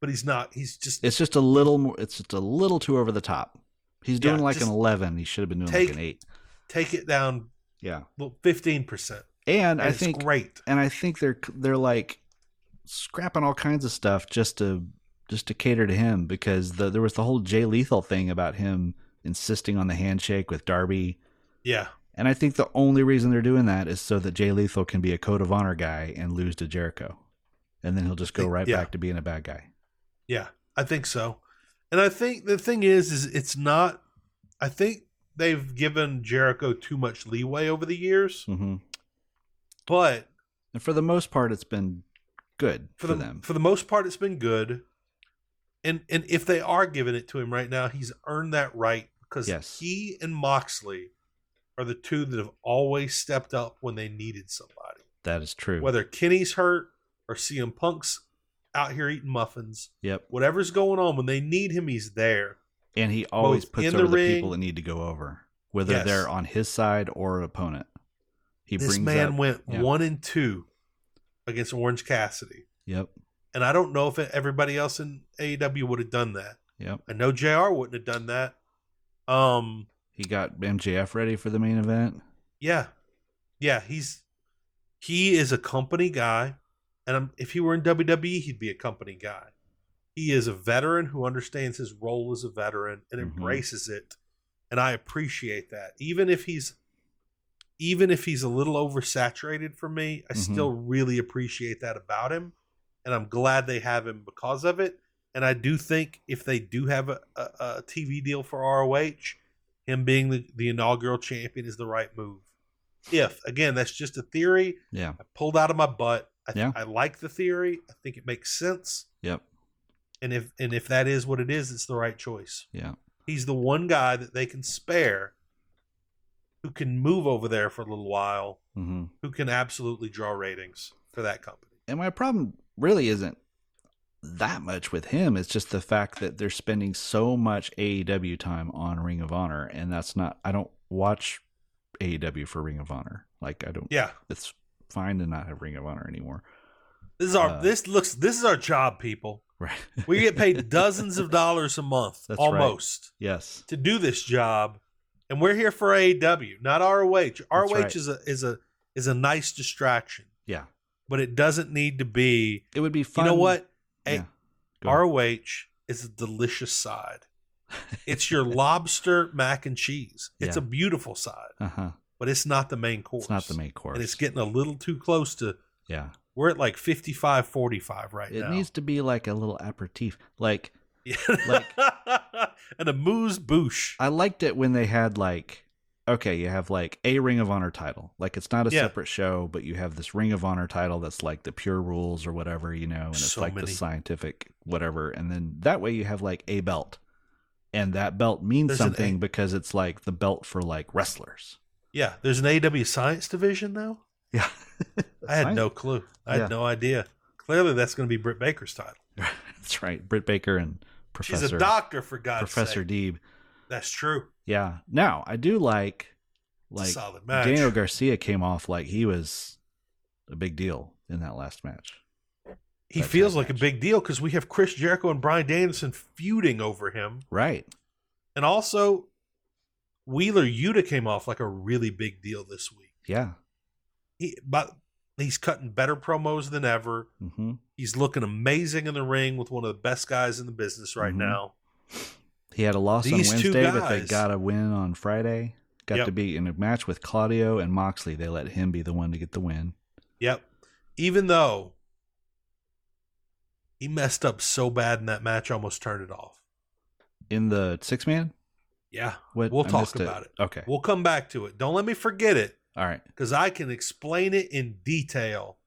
[SPEAKER 2] but he's not. He's just
[SPEAKER 3] It's just a little more. It's just a little too over the top. He's doing
[SPEAKER 2] Yeah,
[SPEAKER 3] like an
[SPEAKER 2] just
[SPEAKER 3] eleven. He should have been doing
[SPEAKER 2] take-
[SPEAKER 3] like an eight.
[SPEAKER 2] take it down
[SPEAKER 3] Yeah,
[SPEAKER 2] fifteen percent.
[SPEAKER 3] and I
[SPEAKER 2] It's
[SPEAKER 3] think
[SPEAKER 2] great.
[SPEAKER 3] and I think they're they're like scrapping all kinds of stuff just to just to cater to him because the, there was the whole Jay Lethal thing about him insisting on the handshake with Darby,
[SPEAKER 2] Yeah,
[SPEAKER 3] and I think the only reason they're doing that is so that Jay Lethal can be a code of honor guy and lose to Jericho, and then he'll just go right
[SPEAKER 2] Yeah.
[SPEAKER 3] back to being a bad guy.
[SPEAKER 2] yeah. I think so. And I think the thing is, is it's not. I think they've given Jericho too much leeway over the years,
[SPEAKER 3] hmm
[SPEAKER 2] but
[SPEAKER 3] And for the most part, it's been good
[SPEAKER 2] for,
[SPEAKER 3] for,
[SPEAKER 2] the
[SPEAKER 3] them.
[SPEAKER 2] for the most part it's been good and and if they are giving it to him right now he's earned that right because
[SPEAKER 3] Yes.
[SPEAKER 2] he and moxley are the two that have always stepped up when they needed somebody
[SPEAKER 3] that is true.
[SPEAKER 2] whether kenny's hurt or cm punk's out here eating muffins
[SPEAKER 3] yep.
[SPEAKER 2] whatever's going on when they need him he's there
[SPEAKER 3] And he always
[SPEAKER 2] Both
[SPEAKER 3] puts
[SPEAKER 2] in
[SPEAKER 3] over
[SPEAKER 2] the
[SPEAKER 3] the,
[SPEAKER 2] ring-
[SPEAKER 3] people that need to go over, whether
[SPEAKER 2] Yes.
[SPEAKER 3] they're on his side or an opponent. He
[SPEAKER 2] this
[SPEAKER 3] brings
[SPEAKER 2] man
[SPEAKER 3] up,
[SPEAKER 2] went
[SPEAKER 3] yeah.
[SPEAKER 2] one and two against orange cassidy
[SPEAKER 3] Yep,
[SPEAKER 2] and i don't know if everybody else in aew would have done that
[SPEAKER 3] yep.
[SPEAKER 2] i know jr wouldn't have done that um
[SPEAKER 3] He got MJF ready for the main event.
[SPEAKER 2] Yeah, yeah, he's he is a company guy, and I'm, if he were in WWE, he'd be a company guy. He is a veteran who understands his role as a veteran and
[SPEAKER 3] Mhm.
[SPEAKER 2] embraces it, and I appreciate that. Even if he's even if he's a little oversaturated for me, I
[SPEAKER 3] Mhm.
[SPEAKER 2] still really appreciate that about him, and I'm glad they have him because of it. And I do think if they do have a, a, a TV deal for ROH, him being the, the inaugural champion is the right move. If again, that's just a theory
[SPEAKER 3] Yeah,
[SPEAKER 2] I pulled out of my butt. I,
[SPEAKER 3] Yeah.
[SPEAKER 2] I like the theory. I think it makes sense.
[SPEAKER 3] yep,
[SPEAKER 2] And if and if that is what it is, it's the right choice.
[SPEAKER 3] yeah,
[SPEAKER 2] He's the one guy that they can spare who can move over there for a little while,
[SPEAKER 3] hmm
[SPEAKER 2] who can absolutely draw ratings for that company.
[SPEAKER 3] And my problem really isn't that much with him. It's just the fact that they're spending so much AEW time on Ring of Honor, and that's not. I don't watch AEW for Ring of Honor. Like I don't.
[SPEAKER 2] Yeah.
[SPEAKER 3] It's fine to not have Ring of Honor anymore. *laughs*
[SPEAKER 2] This is our
[SPEAKER 3] Uh,
[SPEAKER 2] this looks this is our job, people.
[SPEAKER 3] Right.
[SPEAKER 2] We get paid dozens of dollars a month
[SPEAKER 3] That's right.
[SPEAKER 2] almost
[SPEAKER 3] *laughs* Yes.
[SPEAKER 2] to do this job and we're here for AEW, not ROH. ROH
[SPEAKER 3] right.
[SPEAKER 2] is a is a is a nice distraction,
[SPEAKER 3] Yeah.
[SPEAKER 2] but it doesn't need to be.
[SPEAKER 3] It would be fun.
[SPEAKER 2] You know what? A-
[SPEAKER 3] Yeah. Go ahead.
[SPEAKER 2] ROH is a delicious side. It's
[SPEAKER 3] *laughs*
[SPEAKER 2] your lobster mac and cheese. It's
[SPEAKER 3] Yeah.
[SPEAKER 2] a beautiful side,
[SPEAKER 3] Uh-huh.
[SPEAKER 2] but it's not the main course.
[SPEAKER 3] It's not the main course.
[SPEAKER 2] And it's getting a little too close to.
[SPEAKER 3] yeah.
[SPEAKER 2] We're at like 55 45 right
[SPEAKER 3] It
[SPEAKER 2] now.
[SPEAKER 3] needs to be like a little aperitif. Like
[SPEAKER 2] *laughs* Yeah.
[SPEAKER 3] like-
[SPEAKER 2] *laughs* and a moose boosh.
[SPEAKER 3] I liked it when they had like okay, you have like a Ring of Honor title. Like it's not a
[SPEAKER 2] Yeah.
[SPEAKER 3] separate show, but you have this Ring of Honor title that's like the pure rules or whatever, you know, and it's
[SPEAKER 2] So
[SPEAKER 3] like
[SPEAKER 2] many.
[SPEAKER 3] the scientific whatever. And then that way you have like a belt. And that belt means
[SPEAKER 2] There's an
[SPEAKER 3] something
[SPEAKER 2] A-
[SPEAKER 3] because it's like the belt for like wrestlers.
[SPEAKER 2] Yeah, there's an AW science division now.
[SPEAKER 3] Yeah.
[SPEAKER 2] I had
[SPEAKER 3] Science-
[SPEAKER 2] no clue. I had
[SPEAKER 3] Yeah.
[SPEAKER 2] no idea. Clearly, that's going to be Britt Baker's title.
[SPEAKER 3] *laughs* That's right. Britt Baker and Professor
[SPEAKER 2] She's a doctor for God's
[SPEAKER 3] Professor
[SPEAKER 2] sake.
[SPEAKER 3] Deeb.
[SPEAKER 2] That's true.
[SPEAKER 3] Yeah. Now I do like
[SPEAKER 2] It's a
[SPEAKER 3] like
[SPEAKER 2] solid match.
[SPEAKER 3] Daniel Garcia came off like he was a big deal in that last match.
[SPEAKER 2] he
[SPEAKER 3] That
[SPEAKER 2] feels
[SPEAKER 3] tag
[SPEAKER 2] like a
[SPEAKER 3] match.
[SPEAKER 2] big deal because we have Chris Jericho and Brian Danielson feuding over him,
[SPEAKER 3] Right.
[SPEAKER 2] and also Wheeler Yuta came off like a really big deal this week.
[SPEAKER 3] Yeah.
[SPEAKER 2] He, but he's cutting better promos than ever.
[SPEAKER 3] hmm
[SPEAKER 2] He's looking amazing in the ring with one of the best guys in the business right
[SPEAKER 3] Mhm.
[SPEAKER 2] now.
[SPEAKER 3] He had a loss
[SPEAKER 2] These
[SPEAKER 3] on
[SPEAKER 2] two
[SPEAKER 3] Wednesday, but they
[SPEAKER 2] guys-
[SPEAKER 3] got a win on Friday. Got
[SPEAKER 2] Yep.
[SPEAKER 3] to be in a match with Claudio and Moxley. They let him be the one to get the win.
[SPEAKER 2] Yep. Even though he messed up so bad in that match, I almost turned it off.
[SPEAKER 3] In the six man?
[SPEAKER 2] Yeah.
[SPEAKER 3] What
[SPEAKER 2] We'll
[SPEAKER 3] I
[SPEAKER 2] talk
[SPEAKER 3] missed
[SPEAKER 2] about it.
[SPEAKER 3] Okay.
[SPEAKER 2] We'll come back to it. Don't let me forget it
[SPEAKER 3] All right.
[SPEAKER 2] because I can explain it in detail.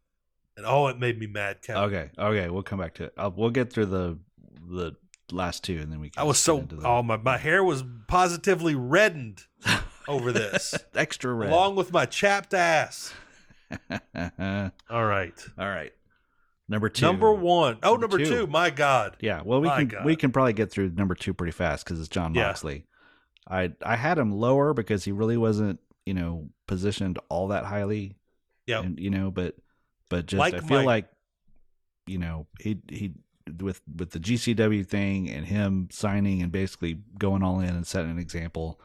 [SPEAKER 2] And oh, it made me mad, Kevin.
[SPEAKER 3] Okay. Okay. We'll come back to it. I'll, we'll get through the the last two and then we can
[SPEAKER 2] I was
[SPEAKER 3] get
[SPEAKER 2] so,
[SPEAKER 3] into the-
[SPEAKER 2] oh, my, my hair was positively reddened
[SPEAKER 3] *laughs*
[SPEAKER 2] over this,
[SPEAKER 3] extra red.
[SPEAKER 2] along with my chapped ass. All right.
[SPEAKER 3] *laughs* All right. Number two.
[SPEAKER 2] Number one. Oh, number,
[SPEAKER 3] Number
[SPEAKER 2] two.
[SPEAKER 3] two.
[SPEAKER 2] My God.
[SPEAKER 3] Yeah. Well, we
[SPEAKER 2] My
[SPEAKER 3] can
[SPEAKER 2] God.
[SPEAKER 3] we can probably get through number two pretty fast because it's John
[SPEAKER 2] Yeah.
[SPEAKER 3] Moxley. I I had him lower because he really wasn't you know positioned all that highly.
[SPEAKER 2] Yep.
[SPEAKER 3] And, you know, but but just
[SPEAKER 2] Like
[SPEAKER 3] I feel
[SPEAKER 2] Mike.
[SPEAKER 3] like you know he he with with the GCW thing and him signing and basically going all in and setting an example.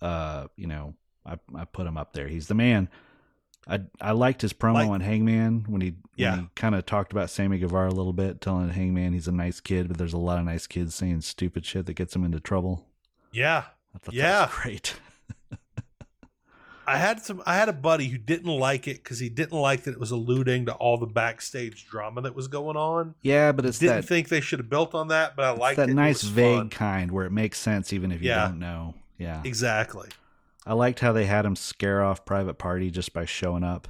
[SPEAKER 3] Uh, you know, I I put him up there. He's the man. I I liked his promo
[SPEAKER 2] Like-
[SPEAKER 3] on Hangman when he
[SPEAKER 2] Yeah.
[SPEAKER 3] when he kind of talked about Sammy Guevara a little bit, telling Hangman he's a nice kid, but there's a lot of nice kids saying stupid shit that gets him into trouble.
[SPEAKER 2] Yeah.
[SPEAKER 3] I thought
[SPEAKER 2] Yeah.
[SPEAKER 3] that was great. *laughs*
[SPEAKER 2] I had some. I had a buddy who didn't like it because he didn't like that it was alluding to all the backstage drama that was going on.
[SPEAKER 3] Yeah, but it's
[SPEAKER 2] didn't
[SPEAKER 3] that
[SPEAKER 2] think they should have built on that, but I
[SPEAKER 3] it's
[SPEAKER 2] liked
[SPEAKER 3] that
[SPEAKER 2] it. It
[SPEAKER 3] nice
[SPEAKER 2] was
[SPEAKER 3] vague
[SPEAKER 2] fun.
[SPEAKER 3] kind where it makes sense even if you
[SPEAKER 2] Yeah.
[SPEAKER 3] don't know. Yeah,
[SPEAKER 2] Exactly.
[SPEAKER 3] I liked how they had him scare off Private Party just by showing up.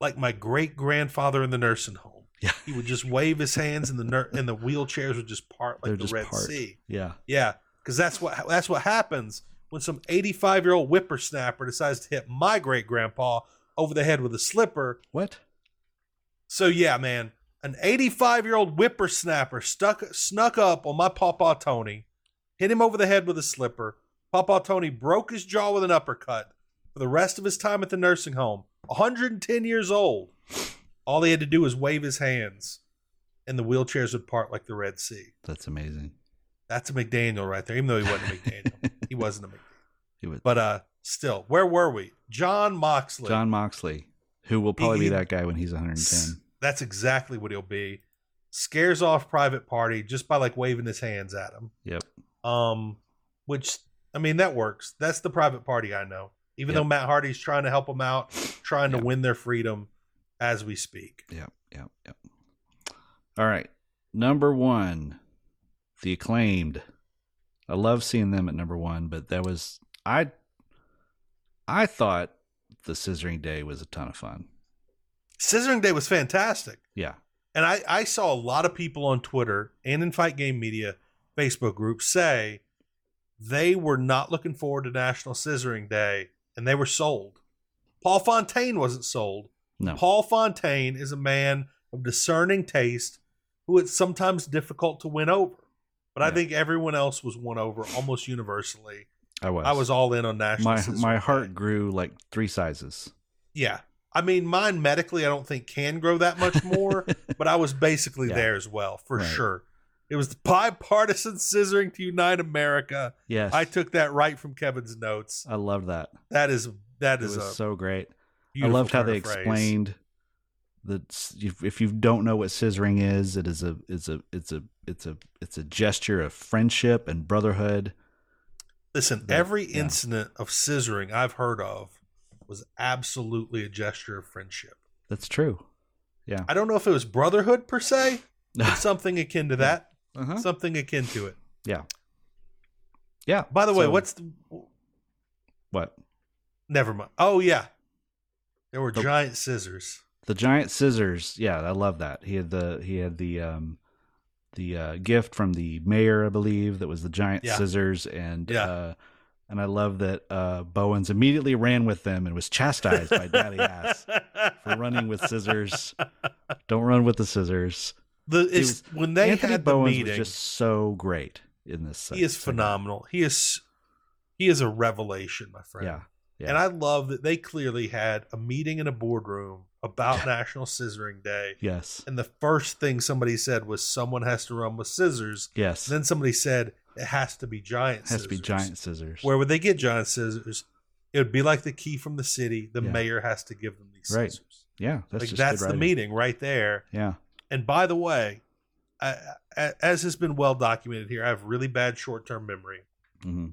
[SPEAKER 2] Like my great grandfather in the nursing home.
[SPEAKER 3] Yeah.
[SPEAKER 2] He would just wave his hands, and the ner- and the wheelchairs would just part like
[SPEAKER 3] They're
[SPEAKER 2] the
[SPEAKER 3] just
[SPEAKER 2] Red
[SPEAKER 3] part.
[SPEAKER 2] Sea.
[SPEAKER 3] Yeah,
[SPEAKER 2] Yeah, because that's what that's what happens when some eighty-five year old whippersnapper decides to hit my great grandpa over the head with a slipper.
[SPEAKER 3] what?
[SPEAKER 2] So yeah, man, an 85 year old whippersnapper stuck snuck up on my Papa Tony, hit him over the head with a slipper. Papa Tony broke his jaw with an uppercut. For the rest of his time at the nursing home, 110 years old, all he had to do was wave his hands, and the wheelchairs would part like the Red Sea.
[SPEAKER 3] That's amazing.
[SPEAKER 2] That's a McDaniel right there, even though he wasn't a
[SPEAKER 3] *laughs*
[SPEAKER 2] McDaniel. he wasn't a McDaniel.
[SPEAKER 3] He was
[SPEAKER 2] But uh, still, where were we? John Moxley.
[SPEAKER 3] John Moxley, who will probably
[SPEAKER 2] He-
[SPEAKER 3] be that guy when he's 110.
[SPEAKER 2] That's exactly what he'll be. Scares off private party just by like waving his hands at him.
[SPEAKER 3] Yep.
[SPEAKER 2] Um, which I mean that works. That's the private party I know. Even
[SPEAKER 3] Yep.
[SPEAKER 2] though Matt Hardy's trying to help them out, trying to
[SPEAKER 3] Yep.
[SPEAKER 2] win their freedom as we speak.
[SPEAKER 3] Yep, yep, yep. All right. Number one, the acclaimed. I love seeing them at number one, but that was I I thought the scissoring day was a ton of fun.
[SPEAKER 2] Scissoring Day was fantastic.
[SPEAKER 3] Yeah.
[SPEAKER 2] And I, I saw a lot of people on Twitter and in Fight Game Media Facebook group say they were not looking forward to National Scissoring Day and they were sold. Paul Fontaine wasn't sold.
[SPEAKER 3] No.
[SPEAKER 2] Paul Fontaine is a man of discerning taste who it's sometimes difficult to win over. But I
[SPEAKER 3] Yeah.
[SPEAKER 2] think everyone else was won over almost universally.
[SPEAKER 3] I was.
[SPEAKER 2] I was all in on National
[SPEAKER 3] my
[SPEAKER 2] Scissoring
[SPEAKER 3] my
[SPEAKER 2] Day.
[SPEAKER 3] heart grew like three sizes.
[SPEAKER 2] Yeah. I mean, mine
[SPEAKER 3] *laughs*
[SPEAKER 2] medically, I don't think can grow that much more, but I was basically
[SPEAKER 3] Yeah.
[SPEAKER 2] there as well, for
[SPEAKER 3] Right.
[SPEAKER 2] sure. It was the bipartisan scissoring to unite America.
[SPEAKER 3] Yes.
[SPEAKER 2] I took that right from Kevin's notes.
[SPEAKER 3] I loved that.
[SPEAKER 2] That is that
[SPEAKER 3] It
[SPEAKER 2] is
[SPEAKER 3] was
[SPEAKER 2] a
[SPEAKER 3] so great. I
[SPEAKER 2] beautiful
[SPEAKER 3] loved how
[SPEAKER 2] turn
[SPEAKER 3] they
[SPEAKER 2] of phrase.
[SPEAKER 3] explained that s- if, if you don't know what scissoring is, it is a it's a it's a it's a it's a gesture of friendship and brotherhood.
[SPEAKER 2] Listen,
[SPEAKER 3] that-
[SPEAKER 2] every
[SPEAKER 3] yeah.
[SPEAKER 2] incident of scissoring I've heard of was absolutely a gesture of friendship.
[SPEAKER 3] That's true. *laughs*
[SPEAKER 2] I don't know if it was brotherhood per se, but
[SPEAKER 3] uh-huh.
[SPEAKER 2] something akin to that, something akin to it.
[SPEAKER 3] Yeah.
[SPEAKER 2] By the way,
[SPEAKER 3] so-
[SPEAKER 2] what's the,
[SPEAKER 3] what
[SPEAKER 2] never mind. Oh yeah, there were
[SPEAKER 3] The-
[SPEAKER 2] giant scissors.
[SPEAKER 3] the giant scissors? Yeah, I love that. He had the he had the um the uh, gift from the mayor, I believe, that was the giant
[SPEAKER 2] Yeah.
[SPEAKER 3] scissors and
[SPEAKER 2] Yeah.
[SPEAKER 3] uh, and I love that uh, Bowens immediately ran with them and was chastised by
[SPEAKER 2] *laughs*
[SPEAKER 3] Daddy Ass. for running with scissors. Don't run with the scissors.
[SPEAKER 2] The
[SPEAKER 3] He
[SPEAKER 2] it's,
[SPEAKER 3] was-
[SPEAKER 2] when they
[SPEAKER 3] Anthony
[SPEAKER 2] had the
[SPEAKER 3] Bowens
[SPEAKER 2] meeting,
[SPEAKER 3] was just so great in this. se-
[SPEAKER 2] he is
[SPEAKER 3] segment.
[SPEAKER 2] phenomenal. He is he is a revelation, my friend.
[SPEAKER 3] Yeah, yeah.
[SPEAKER 2] And I love that they clearly had a meeting in a boardroom about National Scissoring Day.
[SPEAKER 3] Yes.
[SPEAKER 2] And the first thing somebody said was someone has to run with scissors.
[SPEAKER 3] Yes.
[SPEAKER 2] Then somebody said it has to be giant
[SPEAKER 3] has
[SPEAKER 2] scissors.
[SPEAKER 3] to be giant scissors.
[SPEAKER 2] Where would they get giant scissors? It would be like the key from the city. The
[SPEAKER 3] Yeah.
[SPEAKER 2] mayor has to give them these
[SPEAKER 3] Right.
[SPEAKER 2] scissors.
[SPEAKER 3] yeah, that's
[SPEAKER 2] like
[SPEAKER 3] just
[SPEAKER 2] that's
[SPEAKER 3] good
[SPEAKER 2] the
[SPEAKER 3] writing.
[SPEAKER 2] meeting right there.
[SPEAKER 3] Yeah.
[SPEAKER 2] And by the way, I, I- as has been well documented here, I have really bad short term memory.
[SPEAKER 3] hmm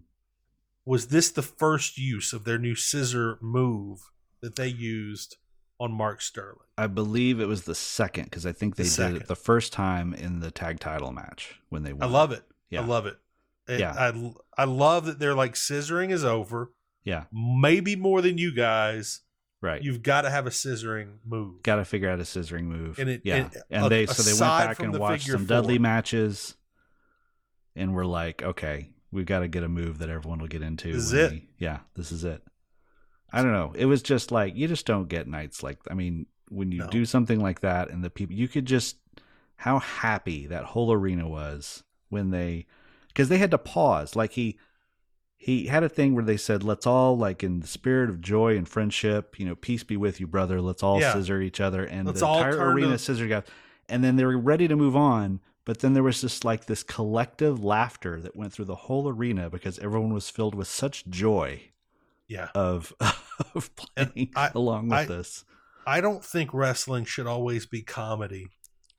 [SPEAKER 2] Was this the first use of their new scissor move that they used on Mark Sterling?
[SPEAKER 3] I believe it was the second because I think they
[SPEAKER 2] The
[SPEAKER 3] did
[SPEAKER 2] second.
[SPEAKER 3] it the first time in the tag title match when they
[SPEAKER 2] I
[SPEAKER 3] won.
[SPEAKER 2] love it.
[SPEAKER 3] Yeah.
[SPEAKER 2] I love it. It-
[SPEAKER 3] Yeah.
[SPEAKER 2] I, I love that they're like scissoring is over.
[SPEAKER 3] Yeah.
[SPEAKER 2] Maybe more than you guys.
[SPEAKER 3] Right.
[SPEAKER 2] You've got to have a scissoring move.
[SPEAKER 3] got to figure out a scissoring move.
[SPEAKER 2] And it-
[SPEAKER 3] yeah,
[SPEAKER 2] and-
[SPEAKER 3] and
[SPEAKER 2] a-
[SPEAKER 3] they so they
[SPEAKER 2] aside
[SPEAKER 3] went back
[SPEAKER 2] from
[SPEAKER 3] and
[SPEAKER 2] the
[SPEAKER 3] watched
[SPEAKER 2] figure
[SPEAKER 3] some Dudley
[SPEAKER 2] four.
[SPEAKER 3] matches, and we're like, okay, we've got to get a move that everyone will get into.
[SPEAKER 2] This is
[SPEAKER 3] when
[SPEAKER 2] it.
[SPEAKER 3] we- yeah, this is it. I don't know. It was just like you just don't get nights like. I mean, when you
[SPEAKER 2] No.
[SPEAKER 3] do something like that, and the people, you could just how happy that whole arena was when they because they had to pause like he he had a thing where they said let's all like in the spirit of joy and friendship you know peace be with you brother let's all
[SPEAKER 2] Yeah.
[SPEAKER 3] scissor each other and
[SPEAKER 2] Let's
[SPEAKER 3] the
[SPEAKER 2] all
[SPEAKER 3] entire
[SPEAKER 2] turn
[SPEAKER 3] arena
[SPEAKER 2] to-
[SPEAKER 3] scissor guys and then they were ready to move on but then there was just like this collective laughter that went through the whole arena because everyone was filled with such joy
[SPEAKER 2] Yeah.
[SPEAKER 3] of *laughs* of
[SPEAKER 2] And
[SPEAKER 3] playing
[SPEAKER 2] I-
[SPEAKER 3] along with
[SPEAKER 2] I-
[SPEAKER 3] this
[SPEAKER 2] I don't think wrestling should always be comedy.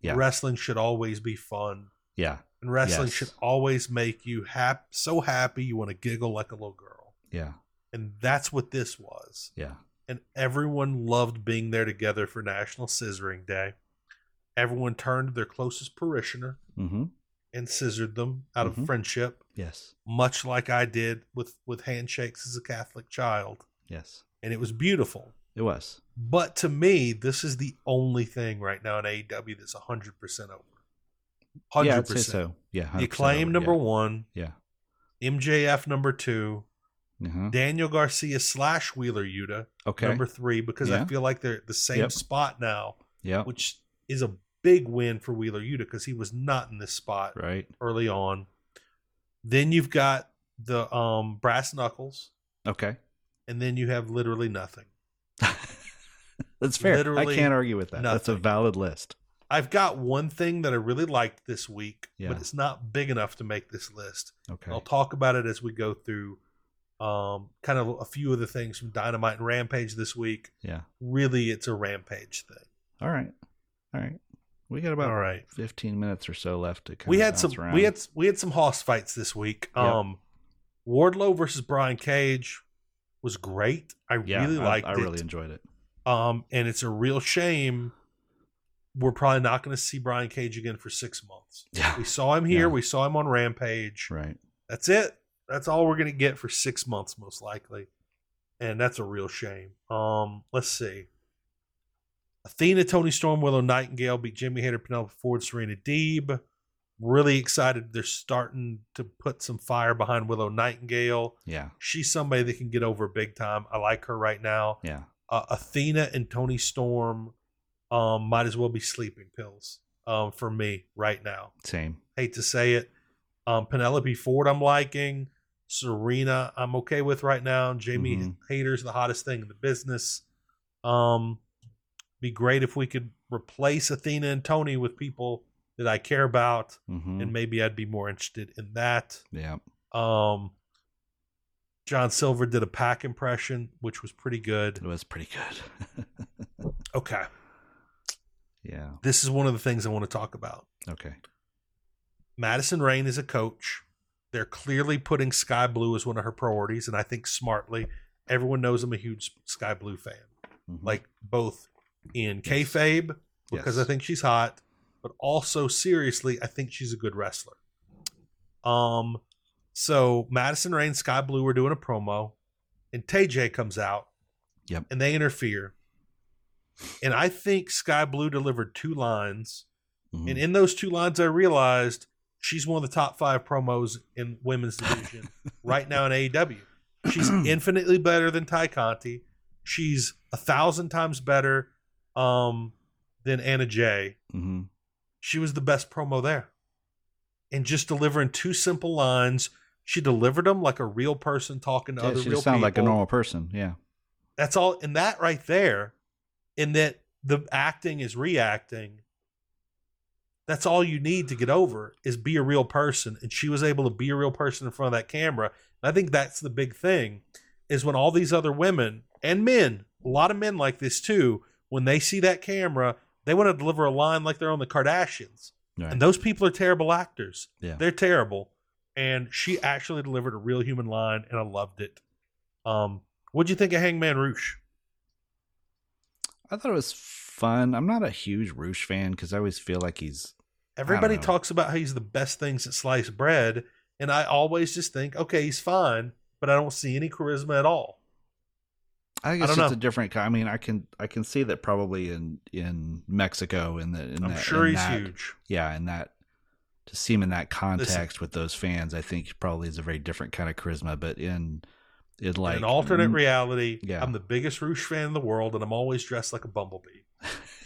[SPEAKER 3] Yeah.
[SPEAKER 2] Wrestling should always be fun.
[SPEAKER 3] yeah
[SPEAKER 2] And wrestling
[SPEAKER 3] Yes.
[SPEAKER 2] should always make you hap- so happy you want to giggle like a little girl.
[SPEAKER 3] yeah
[SPEAKER 2] And that's what this was.
[SPEAKER 3] yeah
[SPEAKER 2] And everyone loved being there together for National Scissoring Day. Everyone turned to their closest parishioner
[SPEAKER 3] mm-hmm
[SPEAKER 2] and scissored them out
[SPEAKER 3] Mhm.
[SPEAKER 2] of friendship,
[SPEAKER 3] yes
[SPEAKER 2] much like I did with, with handshakes as a Catholic child.
[SPEAKER 3] yes
[SPEAKER 2] And it was beautiful.
[SPEAKER 3] it was
[SPEAKER 2] But to me, this is the only thing right now in AEW that's 100% over. 100%.
[SPEAKER 3] yeah I'd say so yeah 100%
[SPEAKER 2] The Acclaim
[SPEAKER 3] over,
[SPEAKER 2] number
[SPEAKER 3] yeah.
[SPEAKER 2] one,
[SPEAKER 3] yeah
[SPEAKER 2] MJF number two,
[SPEAKER 3] Uh-huh.
[SPEAKER 2] Daniel Garcia slash Wheeler Yuta
[SPEAKER 3] Okay.
[SPEAKER 2] number three, because I
[SPEAKER 3] Yeah.
[SPEAKER 2] feel like they're at the same
[SPEAKER 3] Yep.
[SPEAKER 2] spot now,
[SPEAKER 3] yeah.
[SPEAKER 2] which is a big win for Wheeler Yuta because he was not in this spot
[SPEAKER 3] Right.
[SPEAKER 2] early on. Then you've got the um, brass knuckles,
[SPEAKER 3] Okay.
[SPEAKER 2] and then you have literally nothing.
[SPEAKER 3] That's fair. I
[SPEAKER 2] Literally
[SPEAKER 3] can't argue with that. That's a
[SPEAKER 2] nothing.
[SPEAKER 3] valid list.
[SPEAKER 2] I've got one thing that I really liked this week,
[SPEAKER 3] Yeah.
[SPEAKER 2] but it's not big enough to make this list.
[SPEAKER 3] Okay.
[SPEAKER 2] I'll talk about it as we go through um, kind of a few of the things from Dynamite and Rampage this week.
[SPEAKER 3] Yeah.
[SPEAKER 2] Really, it's a Rampage thing.
[SPEAKER 3] All right. All right. We got about
[SPEAKER 2] All right.
[SPEAKER 3] 15 minutes or so left to kind
[SPEAKER 2] We
[SPEAKER 3] of
[SPEAKER 2] had
[SPEAKER 3] bounce
[SPEAKER 2] some
[SPEAKER 3] around.
[SPEAKER 2] we had we had some hoss fights this week.
[SPEAKER 3] Yep.
[SPEAKER 2] Um Wardlow versus Brian Cage was great. I
[SPEAKER 3] yeah,
[SPEAKER 2] really
[SPEAKER 3] I,
[SPEAKER 2] liked
[SPEAKER 3] I
[SPEAKER 2] it.
[SPEAKER 3] really enjoyed it.
[SPEAKER 2] um and it's a real shame we're probably not going to see Brian Cage again for 6 months.
[SPEAKER 3] Yeah.
[SPEAKER 2] We saw him here,
[SPEAKER 3] Yeah.
[SPEAKER 2] we saw him on Rampage.
[SPEAKER 3] *laughs* Right.
[SPEAKER 2] That's it. That's all we're going to get for six months, most likely. And that's a real shame. Um, let's see. Athena, Tony Storm, Willow Nightingale beat Jimmy Hater, Penelope Ford, Serena Deeb. Really excited. They're starting to put some fire behind Willow Nightingale.
[SPEAKER 3] Yeah.
[SPEAKER 2] She's somebody that can get over big time. I like her right now.
[SPEAKER 3] Yeah.
[SPEAKER 2] Uh, Athena and Tony Storm um, might as well be sleeping pills um, for me right now
[SPEAKER 3] Same.
[SPEAKER 2] hate to say it. Um, Penelope Ford, I'm liking. Serena, I'm okay with right now. Jamie
[SPEAKER 3] Mhm.
[SPEAKER 2] Hayter's the hottest thing in the business. Um, be great if we could replace Athena and Tony with people that I care about,
[SPEAKER 3] Mm-hmm.
[SPEAKER 2] and maybe I'd be more interested in that.
[SPEAKER 3] yeah.
[SPEAKER 2] Um, John Silver did a pack impression, which was pretty good.
[SPEAKER 3] It was pretty good.
[SPEAKER 2] Okay,
[SPEAKER 3] *laughs* yeah.
[SPEAKER 2] this is one of the things I want to talk about.
[SPEAKER 3] Okay.
[SPEAKER 2] Madison Rain is a coach. They're clearly putting Sky Blue as one of her priorities, and I think smartly. Everyone knows I'm a huge Sky Blue fan,
[SPEAKER 3] Mhm.
[SPEAKER 2] like both in kayfabe because I
[SPEAKER 3] Yes.
[SPEAKER 2] think she's hot, but also seriously, I think she's a good wrestler. Um, so Madison Rain, Sky Blue were doing a promo, and Tay J comes out.
[SPEAKER 3] Yep.
[SPEAKER 2] And they interfere. And I think Sky Blue delivered two lines
[SPEAKER 3] Mhm.
[SPEAKER 2] and in those two lines, I realized she's one of the top five promos in women's
[SPEAKER 3] *laughs*
[SPEAKER 2] division right now in AEW.
[SPEAKER 3] *clears throat*
[SPEAKER 2] She's infinitely better than Ty Conti. She's a thousand times better um, than Anna Jay.
[SPEAKER 3] Mhm.
[SPEAKER 2] She was the best promo there. And just delivering two simple lines, she delivered them like a real person talking to
[SPEAKER 3] Yeah,
[SPEAKER 2] other
[SPEAKER 3] she
[SPEAKER 2] real
[SPEAKER 3] just sounded
[SPEAKER 2] people.
[SPEAKER 3] like a normal person. Yeah.
[SPEAKER 2] That's all. And that right there, in that the acting is reacting. That's all you need to get over is be a real person. And she was able to be a real person in front of that camera. And I think that's the big thing is when all these other women and men, a lot of men like this too, when they see that camera, they want to deliver a line like they're on the Kardashians.
[SPEAKER 3] Right.
[SPEAKER 2] And those people are terrible actors.
[SPEAKER 3] Yeah.
[SPEAKER 2] They're terrible. And she actually delivered a real human line and I loved it. Um, what'd you think of Hangman Roosh?
[SPEAKER 3] I thought it was fun. I'm not a huge Roosh fan because I always feel like he's
[SPEAKER 2] Everybody
[SPEAKER 3] know.
[SPEAKER 2] talks about how he's the best thing since sliced bread, and I always just think, okay, he's fine, but I don't see any charisma at all.
[SPEAKER 3] I guess
[SPEAKER 2] don't
[SPEAKER 3] it's
[SPEAKER 2] know.
[SPEAKER 3] a different. ki- I mean, I can I can see that probably in in Mexico in the in
[SPEAKER 2] I'm
[SPEAKER 3] that-
[SPEAKER 2] sure
[SPEAKER 3] in
[SPEAKER 2] he's
[SPEAKER 3] that-
[SPEAKER 2] huge.
[SPEAKER 3] Yeah, and that to see him in that context with those fans, I think probably is a very different kind of charisma. But in it like
[SPEAKER 2] in an alternate
[SPEAKER 3] mm,
[SPEAKER 2] reality,
[SPEAKER 3] Yeah.
[SPEAKER 2] I'm the biggest Roosh fan in the world, and I'm always dressed like a
[SPEAKER 3] *laughs*
[SPEAKER 2] bumblebee.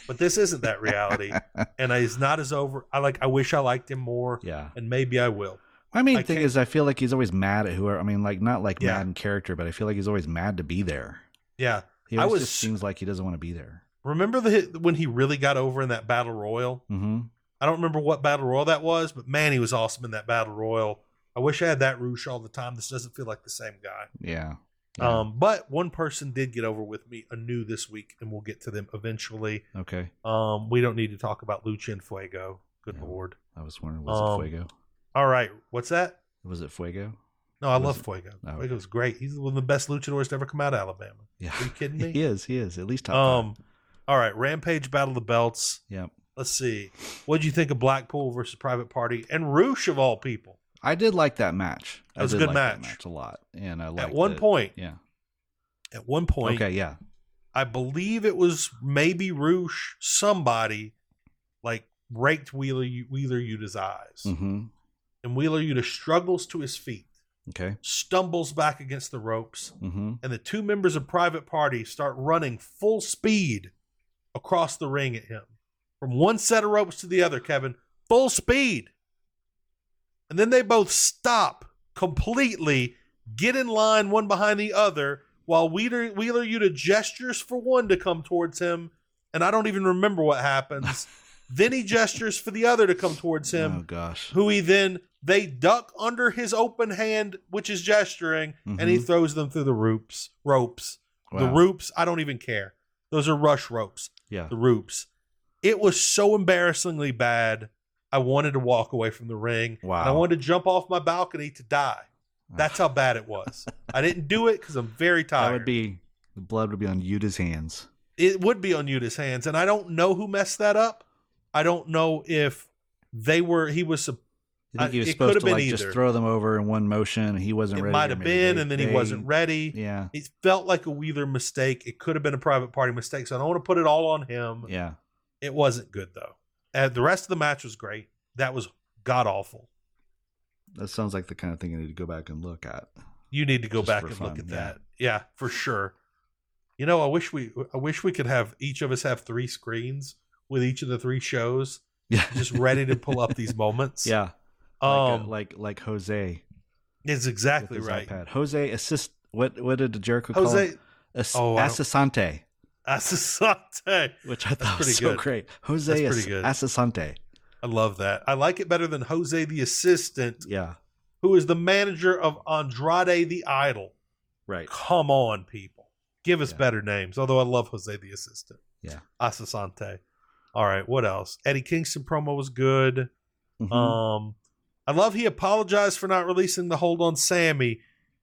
[SPEAKER 2] But this isn't that reality, and he's not as over. I like. I wish I liked him more,
[SPEAKER 3] yeah.
[SPEAKER 2] and maybe I will.
[SPEAKER 3] My main
[SPEAKER 2] I
[SPEAKER 3] thing
[SPEAKER 2] can't-
[SPEAKER 3] is I feel like he's always mad at whoever. I mean, like not like
[SPEAKER 2] Yeah.
[SPEAKER 3] mad in character, but I feel like he's always mad to be there.
[SPEAKER 2] Yeah.
[SPEAKER 3] He
[SPEAKER 2] I
[SPEAKER 3] always
[SPEAKER 2] was-
[SPEAKER 3] just seems like he doesn't want to be there.
[SPEAKER 2] Remember the when he really got over in that battle royal?
[SPEAKER 3] Mm-hmm.
[SPEAKER 2] I don't remember what battle royal that was, but man, he was awesome in that battle royal. I wish I had that Roosh all the time. This doesn't feel like the same guy.
[SPEAKER 3] Yeah. Yeah.
[SPEAKER 2] Um, but one person did get over with me anew this week, and we'll get to them eventually.
[SPEAKER 3] Okay.
[SPEAKER 2] Um, we don't need to talk about Lucha and Fuego. Good
[SPEAKER 3] Yeah.
[SPEAKER 2] lord.
[SPEAKER 3] I was wondering, was
[SPEAKER 2] Um,
[SPEAKER 3] it Fuego?
[SPEAKER 2] All right, what's that?
[SPEAKER 3] Was it Fuego?
[SPEAKER 2] No, I
[SPEAKER 3] Was
[SPEAKER 2] love
[SPEAKER 3] it-
[SPEAKER 2] Fuego.
[SPEAKER 3] Oh, okay.
[SPEAKER 2] Fuego's great. He's one of the best luchadors to ever come out of Alabama.
[SPEAKER 3] Yeah.
[SPEAKER 2] Are you kidding me?
[SPEAKER 3] *laughs* He is. He is. At least top
[SPEAKER 2] Um,
[SPEAKER 3] um,
[SPEAKER 2] all right, Rampage Battle of the Belts.
[SPEAKER 3] Yep.
[SPEAKER 2] Let's see. What'd you think of Blackpool versus Private Party and Roosh of all people?
[SPEAKER 3] I did like that match.
[SPEAKER 2] That was
[SPEAKER 3] I
[SPEAKER 2] a
[SPEAKER 3] did
[SPEAKER 2] good
[SPEAKER 3] like that
[SPEAKER 2] match.
[SPEAKER 3] match a lot. And I liked
[SPEAKER 2] at one
[SPEAKER 3] that-
[SPEAKER 2] point,
[SPEAKER 3] Yeah.
[SPEAKER 2] at one point,
[SPEAKER 3] Okay. Yeah.
[SPEAKER 2] I believe it was maybe Roosh, somebody like raked Wheeler Wheeler Yuta's eyes.
[SPEAKER 3] Mm-hmm.
[SPEAKER 2] And Wheeler Yuta struggles to his feet,
[SPEAKER 3] Okay.
[SPEAKER 2] stumbles back against the ropes,
[SPEAKER 3] Mm-hmm.
[SPEAKER 2] and the two members of Private Party start running full speed across the ring at him. From one set of ropes to the other, Kevin, full speed. And then they both stop completely, get in line one behind the other, while Wheeler, Wheeler Yuta gestures for one to come towards him. And I don't even remember what happens. then he gestures for the other to come towards him
[SPEAKER 3] Oh gosh.
[SPEAKER 2] who he then they duck under his open hand, which is gesturing, and he
[SPEAKER 3] Mhm.
[SPEAKER 2] throws them through the ropes. Ropes. The
[SPEAKER 3] Wow.
[SPEAKER 2] ropes. I don't even care. Those are rush ropes.
[SPEAKER 3] Yeah.
[SPEAKER 2] The ropes. It was so embarrassingly bad. I wanted to walk away from the ring.
[SPEAKER 3] Wow.
[SPEAKER 2] And I wanted to jump off my balcony to die. That's how bad it
[SPEAKER 3] *laughs*
[SPEAKER 2] was. I didn't do it because I'm very tired.
[SPEAKER 3] That would be the blood would be on Yuta's hands.
[SPEAKER 2] it would be on Yuta's hands, and I don't know who messed that up. I don't know if they were. He was. sup-
[SPEAKER 3] You think
[SPEAKER 2] I-
[SPEAKER 3] he was
[SPEAKER 2] it
[SPEAKER 3] supposed
[SPEAKER 2] could've
[SPEAKER 3] to
[SPEAKER 2] been
[SPEAKER 3] like
[SPEAKER 2] either.
[SPEAKER 3] just throw them over in one motion and he wasn't
[SPEAKER 2] It
[SPEAKER 3] ready.
[SPEAKER 2] might
[SPEAKER 3] or
[SPEAKER 2] have
[SPEAKER 3] maybe
[SPEAKER 2] been,
[SPEAKER 3] they-
[SPEAKER 2] and then he
[SPEAKER 3] they-
[SPEAKER 2] wasn't ready.
[SPEAKER 3] Yeah.
[SPEAKER 2] it felt like a Wheeler mistake. It could have been a private party mistake. So I don't want to put it all on him.
[SPEAKER 3] Yeah.
[SPEAKER 2] It wasn't good though. Uh, the rest of the match was great. That was god awful.
[SPEAKER 3] That sounds like the kind of thing I need to go back and look at. *laughs*
[SPEAKER 2] You need to go
[SPEAKER 3] Just
[SPEAKER 2] back
[SPEAKER 3] for
[SPEAKER 2] and look
[SPEAKER 3] fun,
[SPEAKER 2] at
[SPEAKER 3] yeah.
[SPEAKER 2] that. Yeah, for sure. You know, I wish we I wish we could have each of us have three screens with each of the three shows
[SPEAKER 3] Yeah.
[SPEAKER 2] just ready to pull up these moments.
[SPEAKER 3] *laughs* yeah. uh,
[SPEAKER 2] Um
[SPEAKER 3] like, a- like like Jose
[SPEAKER 2] it's
[SPEAKER 3] with
[SPEAKER 2] exactly
[SPEAKER 3] his
[SPEAKER 2] right.
[SPEAKER 3] iPad. Jose assist. What what did Jericho call
[SPEAKER 2] Jose
[SPEAKER 3] him? Ass-
[SPEAKER 2] Oh, I don't-
[SPEAKER 3] Assistante,
[SPEAKER 2] Asasante.
[SPEAKER 3] which I thought
[SPEAKER 2] pretty
[SPEAKER 3] was so
[SPEAKER 2] good.
[SPEAKER 3] great. Jose
[SPEAKER 2] That's
[SPEAKER 3] Ass-
[SPEAKER 2] pretty good.
[SPEAKER 3] Assistante.
[SPEAKER 2] I love that. I like it better than Jose the assistant,
[SPEAKER 3] Yeah.
[SPEAKER 2] who is the manager of Andrade the Idol.
[SPEAKER 3] Right.
[SPEAKER 2] Come on, people. Give us
[SPEAKER 3] Yeah.
[SPEAKER 2] better names. Although I love Jose the assistant.
[SPEAKER 3] Yeah.
[SPEAKER 2] Asasante. All right, what else? Eddie Kingston promo was good.
[SPEAKER 3] Mhm.
[SPEAKER 2] Um, I love he apologized for not releasing the hold on Sammy,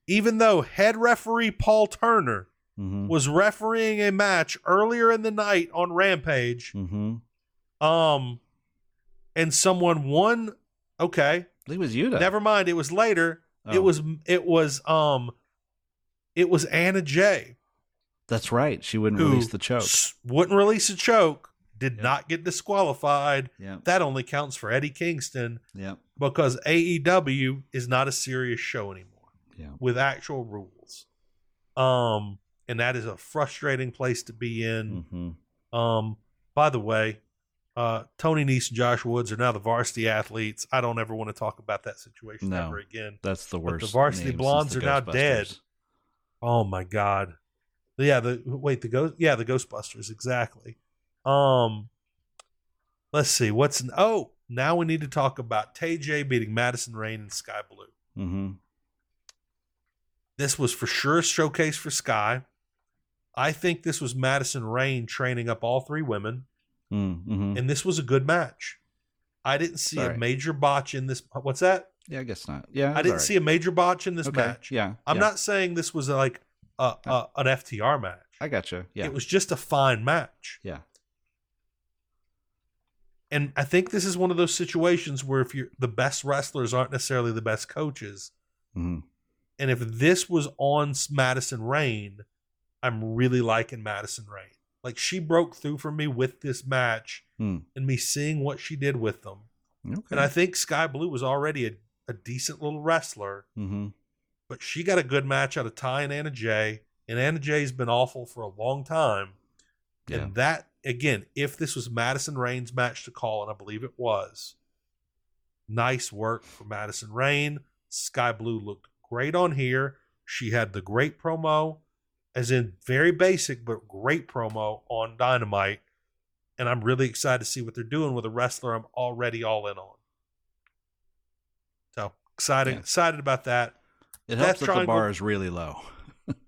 [SPEAKER 2] even though head referee Paul Turner
[SPEAKER 3] Mhm.
[SPEAKER 2] was refereeing a match earlier in the night on Rampage.
[SPEAKER 3] Mhm.
[SPEAKER 2] Um, and someone won. Okay,
[SPEAKER 3] I think it was Yuta.
[SPEAKER 2] never mind. It was later. It
[SPEAKER 3] Oh.
[SPEAKER 2] was it was um, it was Anna Jay
[SPEAKER 3] That's right. She wouldn't
[SPEAKER 2] Who-
[SPEAKER 3] release the choke.
[SPEAKER 2] S- wouldn't release a choke. Did
[SPEAKER 3] Yep.
[SPEAKER 2] not get disqualified.
[SPEAKER 3] Yeah.
[SPEAKER 2] That only counts for Eddie Kingston
[SPEAKER 3] Yeah.
[SPEAKER 2] because AEW is not a serious show anymore
[SPEAKER 3] Yeah.
[SPEAKER 2] with actual rules. Um, and that is a frustrating place to be in.
[SPEAKER 3] Mm-hmm.
[SPEAKER 2] Um, by the way, uh, Tony Nese and Josh Woods are now the varsity athletes. I don't ever want to talk about that situation
[SPEAKER 3] No.
[SPEAKER 2] ever again.
[SPEAKER 3] That's the
[SPEAKER 2] But the
[SPEAKER 3] worst.
[SPEAKER 2] Varsity
[SPEAKER 3] name since
[SPEAKER 2] Blondes
[SPEAKER 3] the
[SPEAKER 2] are now
[SPEAKER 3] Ghostbusters.
[SPEAKER 2] dead. Oh my god. Yeah, the wait, the ghost yeah, the Ghostbusters, exactly. Um let's see, what's an oh, now we need to talk about Tay J beating Madison Rain and Sky Blue.
[SPEAKER 3] Mm-hmm.
[SPEAKER 2] This was for sure a showcase for Sky. I think this was Madison Rain training up all three women,
[SPEAKER 3] Mm-hmm.
[SPEAKER 2] and this was a good match. I didn't see a
[SPEAKER 3] Alright.
[SPEAKER 2] major botch in this what's that?
[SPEAKER 3] Yeah, I guess not. Yeah,
[SPEAKER 2] I didn't see a major botch in this match.
[SPEAKER 3] Yeah,
[SPEAKER 2] I'm
[SPEAKER 3] yeah.
[SPEAKER 2] not saying this was like a, a, an FTR match.
[SPEAKER 3] I gotcha. Yeah,
[SPEAKER 2] It was just a fine match.
[SPEAKER 3] yeah.
[SPEAKER 2] And I think this is one of those situations where if you're the best wrestlers aren't necessarily the best coaches.
[SPEAKER 3] Mm-hmm.
[SPEAKER 2] And if this was on S- Madison Rain, I'm really liking Madison Rain. Like she broke through for me with this match
[SPEAKER 3] Hmm.
[SPEAKER 2] and me seeing what she did with them.
[SPEAKER 3] Okay.
[SPEAKER 2] And I think Sky Blue was already a, a decent little wrestler,
[SPEAKER 3] mm-hmm.
[SPEAKER 2] but she got a good match out of Ty and Anna Jay. And Anna Jay's been awful for a long time.
[SPEAKER 3] Yeah.
[SPEAKER 2] And that, again, if this was Madison Rain's match to call, and I believe it was, nice work for Madison Rain. Sky Blue looked great on here. She had the great promo, as in very basic, but great promo on Dynamite. And I'm really excited to see what they're doing with a wrestler I'm already all in on. So excited,
[SPEAKER 3] Yeah.
[SPEAKER 2] excited about that.
[SPEAKER 3] it helps
[SPEAKER 2] Death
[SPEAKER 3] that the
[SPEAKER 2] Triangle-
[SPEAKER 3] bar is really low.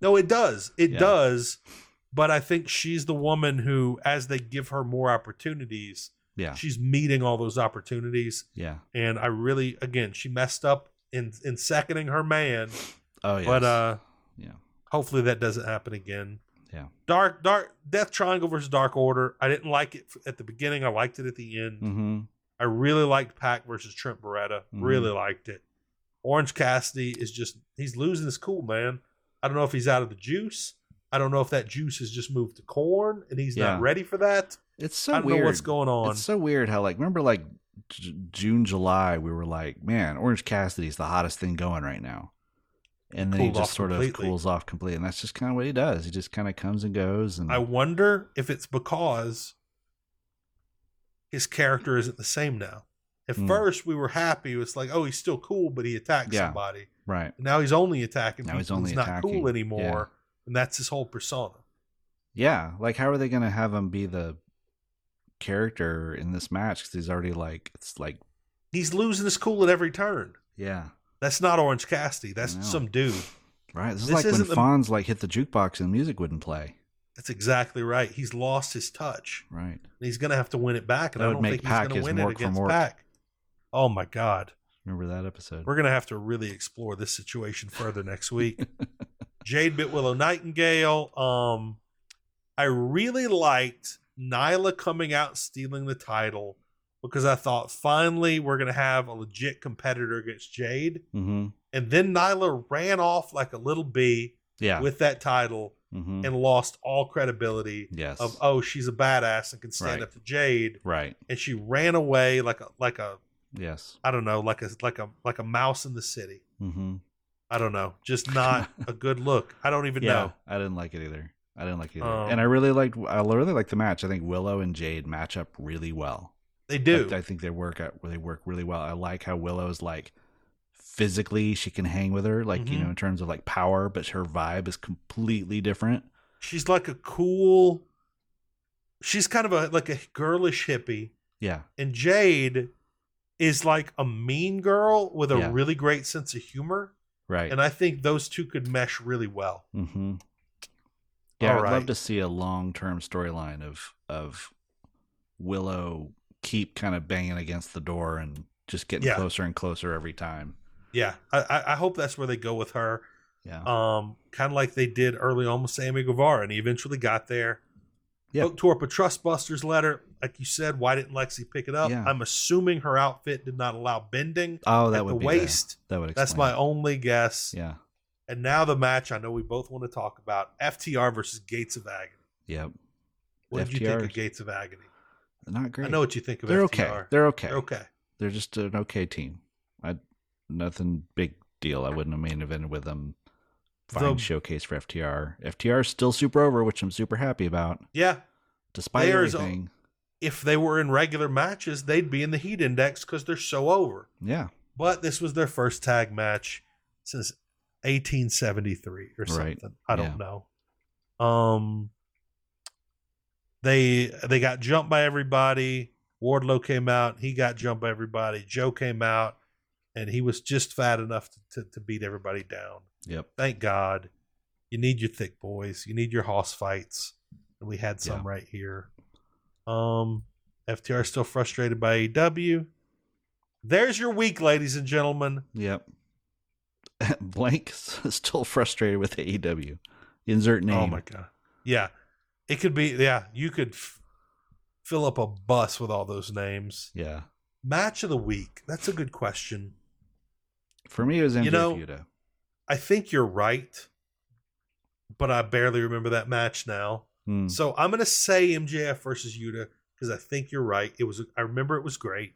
[SPEAKER 2] No, it does. It
[SPEAKER 3] Yeah.
[SPEAKER 2] does. But I think she's the woman who, as they give her more opportunities,
[SPEAKER 3] Yeah,
[SPEAKER 2] she's meeting all those opportunities.
[SPEAKER 3] yeah.
[SPEAKER 2] And I really, again, she messed up in in seconding her man.
[SPEAKER 3] Oh yeah.
[SPEAKER 2] But uh,
[SPEAKER 3] yeah,
[SPEAKER 2] hopefully that doesn't happen again.
[SPEAKER 3] Yeah.
[SPEAKER 2] Dark, dark, Death Triangle versus Dark Order. I didn't like it f- at the beginning. I liked it at the end.
[SPEAKER 3] mm-hmm.
[SPEAKER 2] I really liked Pac versus Trent Beretta.
[SPEAKER 3] Mhm.
[SPEAKER 2] Really liked it. Orange Cassidy is just he's losing his cool, man. I don't know if he's out of the juice. I don't know if that juice has just moved to corn and he's
[SPEAKER 3] Yeah.
[SPEAKER 2] not ready for that.
[SPEAKER 3] it's so
[SPEAKER 2] I don't
[SPEAKER 3] weird.
[SPEAKER 2] know what's going on.
[SPEAKER 3] It's so weird how like remember like J- June July we were like man Orange Cassidy's the hottest thing going right now, and then he
[SPEAKER 2] Cooled
[SPEAKER 3] just
[SPEAKER 2] off
[SPEAKER 3] sort
[SPEAKER 2] completely.
[SPEAKER 3] of cools off completely, and that's just kind of what he does. He just kind of comes and goes, and
[SPEAKER 2] I wonder if it's because his character isn't the same now. At
[SPEAKER 3] Mm.
[SPEAKER 2] first we were happy. It's like, oh, he's still cool, but he attacked
[SPEAKER 3] Yeah.
[SPEAKER 2] somebody.
[SPEAKER 3] right.
[SPEAKER 2] Now he's only attacking
[SPEAKER 3] Now
[SPEAKER 2] people.
[SPEAKER 3] he's
[SPEAKER 2] He's,
[SPEAKER 3] only
[SPEAKER 2] not
[SPEAKER 3] attacking.
[SPEAKER 2] cool
[SPEAKER 3] Yeah.
[SPEAKER 2] anymore. And that's his whole persona.
[SPEAKER 3] Yeah, like how are they going to have him be the character in this match? Because he's already like it's like
[SPEAKER 2] He's losing his cool at every turn.
[SPEAKER 3] yeah,
[SPEAKER 2] That's not Orange Cassidy. That's
[SPEAKER 3] No.
[SPEAKER 2] some dude.
[SPEAKER 3] right. This,
[SPEAKER 2] This
[SPEAKER 3] is like
[SPEAKER 2] isn't
[SPEAKER 3] when
[SPEAKER 2] the-
[SPEAKER 3] Fonz like hit the jukebox and music wouldn't play.
[SPEAKER 2] That's exactly right. He's lost his touch.
[SPEAKER 3] Right.
[SPEAKER 2] And he's going to have to win it back, and
[SPEAKER 3] That
[SPEAKER 2] I
[SPEAKER 3] would
[SPEAKER 2] don't
[SPEAKER 3] make
[SPEAKER 2] think
[SPEAKER 3] Pac
[SPEAKER 2] he's going
[SPEAKER 3] his
[SPEAKER 2] to win it
[SPEAKER 3] Mork from
[SPEAKER 2] against
[SPEAKER 3] Mork.
[SPEAKER 2] Pac. Oh my God,
[SPEAKER 3] Remember that episode?
[SPEAKER 2] we're going to have to really explore this situation further next
[SPEAKER 3] *laughs*
[SPEAKER 2] week. Jade Bitwillow Nightingale. Um, I really liked Nyla coming out stealing the title because I thought finally we're going to have a legit competitor against Jade,
[SPEAKER 3] Mm-hmm.
[SPEAKER 2] and then Nyla ran off like a little bee
[SPEAKER 3] Yeah.
[SPEAKER 2] with that title
[SPEAKER 3] mm-hmm.
[SPEAKER 2] and lost all credibility
[SPEAKER 3] yes.
[SPEAKER 2] of oh she's a badass and can stand
[SPEAKER 3] Right.
[SPEAKER 2] up to Jade
[SPEAKER 3] right.
[SPEAKER 2] and she ran away like a like a
[SPEAKER 3] Yes.
[SPEAKER 2] I don't know like a like a like a mouse in the city.
[SPEAKER 3] Mm-hmm.
[SPEAKER 2] I don't know.
[SPEAKER 3] *laughs*
[SPEAKER 2] Just not a good look. I don't even
[SPEAKER 3] Yeah.
[SPEAKER 2] know.
[SPEAKER 3] I didn't like it either. I didn't like it either.
[SPEAKER 2] Um,
[SPEAKER 3] and I really liked. I really liked the match. I think Willow and Jade match up really well.
[SPEAKER 2] They do.
[SPEAKER 3] I, I think they work out. They work really well. I like how Willow's like physically she can hang with her, like you
[SPEAKER 2] Mhm.
[SPEAKER 3] know, in terms of like power, but her vibe is completely different.
[SPEAKER 2] she's like a cool she's kind of a like a girlish hippie
[SPEAKER 3] Yeah.
[SPEAKER 2] and Jade is like a mean girl with a
[SPEAKER 3] Yeah.
[SPEAKER 2] really great sense of humor,
[SPEAKER 3] Right.
[SPEAKER 2] and I think those two could mesh really well.
[SPEAKER 3] mm-hmm. Yeah,
[SPEAKER 2] All
[SPEAKER 3] I'd
[SPEAKER 2] right.
[SPEAKER 3] love to see a long term storyline of of Willow keep kind of banging against the door and just getting
[SPEAKER 2] Yeah.
[SPEAKER 3] closer and closer every time.
[SPEAKER 2] Yeah, I- I, I hope that's where they go with her.
[SPEAKER 3] Yeah.
[SPEAKER 2] Um, kind of like they did early on with Sammy Guevara, and he eventually got there.
[SPEAKER 3] Yeah.
[SPEAKER 2] Hook tore up a Trustbusters letter, like you said. Why didn't Lexi pick it up?
[SPEAKER 3] Yeah.
[SPEAKER 2] I'm assuming her outfit did not allow bending
[SPEAKER 3] oh, that
[SPEAKER 2] at the
[SPEAKER 3] would be the-
[SPEAKER 2] waist.
[SPEAKER 3] that would explain.
[SPEAKER 2] That's my only guess.
[SPEAKER 3] Yeah.
[SPEAKER 2] And now the match I know we both want to talk about: FTR versus Gates of Agony.
[SPEAKER 3] Yep.
[SPEAKER 2] What did you think of
[SPEAKER 3] FTRs.
[SPEAKER 2] Gates of Agony?
[SPEAKER 3] Not great.
[SPEAKER 2] I know what you think of
[SPEAKER 3] They're
[SPEAKER 2] FTR.
[SPEAKER 3] okay. They're okay.
[SPEAKER 2] They're okay.
[SPEAKER 3] They're just an okay team. I nothing big deal. I wouldn't have main evented with them. Fine
[SPEAKER 2] The-
[SPEAKER 3] showcase for FTR. FTR is still super over, which I'm super happy about,
[SPEAKER 2] Yeah.
[SPEAKER 3] despite
[SPEAKER 2] There's a-
[SPEAKER 3] everything.
[SPEAKER 2] If they were in regular matches, they'd be in the heat index because they're so over.
[SPEAKER 3] yeah,
[SPEAKER 2] But this was their first tag match since 1873 or
[SPEAKER 3] Right.
[SPEAKER 2] something. I don't know. Um, they they got jumped by everybody. Wardlow came out. He got jumped by everybody. Joe came out, and he was just fat enough to, to, to beat everybody down.
[SPEAKER 3] yep,
[SPEAKER 2] thank God. You need your thick boys. You need your hoss fights. And we had some
[SPEAKER 3] Yeah.
[SPEAKER 2] right here. Um, FTR still frustrated by AEW. There's your week, ladies and gentlemen.
[SPEAKER 3] yep. *laughs* Blank *laughs* is still frustrated with AEW. Insert name.
[SPEAKER 2] Oh my god. Yeah, it could be. Yeah, you could f- fill up a bus with all those names.
[SPEAKER 3] Yeah,
[SPEAKER 2] Match of the week. That's a good question.
[SPEAKER 3] for me it was MJF
[SPEAKER 2] You know-
[SPEAKER 3] Yuta.
[SPEAKER 2] I think you're right, but I barely remember that match now.
[SPEAKER 3] Hmm.
[SPEAKER 2] So I'm gonna say MJF versus Yuta because I think you're right. It was I remember it was great,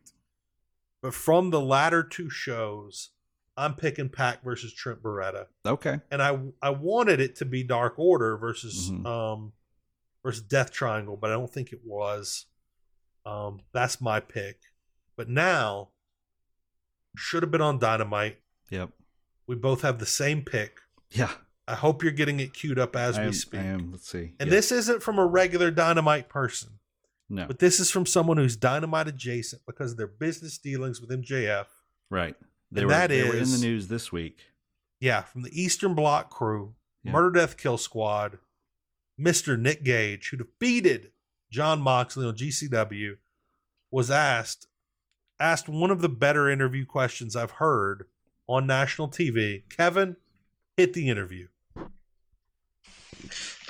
[SPEAKER 2] but from the latter two shows, I'm picking Pac versus Trent Beretta,
[SPEAKER 3] Okay,
[SPEAKER 2] and I I wanted it to be Dark Order versus
[SPEAKER 3] Mhm.
[SPEAKER 2] um versus Death Triangle, but I don't think it was. Um, that's my pick, but now should have been on Dynamite.
[SPEAKER 3] yep,
[SPEAKER 2] We both have the same pick.
[SPEAKER 3] yeah.
[SPEAKER 2] I hope you're getting it queued up as
[SPEAKER 3] I
[SPEAKER 2] we
[SPEAKER 3] am,
[SPEAKER 2] speak.
[SPEAKER 3] I am. Let's see.
[SPEAKER 2] And
[SPEAKER 3] Yep.
[SPEAKER 2] this isn't from a regular Dynamite person.
[SPEAKER 3] no,
[SPEAKER 2] But this is from someone who's dynamite adjacent because of their business dealings with MJF.
[SPEAKER 3] right. They
[SPEAKER 2] and
[SPEAKER 3] were,
[SPEAKER 2] that
[SPEAKER 3] they were in the
[SPEAKER 2] is-
[SPEAKER 3] news this week.
[SPEAKER 2] Yeah, from the Eastern Bloc crew,
[SPEAKER 3] Yeah.
[SPEAKER 2] Murder Death Kill Squad, Mr. Nick Gage, who defeated John Moxley on GCW, was asked asked one of the better interview questions I've heard on national TV. Kevin, hit the interview.
[SPEAKER 1] All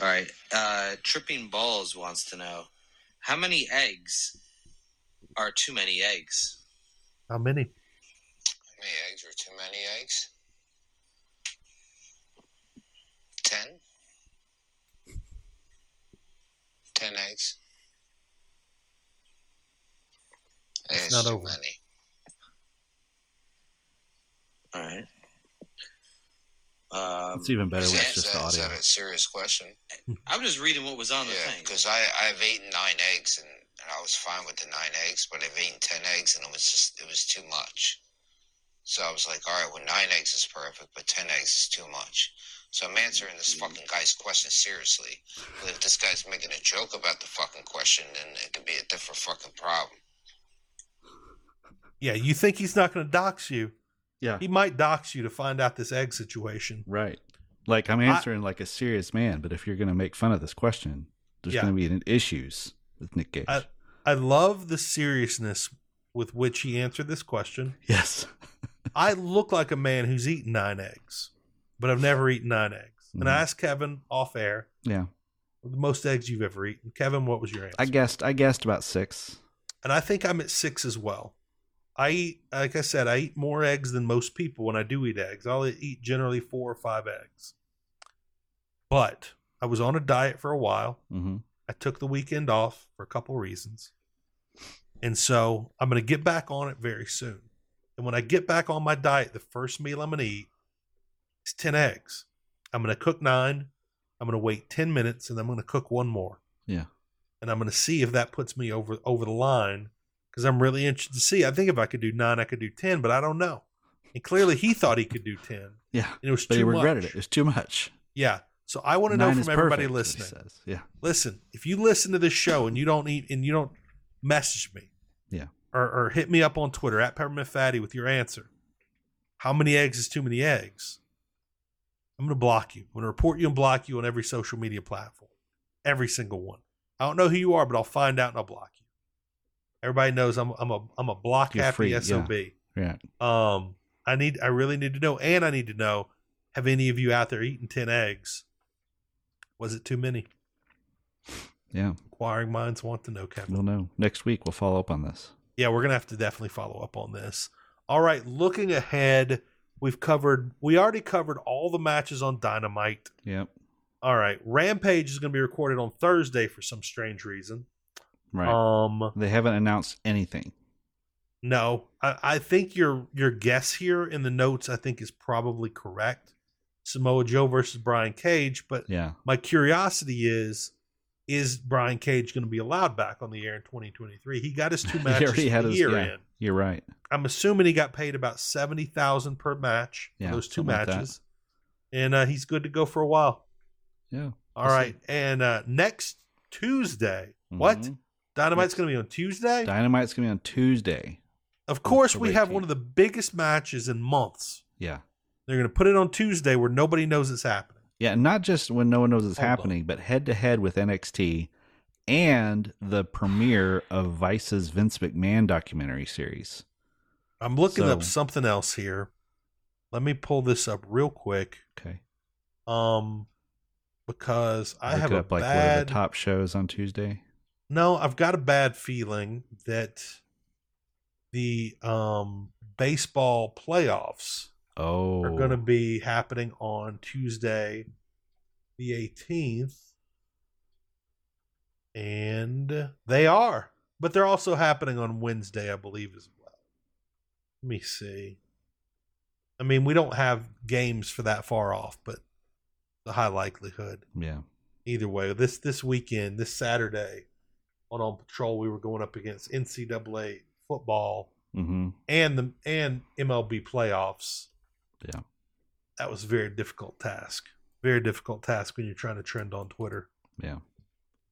[SPEAKER 1] right. Uh, Tripping Balls wants to know how many eggs are too many eggs?
[SPEAKER 2] How many?
[SPEAKER 1] How many eggs are too many eggs? Ten? Ten eggs.
[SPEAKER 2] It's It's not too over.
[SPEAKER 1] many. All right. Um,
[SPEAKER 3] It's even better when it's just the
[SPEAKER 4] Is
[SPEAKER 3] audio.
[SPEAKER 4] that a serious question?
[SPEAKER 1] I'm just reading what was on the
[SPEAKER 4] yeah,
[SPEAKER 1] thing.
[SPEAKER 4] because I I've eaten nine eggs and, and I was fine with the nine eggs, but I've eaten ten eggs and it was just it was too much. So I was like, all right, well nine eggs is perfect, but ten eggs is too much. So I'm answering this fucking guy's question seriously. But if this guy's making a joke about the fucking question, then it could be a different fucking problem.
[SPEAKER 2] Yeah, you think he's not going to dox you?
[SPEAKER 3] Yeah.
[SPEAKER 2] He might dox you to find out this egg situation.
[SPEAKER 3] Right. Like I'm answering like a serious man, but if you're going to make fun of this question, there's
[SPEAKER 2] Yeah. Uh,
[SPEAKER 3] going to be issues with Nick Gage.
[SPEAKER 2] I- I love the seriousness with which he answered this question.
[SPEAKER 3] yes.
[SPEAKER 2] I look like a man who's eaten nine eggs, but I've never eaten nine eggs. And I
[SPEAKER 3] Mhm.
[SPEAKER 2] asked Kevin off air,
[SPEAKER 3] Yeah.
[SPEAKER 2] the most eggs you've ever eaten. Kevin, what was your answer?
[SPEAKER 3] I guessed. I guessed about six.
[SPEAKER 2] and I think I'm at six as well. I eat, like I said, I eat more eggs than most people when I do eat eggs. I'll eat generally four or five eggs. But I was on a diet for a while.
[SPEAKER 3] Mm-hmm.
[SPEAKER 2] I took the weekend off for a couple reasons. And so I'm going to get back on it very soon. And when I get back on my diet, the first meal I'm going to eat is 10 eggs. I'm going to cook nine. I'm going to wait 10 minutes and I'm going to cook one more.
[SPEAKER 3] Yeah.
[SPEAKER 2] And I'm going to see if that puts me over over the line because I'm really interested to see. I think if I could do nine, I could do 10, but I don't know. And clearly he thought he could do 10. And
[SPEAKER 3] Yeah.
[SPEAKER 2] it was
[SPEAKER 3] But
[SPEAKER 2] too
[SPEAKER 3] he regretted
[SPEAKER 2] much.
[SPEAKER 3] it. It's too much.
[SPEAKER 2] Yeah. So I want to know
[SPEAKER 3] Nine is
[SPEAKER 2] from everybody
[SPEAKER 3] perfect, is what
[SPEAKER 2] listening
[SPEAKER 3] he says. Yeah.
[SPEAKER 2] listen, if you listen to this show and you don't eat and you don't message me
[SPEAKER 3] Yeah.
[SPEAKER 2] Or, or hit me up on Twitter at Peppermint Fatty with your answer. How many eggs is too many eggs? I'm going to block you. I'm going to report you and block you on every social media platform, every single one. I don't know who you are, but I'll find out and I'll block you. Everybody knows I'm I'm a I'm a block
[SPEAKER 3] You're free,
[SPEAKER 2] happy
[SPEAKER 3] yeah.
[SPEAKER 2] sob.
[SPEAKER 3] Yeah.
[SPEAKER 2] Um, I need I really need to know, and I need to know: Have any of you out there eaten ten eggs? Was it too many?
[SPEAKER 3] Yeah.
[SPEAKER 2] Inquiring minds want to know, Kevin.
[SPEAKER 3] We'll know. Next week we'll follow up on this.
[SPEAKER 2] yeah, we're gonna have to definitely follow up on this. All right, looking ahead, we've covered we already covered all the matches on Dynamite.
[SPEAKER 3] Yep.
[SPEAKER 2] All right, Rampage is gonna be recorded on Thursday for some strange reason.
[SPEAKER 3] Right.
[SPEAKER 2] Um,
[SPEAKER 3] they haven't announced anything.
[SPEAKER 2] no, I, I think your your guess here in the notes I think is probably correct. Samoa Joe versus Brian Cage, but
[SPEAKER 3] Yeah.
[SPEAKER 2] my curiosity is. Is Brian Cage going to be allowed back on the air in 2023? He got his two
[SPEAKER 3] *laughs* He
[SPEAKER 2] matches
[SPEAKER 3] already had
[SPEAKER 2] for the
[SPEAKER 3] his-
[SPEAKER 2] year
[SPEAKER 3] yeah.
[SPEAKER 2] in.
[SPEAKER 3] You're right.
[SPEAKER 2] I'm assuming he got paid about seventy thousand per match for
[SPEAKER 3] Yeah,
[SPEAKER 2] those two
[SPEAKER 3] something like that.
[SPEAKER 2] matches, and uh, he's good to go for a while.
[SPEAKER 3] Yeah.
[SPEAKER 2] All
[SPEAKER 3] We'll
[SPEAKER 2] right, and uh, next Tuesday, what
[SPEAKER 3] Mhm.
[SPEAKER 2] Dynamite's
[SPEAKER 3] Next-
[SPEAKER 2] going to be on Tuesday?
[SPEAKER 3] Dynamite's gonna be on Tuesday.
[SPEAKER 2] of course,
[SPEAKER 3] the
[SPEAKER 2] we have
[SPEAKER 3] 18th.
[SPEAKER 2] one of the biggest matches in months.
[SPEAKER 3] Yeah.
[SPEAKER 2] They're going to put it on Tuesday where nobody knows it's happening.
[SPEAKER 3] Yeah, not just when no one knows it's
[SPEAKER 2] Hold on.
[SPEAKER 3] happening, but head to head with NXT and the premiere of Vice's Vince McMahon documentary series.
[SPEAKER 2] I'm looking up
[SPEAKER 3] So-
[SPEAKER 2] something else here. Let me pull this up real quick,
[SPEAKER 3] Okay.
[SPEAKER 2] um, because I
[SPEAKER 3] Look
[SPEAKER 2] have
[SPEAKER 3] it
[SPEAKER 2] a
[SPEAKER 3] up like one of
[SPEAKER 2] bad
[SPEAKER 3] the top shows on Tuesday.
[SPEAKER 2] No, I've got a bad feeling that the um, baseball playoffs
[SPEAKER 3] Oh.
[SPEAKER 2] are going to be happening on Tuesday, the 18th. And they are, but they're also happening on Wednesday, I believe, as well. Let me see. I mean, we don't have games for that far off, but the high likelihood
[SPEAKER 3] Yeah.
[SPEAKER 2] either way this this weekend this saturday on on patrol we were going up against ncaa football
[SPEAKER 3] Mm-hmm.
[SPEAKER 2] and the and mlb playoffs
[SPEAKER 3] Yeah.
[SPEAKER 2] that was a very difficult task very difficult task when you're trying to trend on twitter
[SPEAKER 3] Yeah.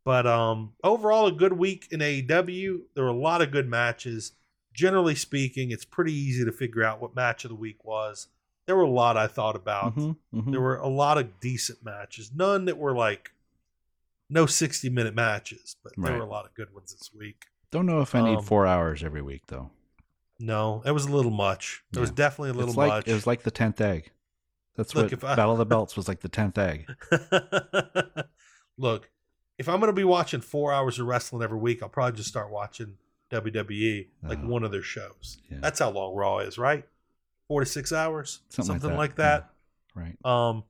[SPEAKER 2] but um overall a good week in aew there were a lot of good matches generally speaking it's pretty easy to figure out what match of the week was there were a lot i thought about
[SPEAKER 3] Mhm, mhm.
[SPEAKER 2] there were a lot of decent matches. None that were like no 60 minute matches, but there
[SPEAKER 3] Right.
[SPEAKER 2] were a lot of good ones this week.
[SPEAKER 3] Don't know if I need
[SPEAKER 2] um,
[SPEAKER 3] four hours every week though.
[SPEAKER 2] No, it was a little much. It was
[SPEAKER 3] Yeah.
[SPEAKER 2] definitely a little
[SPEAKER 3] it's like
[SPEAKER 2] much.
[SPEAKER 3] it was like the tenth egg. That's
[SPEAKER 2] Look, if
[SPEAKER 3] what
[SPEAKER 2] I-
[SPEAKER 3] Battle of the Belts was like the tenth egg.
[SPEAKER 2] *laughs* Look, if I'm going to be watching four hours of wrestling every week, I'll probably just start watching WWE, like
[SPEAKER 3] Oh.
[SPEAKER 2] one of their shows.
[SPEAKER 3] Yeah.
[SPEAKER 2] That's how long Raw is, right? Four to six hours, something, like that.
[SPEAKER 3] Yeah. Right.
[SPEAKER 2] Um,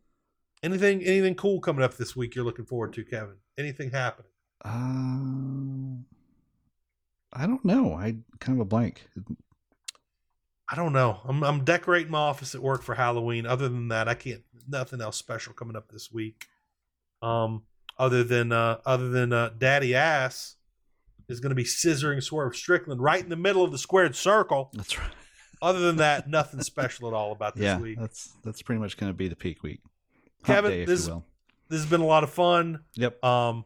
[SPEAKER 2] anything, anything cool coming up this week you're looking forward to, Kevin? Anything happening?
[SPEAKER 3] Um, I don't know. I kind of a blank.
[SPEAKER 2] I don't know. I'm I'm decorating my office at work for Halloween. Other than that, I can't. Nothing else special coming up this week. Um, other than uh, other than uh, Daddy Ass is going to be scissoring Swerve Strickland right in the middle of the squared circle.
[SPEAKER 3] That's right.
[SPEAKER 2] Other than that, nothing special at all about this
[SPEAKER 3] yeah,
[SPEAKER 2] week.
[SPEAKER 3] that's that's pretty much going to be the peak week. Hump
[SPEAKER 2] Kevin,
[SPEAKER 3] day, if
[SPEAKER 2] this-
[SPEAKER 3] you will.
[SPEAKER 2] This has been a lot of fun.
[SPEAKER 3] Yep.
[SPEAKER 2] Um,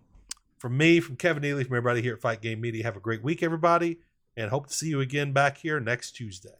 [SPEAKER 2] from me, from Kevin Neely, from everybody here at Fight Game Media. Have a great week, everybody, and hope to see you again back here next Tuesday.